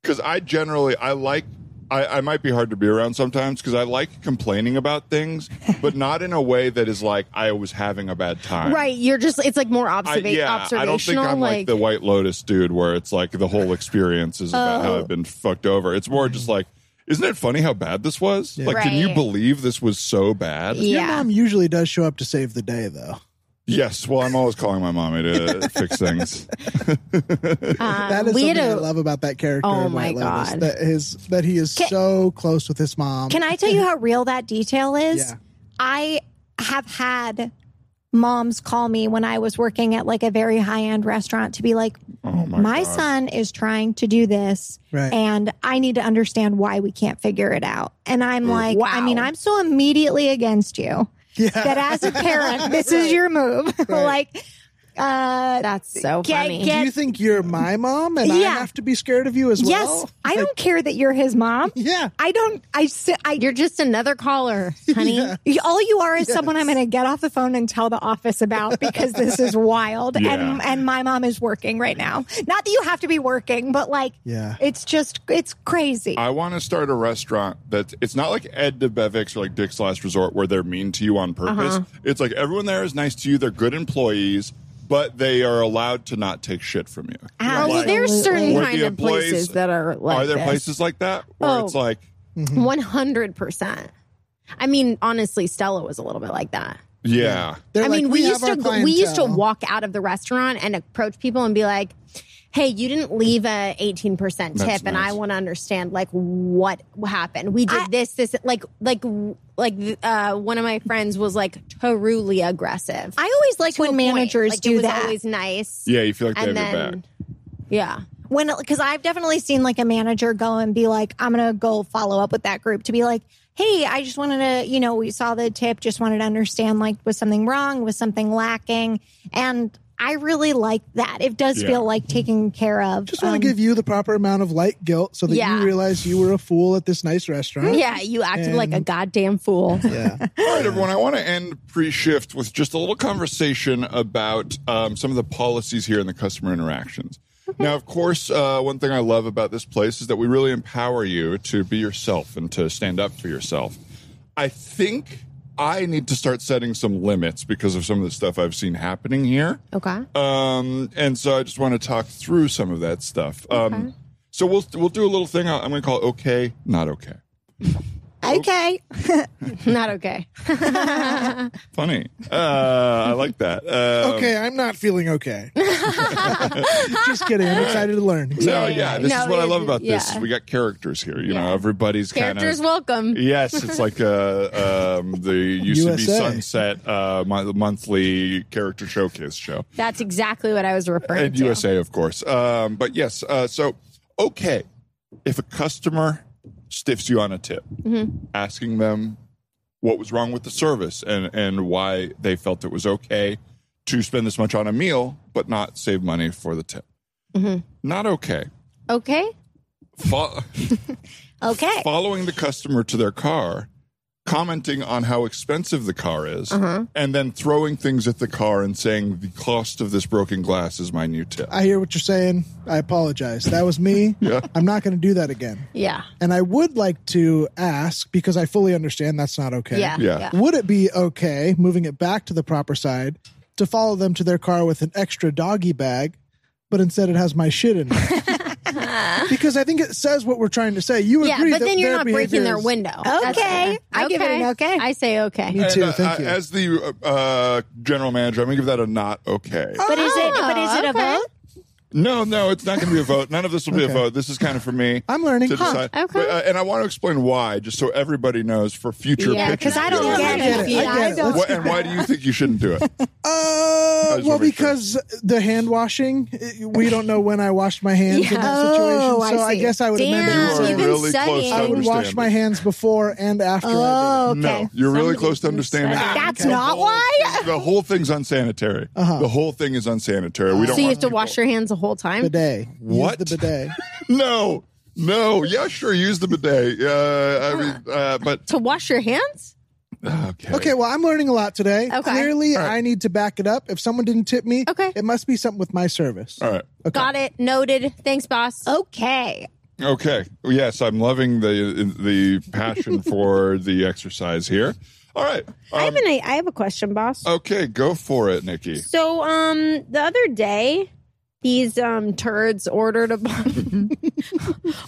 Speaker 1: because I generally I like I, I might be hard to be around sometimes because I like complaining about
Speaker 4: [LAUGHS]
Speaker 1: things, but not in a way that is like I was having a bad time.
Speaker 4: Right. You're just it's like more
Speaker 1: I,
Speaker 4: observa-
Speaker 1: yeah, I
Speaker 4: observational.
Speaker 1: don't think I'm like, the White Lotus dude, where it's like the whole experience is about
Speaker 4: Oh.
Speaker 1: how I've been fucked over. It's more just like, isn't it funny how bad this was? Like, can you
Speaker 4: Right.
Speaker 1: believe this was so bad?
Speaker 3: Your
Speaker 4: yeah.
Speaker 3: mom usually does show up to save the day, though.
Speaker 1: Yes. Well, I'm always calling my mommy
Speaker 4: [LAUGHS]
Speaker 1: to fix things.
Speaker 4: Um,
Speaker 3: That is
Speaker 4: we had
Speaker 3: something
Speaker 4: a-
Speaker 3: I love about that character.
Speaker 4: Oh
Speaker 3: in White
Speaker 4: my
Speaker 3: Lotus,
Speaker 4: God.
Speaker 3: that his that he is so close with his mom.
Speaker 5: Can I tell you how real that detail is?
Speaker 3: Yeah.
Speaker 5: I have had moms call me when I was working at like a very high end restaurant to be like,
Speaker 1: Oh my,
Speaker 5: my,
Speaker 1: God.
Speaker 5: son is trying to do this
Speaker 3: Right.
Speaker 5: and I need to understand why we can't figure it out. And I'm like, I
Speaker 4: Wow.
Speaker 5: mean, I'm so immediately against you
Speaker 3: [LAUGHS] yeah,
Speaker 5: that as a
Speaker 1: [LAUGHS]
Speaker 5: parent, this is your move. [LAUGHS] like, uh,
Speaker 4: that's so
Speaker 5: Get-
Speaker 4: funny.
Speaker 5: get-
Speaker 3: do you think you're my mom and I
Speaker 5: Yeah.
Speaker 3: have to be scared of you as well? [LAUGHS]
Speaker 5: yes, I don't care that you're his mom.
Speaker 3: Yeah,
Speaker 5: I don't, I, si- I,
Speaker 4: You're just another caller, honey.
Speaker 1: [LAUGHS]
Speaker 3: Yeah.
Speaker 5: all you are is someone I'm going to get off the phone and tell the office about because this is wild.
Speaker 1: Yeah.
Speaker 5: And and my mom is working right now. Not that you have to be working, but like,
Speaker 3: Yeah.
Speaker 5: it's just it's crazy.
Speaker 1: I want to start a restaurant that it's not like Ed DeBevick's or like
Speaker 4: Uh-huh.
Speaker 1: Dick's Last Resort where they're mean to you on purpose. It's like everyone there is nice to you. They're good employees. but they are allowed to not take shit from you.
Speaker 4: Oh, well,
Speaker 1: Like,
Speaker 4: there's certain
Speaker 1: Would the
Speaker 4: kind of
Speaker 1: employees-
Speaker 4: places that are like
Speaker 1: are there
Speaker 4: this.
Speaker 1: places like that where
Speaker 4: Oh.
Speaker 1: it's like,
Speaker 4: One hundred percent. I mean, honestly, Stella was a little bit like that.
Speaker 1: yeah,
Speaker 3: They're
Speaker 4: I
Speaker 3: like,
Speaker 4: mean, we,
Speaker 3: have
Speaker 4: used to
Speaker 3: our
Speaker 4: go- we used to
Speaker 3: clientele."
Speaker 4: walk out of the restaurant and approach people and be like, "Hey, you didn't leave a eighteen percent tip,
Speaker 1: That's
Speaker 4: and
Speaker 1: nice.
Speaker 4: I want to understand like what happened. We did
Speaker 5: I-
Speaker 4: this, this, like, like, like." Uh, one of my friends was like totally aggressive.
Speaker 5: I always like
Speaker 4: To a
Speaker 5: when
Speaker 4: point.
Speaker 5: managers
Speaker 4: Like, it
Speaker 5: do
Speaker 4: was
Speaker 5: that.
Speaker 4: Always nice.
Speaker 1: yeah, you feel like they
Speaker 4: and
Speaker 1: have your
Speaker 4: then,
Speaker 1: back.
Speaker 4: yeah.
Speaker 5: when because I've definitely seen like a manager go and be like, I'm gonna go follow up with that group to be like, hey, I just wanted to, you know, we saw the tip, just wanted to understand like was something wrong, was something lacking, and I really like that. It does
Speaker 1: Yeah.
Speaker 5: feel like taken care of.
Speaker 3: Just want
Speaker 5: Um,
Speaker 3: to give you the proper amount of light guilt so that
Speaker 4: Yeah.
Speaker 3: you realize you were a fool at this nice restaurant.
Speaker 4: Yeah, you acted like a
Speaker 3: And-
Speaker 4: goddamn fool. [LAUGHS]
Speaker 3: Yeah.
Speaker 1: All right, everyone. I want to end pre-shift with just a little conversation about um, some of the policies here and the customer interactions. Now, of course, uh, one thing I love about this place is that we really empower you to be yourself and to stand up for yourself. I think I need to start setting some limits because of some of the stuff I've seen happening here.
Speaker 4: Okay.
Speaker 1: Um, and so I just want to talk through some of that stuff. Um, So we'll we'll do a little thing. I'm going to call okay, not okay.
Speaker 4: Oh.
Speaker 5: okay,
Speaker 4: Not okay.
Speaker 1: Funny. Uh, I like that. Um,
Speaker 3: [LAUGHS] Okay, I'm not
Speaker 4: [LAUGHS]
Speaker 3: feeling okay. Just kidding. I'm excited to learn.
Speaker 1: No,
Speaker 4: Yeah,
Speaker 1: yeah,
Speaker 4: yeah.
Speaker 1: this
Speaker 4: No,
Speaker 1: is what I
Speaker 4: it-
Speaker 1: love about this.
Speaker 4: yeah.
Speaker 1: We got characters here. You know,
Speaker 4: Yeah.
Speaker 1: everybody's kind
Speaker 4: Characters
Speaker 1: of.
Speaker 4: welcome.
Speaker 1: Yes, it's like uh, um, the used to be
Speaker 3: USA.
Speaker 1: Sunset uh, mon- monthly character showcase show,
Speaker 4: That's exactly what I was referring
Speaker 1: and
Speaker 4: to.
Speaker 1: USA, of course. Um, but yes, uh, so okay, if a customer stiffs you on a tip, asking them what was wrong with the service and and why they felt it was okay to spend this much on a meal but not save money for the tip, not okay.
Speaker 4: Okay.
Speaker 1: Fo-
Speaker 5: okay,
Speaker 1: following the customer to their car, commenting on how expensive the car is, and then throwing things at the car and saying, The cost of this broken glass is my new tip.
Speaker 3: I hear what you're saying. I apologize. That was me.
Speaker 1: Yeah.
Speaker 3: I'm not going to do that again.
Speaker 4: Yeah.
Speaker 3: And I would like to ask because I fully understand that's not okay.
Speaker 4: Yeah.
Speaker 1: Yeah.
Speaker 3: Would it be okay, moving it back to the proper side, to follow them to their car with an extra doggy bag, but instead it has my shit in it?
Speaker 4: [LAUGHS]
Speaker 3: because I think it says what we're trying to say. You
Speaker 4: Yeah,
Speaker 3: agree
Speaker 4: but
Speaker 3: that
Speaker 4: then you're
Speaker 3: their
Speaker 4: not breaking
Speaker 3: behavior
Speaker 4: their
Speaker 3: is-
Speaker 4: window. That's-
Speaker 5: Okay. I give it an okay.
Speaker 4: I say okay.
Speaker 3: Me too.
Speaker 1: And, uh,
Speaker 3: thank
Speaker 1: I-
Speaker 3: you.
Speaker 1: As the uh, uh, general manager, I'm going to give that a not okay.
Speaker 3: Ah.
Speaker 5: but is it but is it a
Speaker 4: okay.
Speaker 5: vote?
Speaker 1: No, no, it's not going to be a vote. None of this will be a
Speaker 3: Okay.
Speaker 1: vote. This is kind of for me.
Speaker 3: I'm learning.
Speaker 1: To
Speaker 3: Huh,
Speaker 1: decide.
Speaker 4: okay.
Speaker 1: But, uh, and I want to explain why, just so everybody knows for future
Speaker 4: Yeah,
Speaker 1: pictures.
Speaker 4: 'cause I don't
Speaker 1: Yeah.
Speaker 4: get it.
Speaker 3: I get it. I get it.
Speaker 1: Why- and why do you think you shouldn't
Speaker 4: [LAUGHS]
Speaker 1: do it?
Speaker 3: Uh,
Speaker 1: just
Speaker 3: well,
Speaker 1: wanna make sure.
Speaker 3: because the hand washing, it- we don't know when I washed my hands in that
Speaker 5: Yeah.
Speaker 3: situation.
Speaker 5: Oh, I
Speaker 3: so I,
Speaker 5: see.
Speaker 3: guess I would amend
Speaker 1: You
Speaker 3: it.
Speaker 4: Damn,
Speaker 3: to
Speaker 1: are
Speaker 3: say
Speaker 4: you've been
Speaker 1: really close
Speaker 4: studying.
Speaker 1: to
Speaker 4: I
Speaker 3: I
Speaker 1: understanding.
Speaker 3: would wash my hands before and after.
Speaker 5: Oh,
Speaker 3: I
Speaker 5: okay.
Speaker 1: No, you're really close to understanding.
Speaker 5: That's
Speaker 1: The
Speaker 5: not
Speaker 1: whole-
Speaker 5: why?
Speaker 1: The whole thing's unsanitary.
Speaker 3: Uh-huh.
Speaker 1: The whole thing is unsanitary. We don't.
Speaker 4: So you
Speaker 1: want
Speaker 4: have to wash your hands the whole time?
Speaker 3: did it. bidet. Use
Speaker 1: What?
Speaker 3: the bidet?
Speaker 1: people- No, no. Yeah, sure. Use the bidet. Uh, I mean, uh, but
Speaker 4: To wash your hands?
Speaker 1: okay.
Speaker 3: Okay, well, I'm learning a lot today.
Speaker 4: Okay.
Speaker 3: Clearly,
Speaker 1: right.
Speaker 3: I need to back it up. If someone didn't tip me,
Speaker 4: Okay.
Speaker 3: it must be something with my service.
Speaker 1: All right.
Speaker 4: Got it. Noted. Thanks, boss.
Speaker 5: Okay,
Speaker 1: Okay. Yes, I'm loving the the [LAUGHS] passion for the exercise here. All right.
Speaker 4: I,
Speaker 1: Um,
Speaker 4: have an, I have a question, boss.
Speaker 3: uh,
Speaker 1: okay, go for it, Nikki.
Speaker 4: So, um, the other day, these um turds ordered a
Speaker 3: [LAUGHS]
Speaker 4: bo- [LAUGHS]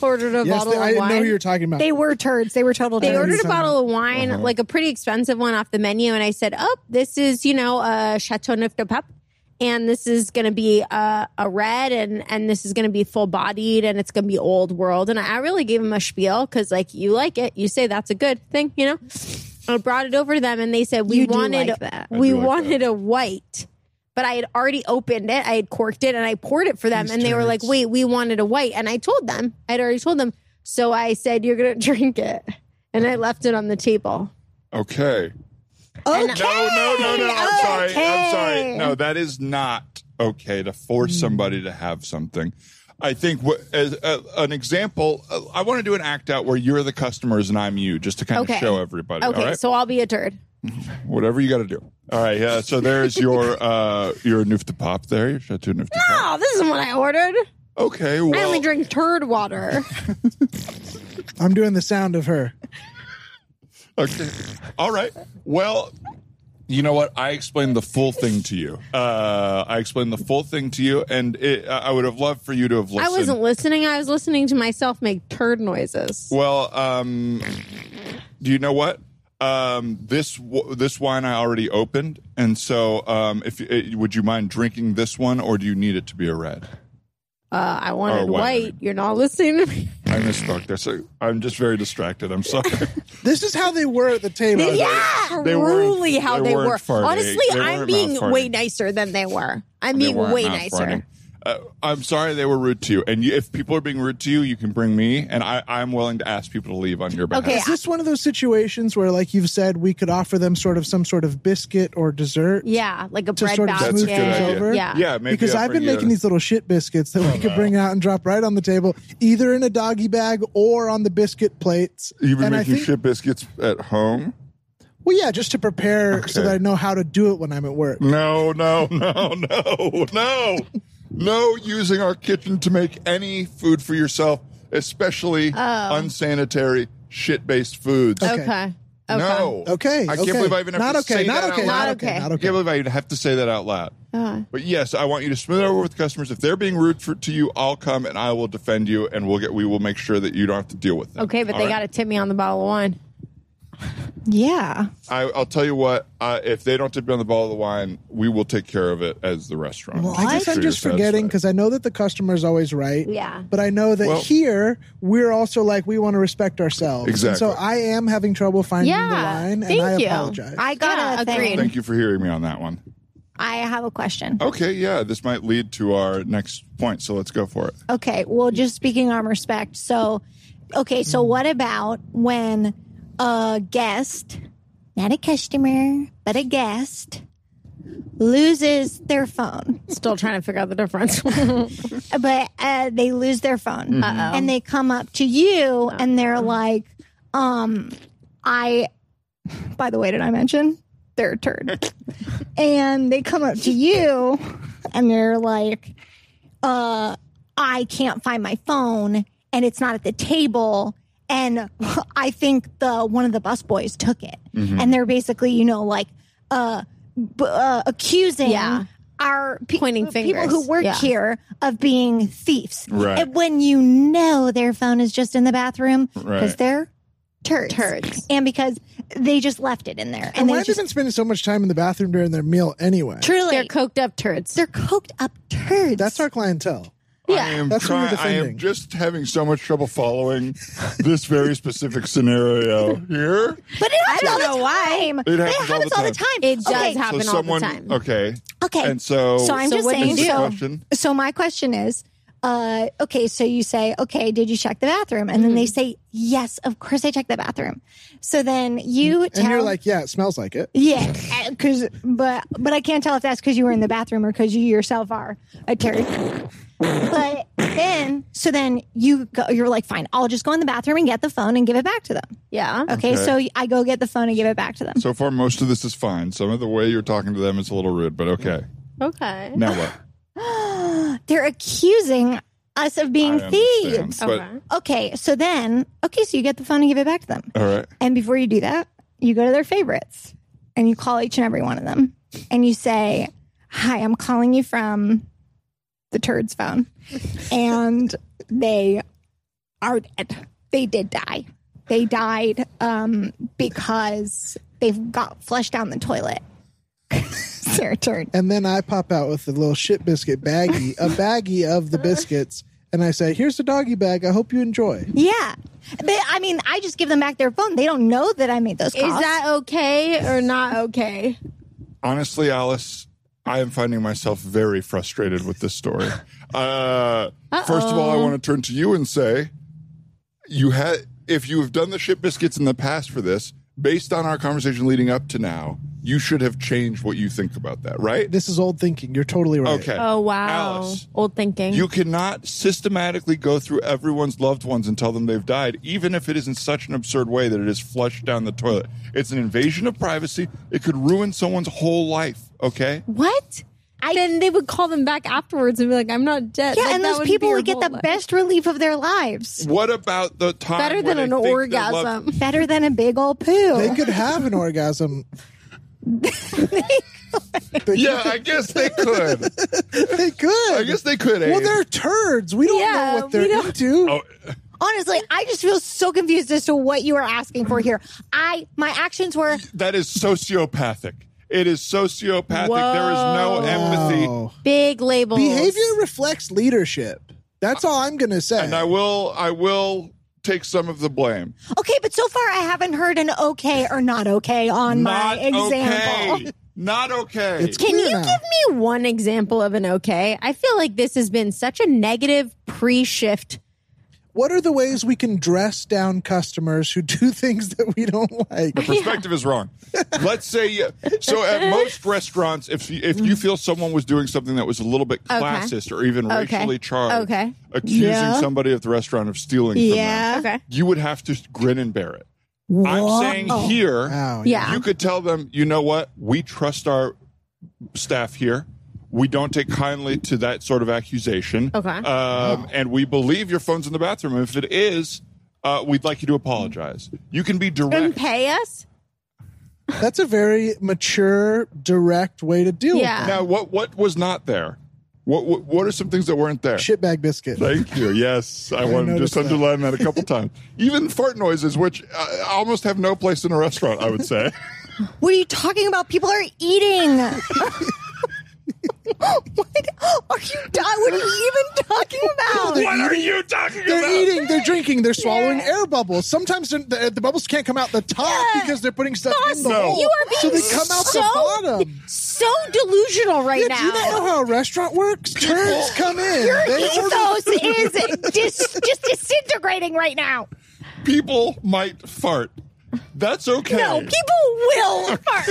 Speaker 4: ordered a
Speaker 3: Yes,
Speaker 4: bottle
Speaker 3: they- I
Speaker 4: of
Speaker 3: didn't
Speaker 4: wine.
Speaker 3: know who you were talking about.
Speaker 5: they were turds. They were total
Speaker 4: They
Speaker 5: turds.
Speaker 4: ordered a
Speaker 3: Some-
Speaker 4: bottle of wine,
Speaker 5: Uh-huh.
Speaker 4: like a pretty expensive one off the menu, and I said, "Oh, this is you know a Chateau Neuf de Pape, and this is going to be a, a red, and and this is going to be full bodied, and it's going to be old world." And I really gave them a spiel because like you like it, you say that's a good thing, you know. I brought it over to them, and they said we
Speaker 5: You do
Speaker 4: wanted
Speaker 5: like that.
Speaker 1: I
Speaker 4: we
Speaker 1: do like
Speaker 4: wanted a white. But I had already opened it. I had corked it and I poured it for them.
Speaker 3: These
Speaker 4: and they were like,
Speaker 3: turds.
Speaker 4: wait, we wanted a white. And I told them, I'd already told them. So I said, you're going to [LAUGHS] drink it. And I left it on the table.
Speaker 1: Okay.
Speaker 4: And-
Speaker 1: No, no, no, no. I'm sorry. I'm
Speaker 5: Okay.
Speaker 1: sorry. No, that is not okay to force somebody to have something. I think what, as uh, an example, uh, I want to do an act out where you're the customers and I'm you, just to kind
Speaker 4: Okay.
Speaker 1: of show everybody.
Speaker 4: Okay,
Speaker 1: all right,
Speaker 4: so I'll be a turd.
Speaker 1: whatever you got to do. All right, yeah. So there's [LAUGHS] your uh, your noof to pop there, your chateau noof to pop.
Speaker 4: Oh, this isn't what I ordered.
Speaker 1: Okay, well,
Speaker 4: I only drink turd
Speaker 1: [LAUGHS]
Speaker 4: water.
Speaker 3: I'm doing the sound of her.
Speaker 1: okay. All right. Well, You know what? I explained the full thing to you. Uh, I explained the full thing to you, and it, I I would have loved for you to have
Speaker 4: I
Speaker 1: listened.
Speaker 4: wasn't listening. I was listening to myself make turd noises.
Speaker 1: Well, um, do you know what? Um, this w- this wine I already opened, and so um, if eh, would you mind drinking this one, or do you need it to be a red?
Speaker 4: Uh, I wanted
Speaker 1: Oh, wow.
Speaker 4: white. You're not listening to me.
Speaker 1: [LAUGHS] I misspoke there, so I'm just very distracted. I'm sorry. [LAUGHS]
Speaker 3: This is how they were at the table.
Speaker 4: Yeah,
Speaker 1: They weren't-
Speaker 4: truly how
Speaker 1: they
Speaker 4: they,
Speaker 1: weren't
Speaker 4: were.
Speaker 1: farting.
Speaker 4: Honestly,
Speaker 1: They
Speaker 4: I'm
Speaker 1: weren't
Speaker 4: being
Speaker 1: mouth
Speaker 4: way
Speaker 1: farting.
Speaker 4: nicer than they were. I'm
Speaker 1: They
Speaker 4: being
Speaker 1: weren't
Speaker 4: way
Speaker 1: mouth
Speaker 4: nicer.
Speaker 1: farting. Uh, I'm sorry they were rude to you, and you, if people are being rude to you, you can bring me, and I, I'm willing to ask people to leave on your behalf.
Speaker 4: Okay,
Speaker 3: Is this one of those situations where, like you've said, we could offer them sort of some sort of biscuit or dessert?
Speaker 4: Yeah, like a
Speaker 3: To
Speaker 4: bread
Speaker 3: sort of
Speaker 4: basket.
Speaker 1: That's a good idea.
Speaker 3: over?
Speaker 4: Yeah.
Speaker 1: yeah, maybe
Speaker 3: because
Speaker 1: I'll
Speaker 3: I've been
Speaker 1: bring you- Oh,
Speaker 3: making these little shit biscuits that we could bring out and drop right on the table, either in a doggy bag or on the biscuit plates.
Speaker 1: You've been
Speaker 3: and I
Speaker 1: making
Speaker 3: think,
Speaker 1: shit biscuits at home.
Speaker 3: Well, yeah, just to prepare so
Speaker 1: Okay.
Speaker 3: that I know how to do it when I'm at work.
Speaker 1: No, [LAUGHS] no, no, no, no. No using our kitchen to make any food for yourself, especially unsanitary, shit based foods.
Speaker 4: Oh. Okay. Okay.
Speaker 1: No.
Speaker 3: Okay,
Speaker 1: I can't
Speaker 3: okay.
Speaker 1: believe I even have
Speaker 3: not
Speaker 1: to
Speaker 3: okay,
Speaker 1: say
Speaker 3: not
Speaker 1: that out loud.
Speaker 3: okay, not
Speaker 4: Not
Speaker 3: okay,
Speaker 4: okay.
Speaker 3: not
Speaker 1: I can't
Speaker 3: okay.
Speaker 1: believe I even have to say that out loud.
Speaker 4: Uh,
Speaker 1: But yes, I want you to smooth it over with customers. If they're being rude for, to you, I'll come and I will defend you, and we'll get we will make sure that you don't have to deal with them.
Speaker 4: okay, but
Speaker 1: All
Speaker 4: they
Speaker 1: right?
Speaker 4: got to tip me on the bottle of wine.
Speaker 2: Yeah.
Speaker 1: I, I'll tell you what. Uh, if they don't tip you on the bottle of the wine, we will take care of it as the restaurant.
Speaker 3: Well, I guess
Speaker 1: Make
Speaker 3: I'm
Speaker 1: sure you're
Speaker 3: just forgetting
Speaker 1: satisfied.
Speaker 3: because I know that the customer is always right.
Speaker 4: Yeah.
Speaker 3: But I know that
Speaker 1: Well-
Speaker 3: here we're also like we want to respect ourselves. And
Speaker 1: Exactly.
Speaker 3: so I am having trouble finding the
Speaker 4: Yeah,
Speaker 3: line, and
Speaker 4: thank
Speaker 3: I
Speaker 4: you.
Speaker 3: apologize.
Speaker 2: I got
Speaker 4: Yeah,
Speaker 2: a thing.
Speaker 4: agreed.
Speaker 1: Thank you for hearing me on that one.
Speaker 2: I have a question.
Speaker 1: Okay, yeah, this might lead to our next point, so let's go for it.
Speaker 2: Okay. Well, just speaking on respect. So, okay. So, what about when a guest, not a customer, but a guest, loses their phone,
Speaker 4: Still trying to figure out the [LAUGHS] difference.
Speaker 2: but uh, they lose their phone and they come up to you and they're like, um, I, by the way, did I mention they're a turd? and they come up to you and they're like, uh, I can't find my phone and it's not at the table. And [LAUGHS] I think the one of the busboys took it. And they're basically, you know, like uh, b- uh, accusing
Speaker 4: Yeah.
Speaker 2: our pe-
Speaker 4: Pointing
Speaker 2: people
Speaker 4: fingers.
Speaker 2: who work
Speaker 4: Yeah.
Speaker 2: here of being thieves.
Speaker 1: Right.
Speaker 2: And when you know their phone is just in the bathroom because
Speaker 1: Right.
Speaker 2: they're turds.
Speaker 4: Turds.
Speaker 2: And because they just left it in there.
Speaker 3: and
Speaker 2: And
Speaker 3: why
Speaker 2: they
Speaker 3: have
Speaker 2: just
Speaker 3: they been spending so much time in the bathroom during their meal anyway?
Speaker 2: truly,
Speaker 4: They're
Speaker 2: they're,
Speaker 4: coked up turds.
Speaker 2: coked up turds.
Speaker 3: That's our clientele.
Speaker 1: I am
Speaker 3: that's who you're
Speaker 1: trying. I am
Speaker 3: defending.
Speaker 1: just having so much trouble following this very specific
Speaker 3: [LAUGHS]
Speaker 1: scenario here.
Speaker 2: But it happens
Speaker 4: I don't
Speaker 2: all the
Speaker 4: know why.
Speaker 2: time.
Speaker 1: It
Speaker 2: It
Speaker 1: happens all
Speaker 2: happens
Speaker 1: the
Speaker 2: all the
Speaker 1: time.
Speaker 2: time.
Speaker 4: It does
Speaker 2: Okay,
Speaker 4: happen all
Speaker 1: someone,
Speaker 4: the time.
Speaker 1: okay,
Speaker 2: Okay.
Speaker 1: and so,
Speaker 2: So I'm
Speaker 4: So
Speaker 2: just
Speaker 4: what do
Speaker 2: saying.
Speaker 4: you do?
Speaker 2: So,
Speaker 1: Question?
Speaker 2: so my question is, uh, okay, so you say, okay, did you check the bathroom? And then they
Speaker 4: Mm-hmm.
Speaker 2: say, yes, of course I checked the bathroom. So then you
Speaker 3: And
Speaker 2: tell,
Speaker 3: you're like, yeah, it smells like it.
Speaker 2: yeah, because but but I can't tell if that's because you were in the bathroom or because you yourself are a turd. but then, so then you go, you're like, fine, I'll just go in the bathroom and get the phone and give it back to them.
Speaker 4: Yeah.
Speaker 2: Okay,
Speaker 1: Okay.
Speaker 2: so I go get the phone and give it back to them.
Speaker 1: so far most of this is fine. Some of the way you're talking to them is a little rude, but okay.
Speaker 4: Okay.
Speaker 1: Now what?
Speaker 2: [GASPS] They're accusing us of
Speaker 1: I
Speaker 2: being
Speaker 1: understand,
Speaker 2: thieves.
Speaker 1: but-
Speaker 4: Okay.
Speaker 2: Okay, so then, okay, so you get the phone and give it back to them.
Speaker 1: all right.
Speaker 2: And before you do that, you go to their favorites and you call each and every one of them and you say, Hi, I'm calling you from the turd's phone. And they are dead. They did die. They died um, because they got flushed down the toilet. [LAUGHS] Sarah turd.
Speaker 3: And then I pop out with a little shit biscuit baggie, a baggie of the biscuits, and I say, here's the doggy bag. I hope you enjoy.
Speaker 2: Yeah. But I mean, I just give them back their phone. They don't know that I made those calls.
Speaker 4: Is that okay or not okay?
Speaker 1: honestly, Alice, I am finding myself very frustrated with this
Speaker 4: [LAUGHS]
Speaker 1: story. Uh, first of all, I want to turn to you and say, you had if you have done the shit biscuits in the past for this, based on our conversation leading up to now, you should have changed what you think about that, right?
Speaker 3: This is old thinking. You're totally right.
Speaker 1: Okay.
Speaker 4: Oh wow.
Speaker 1: Alice,
Speaker 4: Old thinking.
Speaker 1: you cannot systematically go through everyone's loved ones and tell them they've died, even if it is in such an absurd way that it is flushed down the toilet. It's an invasion of privacy. It could ruin someone's whole life. Okay.
Speaker 4: what? then they would call them back afterwards and be like, "I'm not dead."
Speaker 2: Yeah,
Speaker 4: Like,
Speaker 2: and
Speaker 4: that
Speaker 2: those
Speaker 4: would
Speaker 2: people
Speaker 4: be your
Speaker 2: would get
Speaker 4: whole
Speaker 2: the
Speaker 4: life.
Speaker 2: best relief of their lives.
Speaker 1: What about the time
Speaker 4: Better
Speaker 1: where
Speaker 4: than
Speaker 1: they
Speaker 4: an
Speaker 1: think they're loved-
Speaker 4: orgasm.
Speaker 2: Better than a big old poo.
Speaker 3: They could have an orgasm.
Speaker 1: Yeah, I guess
Speaker 3: [LAUGHS]
Speaker 1: they could.
Speaker 3: they
Speaker 1: [LAUGHS]
Speaker 3: could.
Speaker 1: I guess they could.
Speaker 3: Well,
Speaker 1: Abe.
Speaker 3: they're turds. We don't
Speaker 4: Yeah,
Speaker 3: know what they're
Speaker 4: we don't-
Speaker 3: into.
Speaker 1: Oh,
Speaker 2: Honestly, I just feel so confused as to what you are asking for here. I my actions were
Speaker 1: that is sociopathic. It is sociopathic. There is no
Speaker 4: Whoa.
Speaker 1: empathy.
Speaker 3: Wow.
Speaker 4: Big labels.
Speaker 3: Behavior reflects leadership. That's all I'm gonna say.
Speaker 1: And I will I will take some of the blame.
Speaker 2: okay, but so far I haven't heard an okay or not okay on
Speaker 1: Not
Speaker 2: my
Speaker 4: [LAUGHS]
Speaker 2: example.
Speaker 1: okay. Not okay.
Speaker 3: It's-
Speaker 4: Can
Speaker 3: Clear
Speaker 4: you
Speaker 3: now.
Speaker 4: give me one example of an okay? I feel like this has been such a negative pre-shift.
Speaker 3: what are the ways we can dress down customers who do [LAUGHS] things that we don't
Speaker 4: [LAUGHS]
Speaker 3: like?
Speaker 1: Perspective is wrong. Let's say uh, so. At most restaurants, if you, if you feel someone was doing something that was a little bit classist or even
Speaker 4: Okay.
Speaker 1: racially charged,
Speaker 4: Okay.
Speaker 1: accusing
Speaker 2: Yeah.
Speaker 1: somebody at the restaurant of stealing from them,
Speaker 4: Okay.
Speaker 1: you would have to grin and bear it. I'm saying here,
Speaker 3: Wow.
Speaker 4: Oh. Yeah.
Speaker 1: you could tell them, you know what? We trust our staff here. We don't take kindly to that sort of accusation.
Speaker 4: Okay.
Speaker 1: Um, And we believe your phone's in the bathroom. If it is, uh, we'd like you to apologize. You can be
Speaker 4: And
Speaker 1: direct.
Speaker 4: pay us?
Speaker 3: That's a very mature, direct way to deal
Speaker 4: Yeah.
Speaker 3: with
Speaker 1: now, what what was not there? What, what what are some things that weren't there?
Speaker 3: that. Shitbag biscuit.
Speaker 1: Thank you. Yes, I, want to just
Speaker 3: noticed that.
Speaker 1: underline that a couple times. Even fart noises, which uh, almost have no place in a restaurant, I would say.
Speaker 2: What are you talking about? People are
Speaker 1: [LAUGHS]
Speaker 2: eating. [LAUGHS] what are you? ta- What are you even talking about?
Speaker 1: what are you talking
Speaker 3: They're
Speaker 1: about?
Speaker 3: eating, they're drinking, they're swallowing air bubbles. Sometimes the, the, the bubbles can't come out the top
Speaker 4: Yeah.
Speaker 3: because they're putting stuff in the
Speaker 1: No.
Speaker 3: hole.
Speaker 4: You are being
Speaker 3: so they come out
Speaker 4: so
Speaker 3: the bottom.
Speaker 4: so delusional right
Speaker 3: Yeah, do you not
Speaker 4: now.
Speaker 3: know how a restaurant works? Turds come in. They order-
Speaker 1: [LAUGHS]
Speaker 2: Ethos is dis- just disintegrating right now.
Speaker 1: people might fart. That's okay.
Speaker 2: No, people
Speaker 1: [LAUGHS]
Speaker 2: will fart.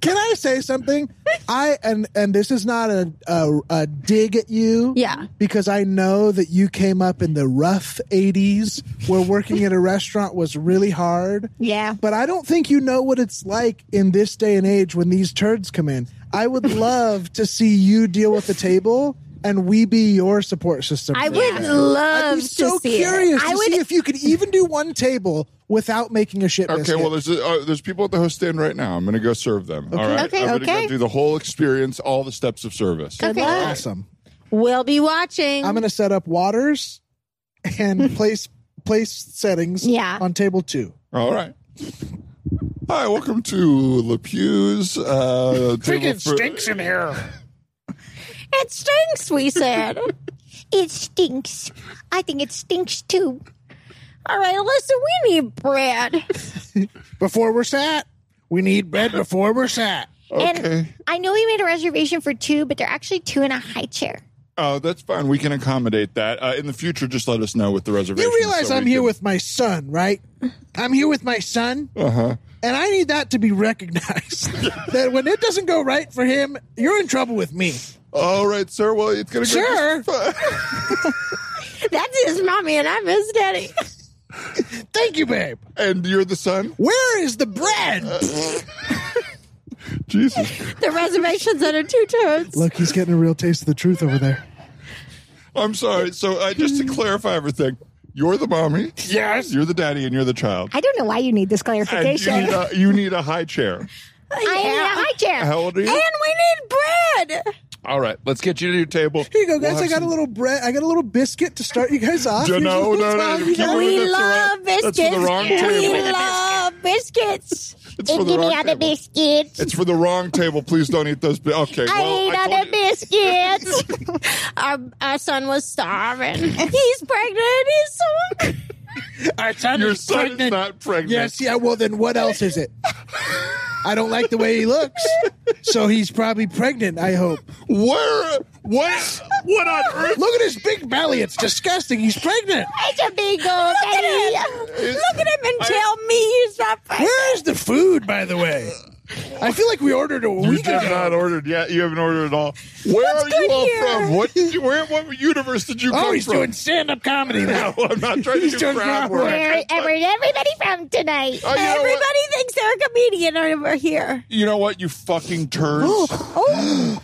Speaker 3: Can I say something? I and and this is not a, a a dig at you.
Speaker 4: Yeah.
Speaker 3: Because I know that you came up in the rough '80s, where working at a restaurant was really hard.
Speaker 2: Yeah.
Speaker 3: But I don't think you know what it's like in this day and age when these turds come in. I would love to see you deal with the table and we be your support system.
Speaker 4: I
Speaker 3: for
Speaker 4: would
Speaker 3: that. I'd
Speaker 4: love
Speaker 3: be so
Speaker 4: to see
Speaker 3: curious
Speaker 4: it.
Speaker 3: to
Speaker 4: I would
Speaker 3: see if you could even do one table without making a shit.
Speaker 1: Okay,
Speaker 3: biscuit.
Speaker 1: well, there's uh, there's people at the host stand right now. I'm going to go serve them. All right,
Speaker 4: Okay,
Speaker 1: I'm going to
Speaker 4: okay.
Speaker 1: go through the whole experience, all the steps of service.
Speaker 4: Okay.
Speaker 3: awesome.
Speaker 4: We'll be watching. [LAUGHS]
Speaker 3: I'm going to set up waters and place place settings
Speaker 4: Yeah.
Speaker 3: on table two.
Speaker 1: All right. Hi, welcome to LePew's. Uh, Freaking stinks in here.
Speaker 4: it stinks, we said.
Speaker 2: [LAUGHS] It stinks. I think it stinks too.
Speaker 4: All right, listen, we need bread.
Speaker 3: Before we're sat, we need bed before we're sat.
Speaker 1: Okay.
Speaker 2: I know we made a reservation for two, but they're actually two in a high chair.
Speaker 1: Oh, that's fine. We can accommodate that. Uh, in the future, just let us know with the reservation.
Speaker 3: You realize I'm here with my son, right? I'm here with my son.
Speaker 1: Uh-huh.
Speaker 3: And I need that to
Speaker 1: [LAUGHS]
Speaker 3: be recognized. that when it doesn't go right for him, you're in trouble with me.
Speaker 1: All right, sir. Well, it's going to go.
Speaker 3: Sure.
Speaker 4: That's his mommy and I'm his
Speaker 3: [LAUGHS]
Speaker 4: daddy.
Speaker 3: Thank you, babe.
Speaker 1: And you're the son?
Speaker 3: Where is the bread?
Speaker 1: Jesus.
Speaker 4: The reservation's under two turns.
Speaker 3: Look, he's getting a real taste of the truth over there.
Speaker 1: I'm sorry. So, uh, just to clarify everything, you're the mommy. Yes. You're the daddy, and you're the child.
Speaker 2: I don't know why you need this
Speaker 1: And you
Speaker 2: clarification.
Speaker 1: need, a, you need a high chair.
Speaker 2: I am in a high chair.
Speaker 1: How old are you?
Speaker 4: And we need bread.
Speaker 1: All right, let's get you to your table.
Speaker 3: Here you go, guys.
Speaker 1: We'll have
Speaker 3: I got a
Speaker 1: some-
Speaker 3: little bread. I got a little biscuit to start you guys off.
Speaker 1: No, no,
Speaker 3: Here's a
Speaker 1: oh, no,
Speaker 3: little
Speaker 1: no.
Speaker 3: time,
Speaker 1: You
Speaker 3: you
Speaker 1: can't
Speaker 3: know?
Speaker 1: wait.
Speaker 4: We
Speaker 1: That's the wrong-
Speaker 4: love
Speaker 1: that's
Speaker 4: biscuits.
Speaker 1: for the wrong table.
Speaker 4: We love biscuits.
Speaker 1: It's for
Speaker 2: and
Speaker 1: the
Speaker 2: give me
Speaker 1: wrong
Speaker 2: other
Speaker 1: table.
Speaker 2: biscuits.
Speaker 1: It's for the wrong table. Please don't eat those. bi- Okay.
Speaker 2: I
Speaker 1: well,
Speaker 2: need
Speaker 1: told
Speaker 2: other
Speaker 1: you-
Speaker 2: biscuits.
Speaker 1: [LAUGHS]
Speaker 4: Our, our son was starving. He's pregnant. He's so hungry.
Speaker 3: Our son
Speaker 1: Your
Speaker 3: is
Speaker 1: son is
Speaker 3: pregnant.
Speaker 1: not pregnant.
Speaker 3: Yes, yeah. Well, then what else is it? I don't like the way he looks, so he's probably pregnant. I hope.
Speaker 1: Where? What? What on earth?
Speaker 3: Look at his big belly; it's disgusting. He's pregnant.
Speaker 2: it's a big old
Speaker 4: Look
Speaker 2: daddy.
Speaker 4: at him. Look at him and tell me he's not pregnant.
Speaker 3: Where is the food, by the way? I feel like we ordered a
Speaker 1: You
Speaker 3: week
Speaker 1: did
Speaker 3: ago.
Speaker 1: not ordered yet. You haven't ordered at all. Where are you
Speaker 4: good
Speaker 1: all
Speaker 4: here?
Speaker 1: from? What? Did you, where? What universe did you
Speaker 3: Oh,
Speaker 1: come
Speaker 3: he's
Speaker 1: from?
Speaker 3: doing stand-up comedy now.
Speaker 1: [LAUGHS] No, I'm not trying to
Speaker 3: He's
Speaker 1: do
Speaker 3: doing
Speaker 1: crowd
Speaker 3: crowd
Speaker 1: work.
Speaker 3: work.
Speaker 2: Where where'd everybody from tonight?
Speaker 1: Oh, you know what?
Speaker 4: Everybody thinks they're a comedian over here.
Speaker 1: You know what? You fucking turds.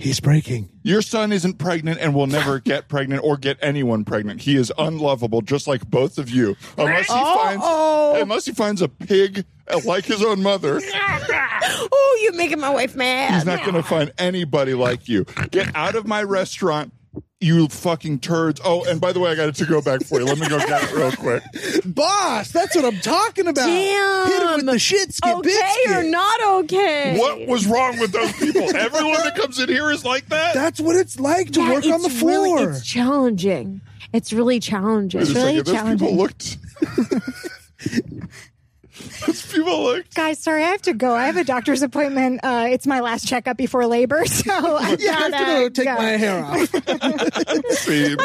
Speaker 3: He's breaking.
Speaker 1: Your son isn't pregnant and will
Speaker 3: [LAUGHS]
Speaker 1: never get pregnant or get anyone pregnant. He is unlovable, just like both of you. Unless he finds unless he finds a pig uh, like his own mother,
Speaker 4: oh, you're making my wife mad.
Speaker 1: he's not going to find anybody like you. Get out of my restaurant. You fucking turds. Oh, and by the way, I got it to go back for you. Let me go get it real quick.
Speaker 3: Boss, that's what I'm talking about. Hit him with the shit skit
Speaker 4: okay
Speaker 3: biscuit.
Speaker 4: or not okay?
Speaker 1: What was wrong with those people? Everyone that comes in here is like that.
Speaker 3: That's what it's like to
Speaker 4: Yeah,
Speaker 3: work on the
Speaker 4: it's really-
Speaker 3: floor. [LAUGHS]
Speaker 4: it's challenging. It's really challenging.
Speaker 1: Wait a
Speaker 2: really
Speaker 1: second, those people looked. [LAUGHS] those people looked.
Speaker 2: Guys, sorry, I have to go. I have a doctor's appointment. Uh, it's my last checkup before labor, [LAUGHS] so I
Speaker 3: yeah, I have to go
Speaker 2: gotta
Speaker 3: take
Speaker 2: go.
Speaker 3: my hair off.
Speaker 1: See,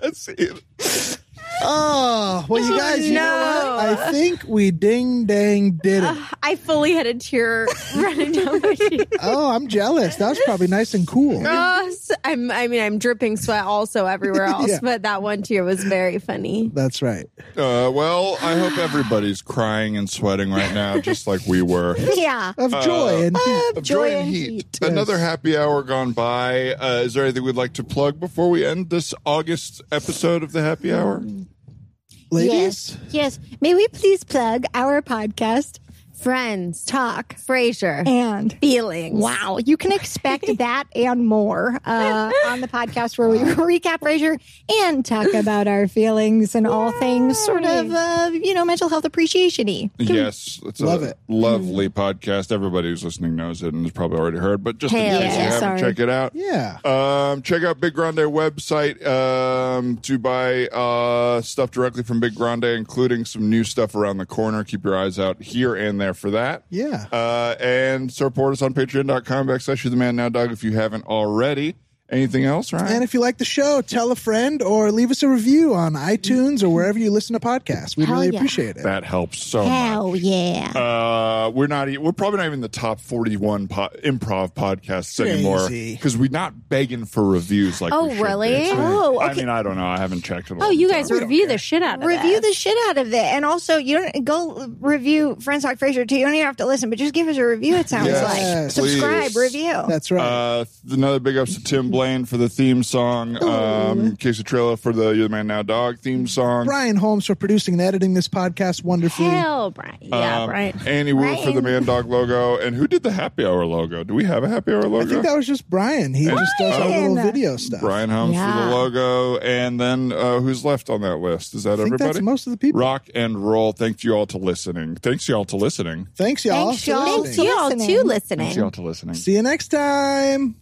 Speaker 4: I'm fine. [LAUGHS]
Speaker 1: see.
Speaker 3: Oh, well, you guys, you know what? I think we ding dang did it.
Speaker 4: I fully had a tear [LAUGHS] running down
Speaker 1: [LAUGHS]
Speaker 4: my cheek.
Speaker 3: Oh, I'm jealous. That was probably nice and cool.
Speaker 4: Gross. I'm, I mean, I'm dripping sweat also everywhere else,
Speaker 3: Yeah.
Speaker 4: but that one tear was very funny.
Speaker 3: That's right.
Speaker 1: Uh, well, I hope everybody's crying and sweating right now, just like we were.
Speaker 2: Yeah.
Speaker 3: Of
Speaker 1: Uh,
Speaker 3: joy and heat.
Speaker 1: Of
Speaker 2: Joy and heat.
Speaker 1: Another happy hour gone by. Uh, is there anything we'd like to plug before we end this August episode of the happy hour?
Speaker 3: ladies.
Speaker 2: Yes. Yes. May we please plug our podcast
Speaker 4: Friends,
Speaker 2: talk
Speaker 4: Frasier,
Speaker 2: and
Speaker 4: feelings.
Speaker 2: Wow, you can expect that and more uh, on the podcast where we [LAUGHS] recap Frasier and talk about our feelings and all things sort of uh, you know mental health appreciation y.
Speaker 1: Yes, it's
Speaker 3: Love
Speaker 1: a
Speaker 3: it.
Speaker 1: lovely podcast. Everybody who's listening knows it and has probably already heard, but just in
Speaker 4: Hell
Speaker 1: case
Speaker 4: yeah,
Speaker 1: you haven't,
Speaker 2: sorry.
Speaker 1: check it out.
Speaker 3: Yeah.
Speaker 1: Um, check out Big Grande website um, to buy uh, stuff directly from Big Grande, including some new stuff around the corner. Keep your eyes out here and there for that.
Speaker 3: Yeah.
Speaker 1: Uh, and support us on patreon.com backslash you the man now, Doug, if you haven't already. Anything else, Ryan?
Speaker 3: And if you like the show, tell a friend or leave us a review on iTunes or wherever you listen to podcasts. We'd
Speaker 2: Hell
Speaker 3: really
Speaker 2: yeah.
Speaker 3: appreciate it.
Speaker 1: that helps so much.
Speaker 2: Hell yeah.
Speaker 1: Uh, we're not. e- We're probably not even in the top forty-one po- improv podcasts anymore
Speaker 3: Crazy.
Speaker 1: because we're not begging for reviews like.
Speaker 4: Oh,
Speaker 1: we should be.
Speaker 4: really?
Speaker 1: It's been-
Speaker 2: Oh,
Speaker 1: I mean, I don't know. I haven't checked it.
Speaker 4: Oh, you guys review
Speaker 3: care.
Speaker 4: the shit out of
Speaker 5: Review
Speaker 4: this.
Speaker 5: the shit out of it, and also you don't go review Friends Talk Fraser too. You don't even have to listen, but just give us a review. It sounds
Speaker 1: Yes,
Speaker 5: like
Speaker 3: please.
Speaker 5: subscribe, review.
Speaker 3: That's right.
Speaker 1: Uh, another big ups to
Speaker 3: [LAUGHS]
Speaker 1: Tim Blaine for the theme song. Um, Casey Trella for the You're the Man Now Dog theme song.
Speaker 3: Brian Holmes for producing and editing this podcast wonderfully.
Speaker 4: Hell, Brian. Yeah,
Speaker 1: Um,
Speaker 4: Brian.
Speaker 1: Annie Wu for the Man Dog logo. And who did the Happy Hour logo? Do we have a Happy Hour logo?
Speaker 3: I think that was just Brian. He just does our
Speaker 1: Brian.
Speaker 3: little video stuff.
Speaker 1: Brian Holmes for
Speaker 2: Yeah.
Speaker 1: the logo. And then uh, who's left on that list? Is that
Speaker 3: I think
Speaker 1: everybody?
Speaker 3: that's most of the people.
Speaker 1: Rock and roll. Thank you all to listening. Thanks you all to listening.
Speaker 3: Thanks, y'all.
Speaker 2: Thanks,
Speaker 3: for
Speaker 2: y'all.
Speaker 3: listening.
Speaker 2: Thanks,
Speaker 4: you all
Speaker 2: listening.
Speaker 4: too
Speaker 1: Thanks you all
Speaker 4: listening.
Speaker 1: to listening.
Speaker 3: See you next time.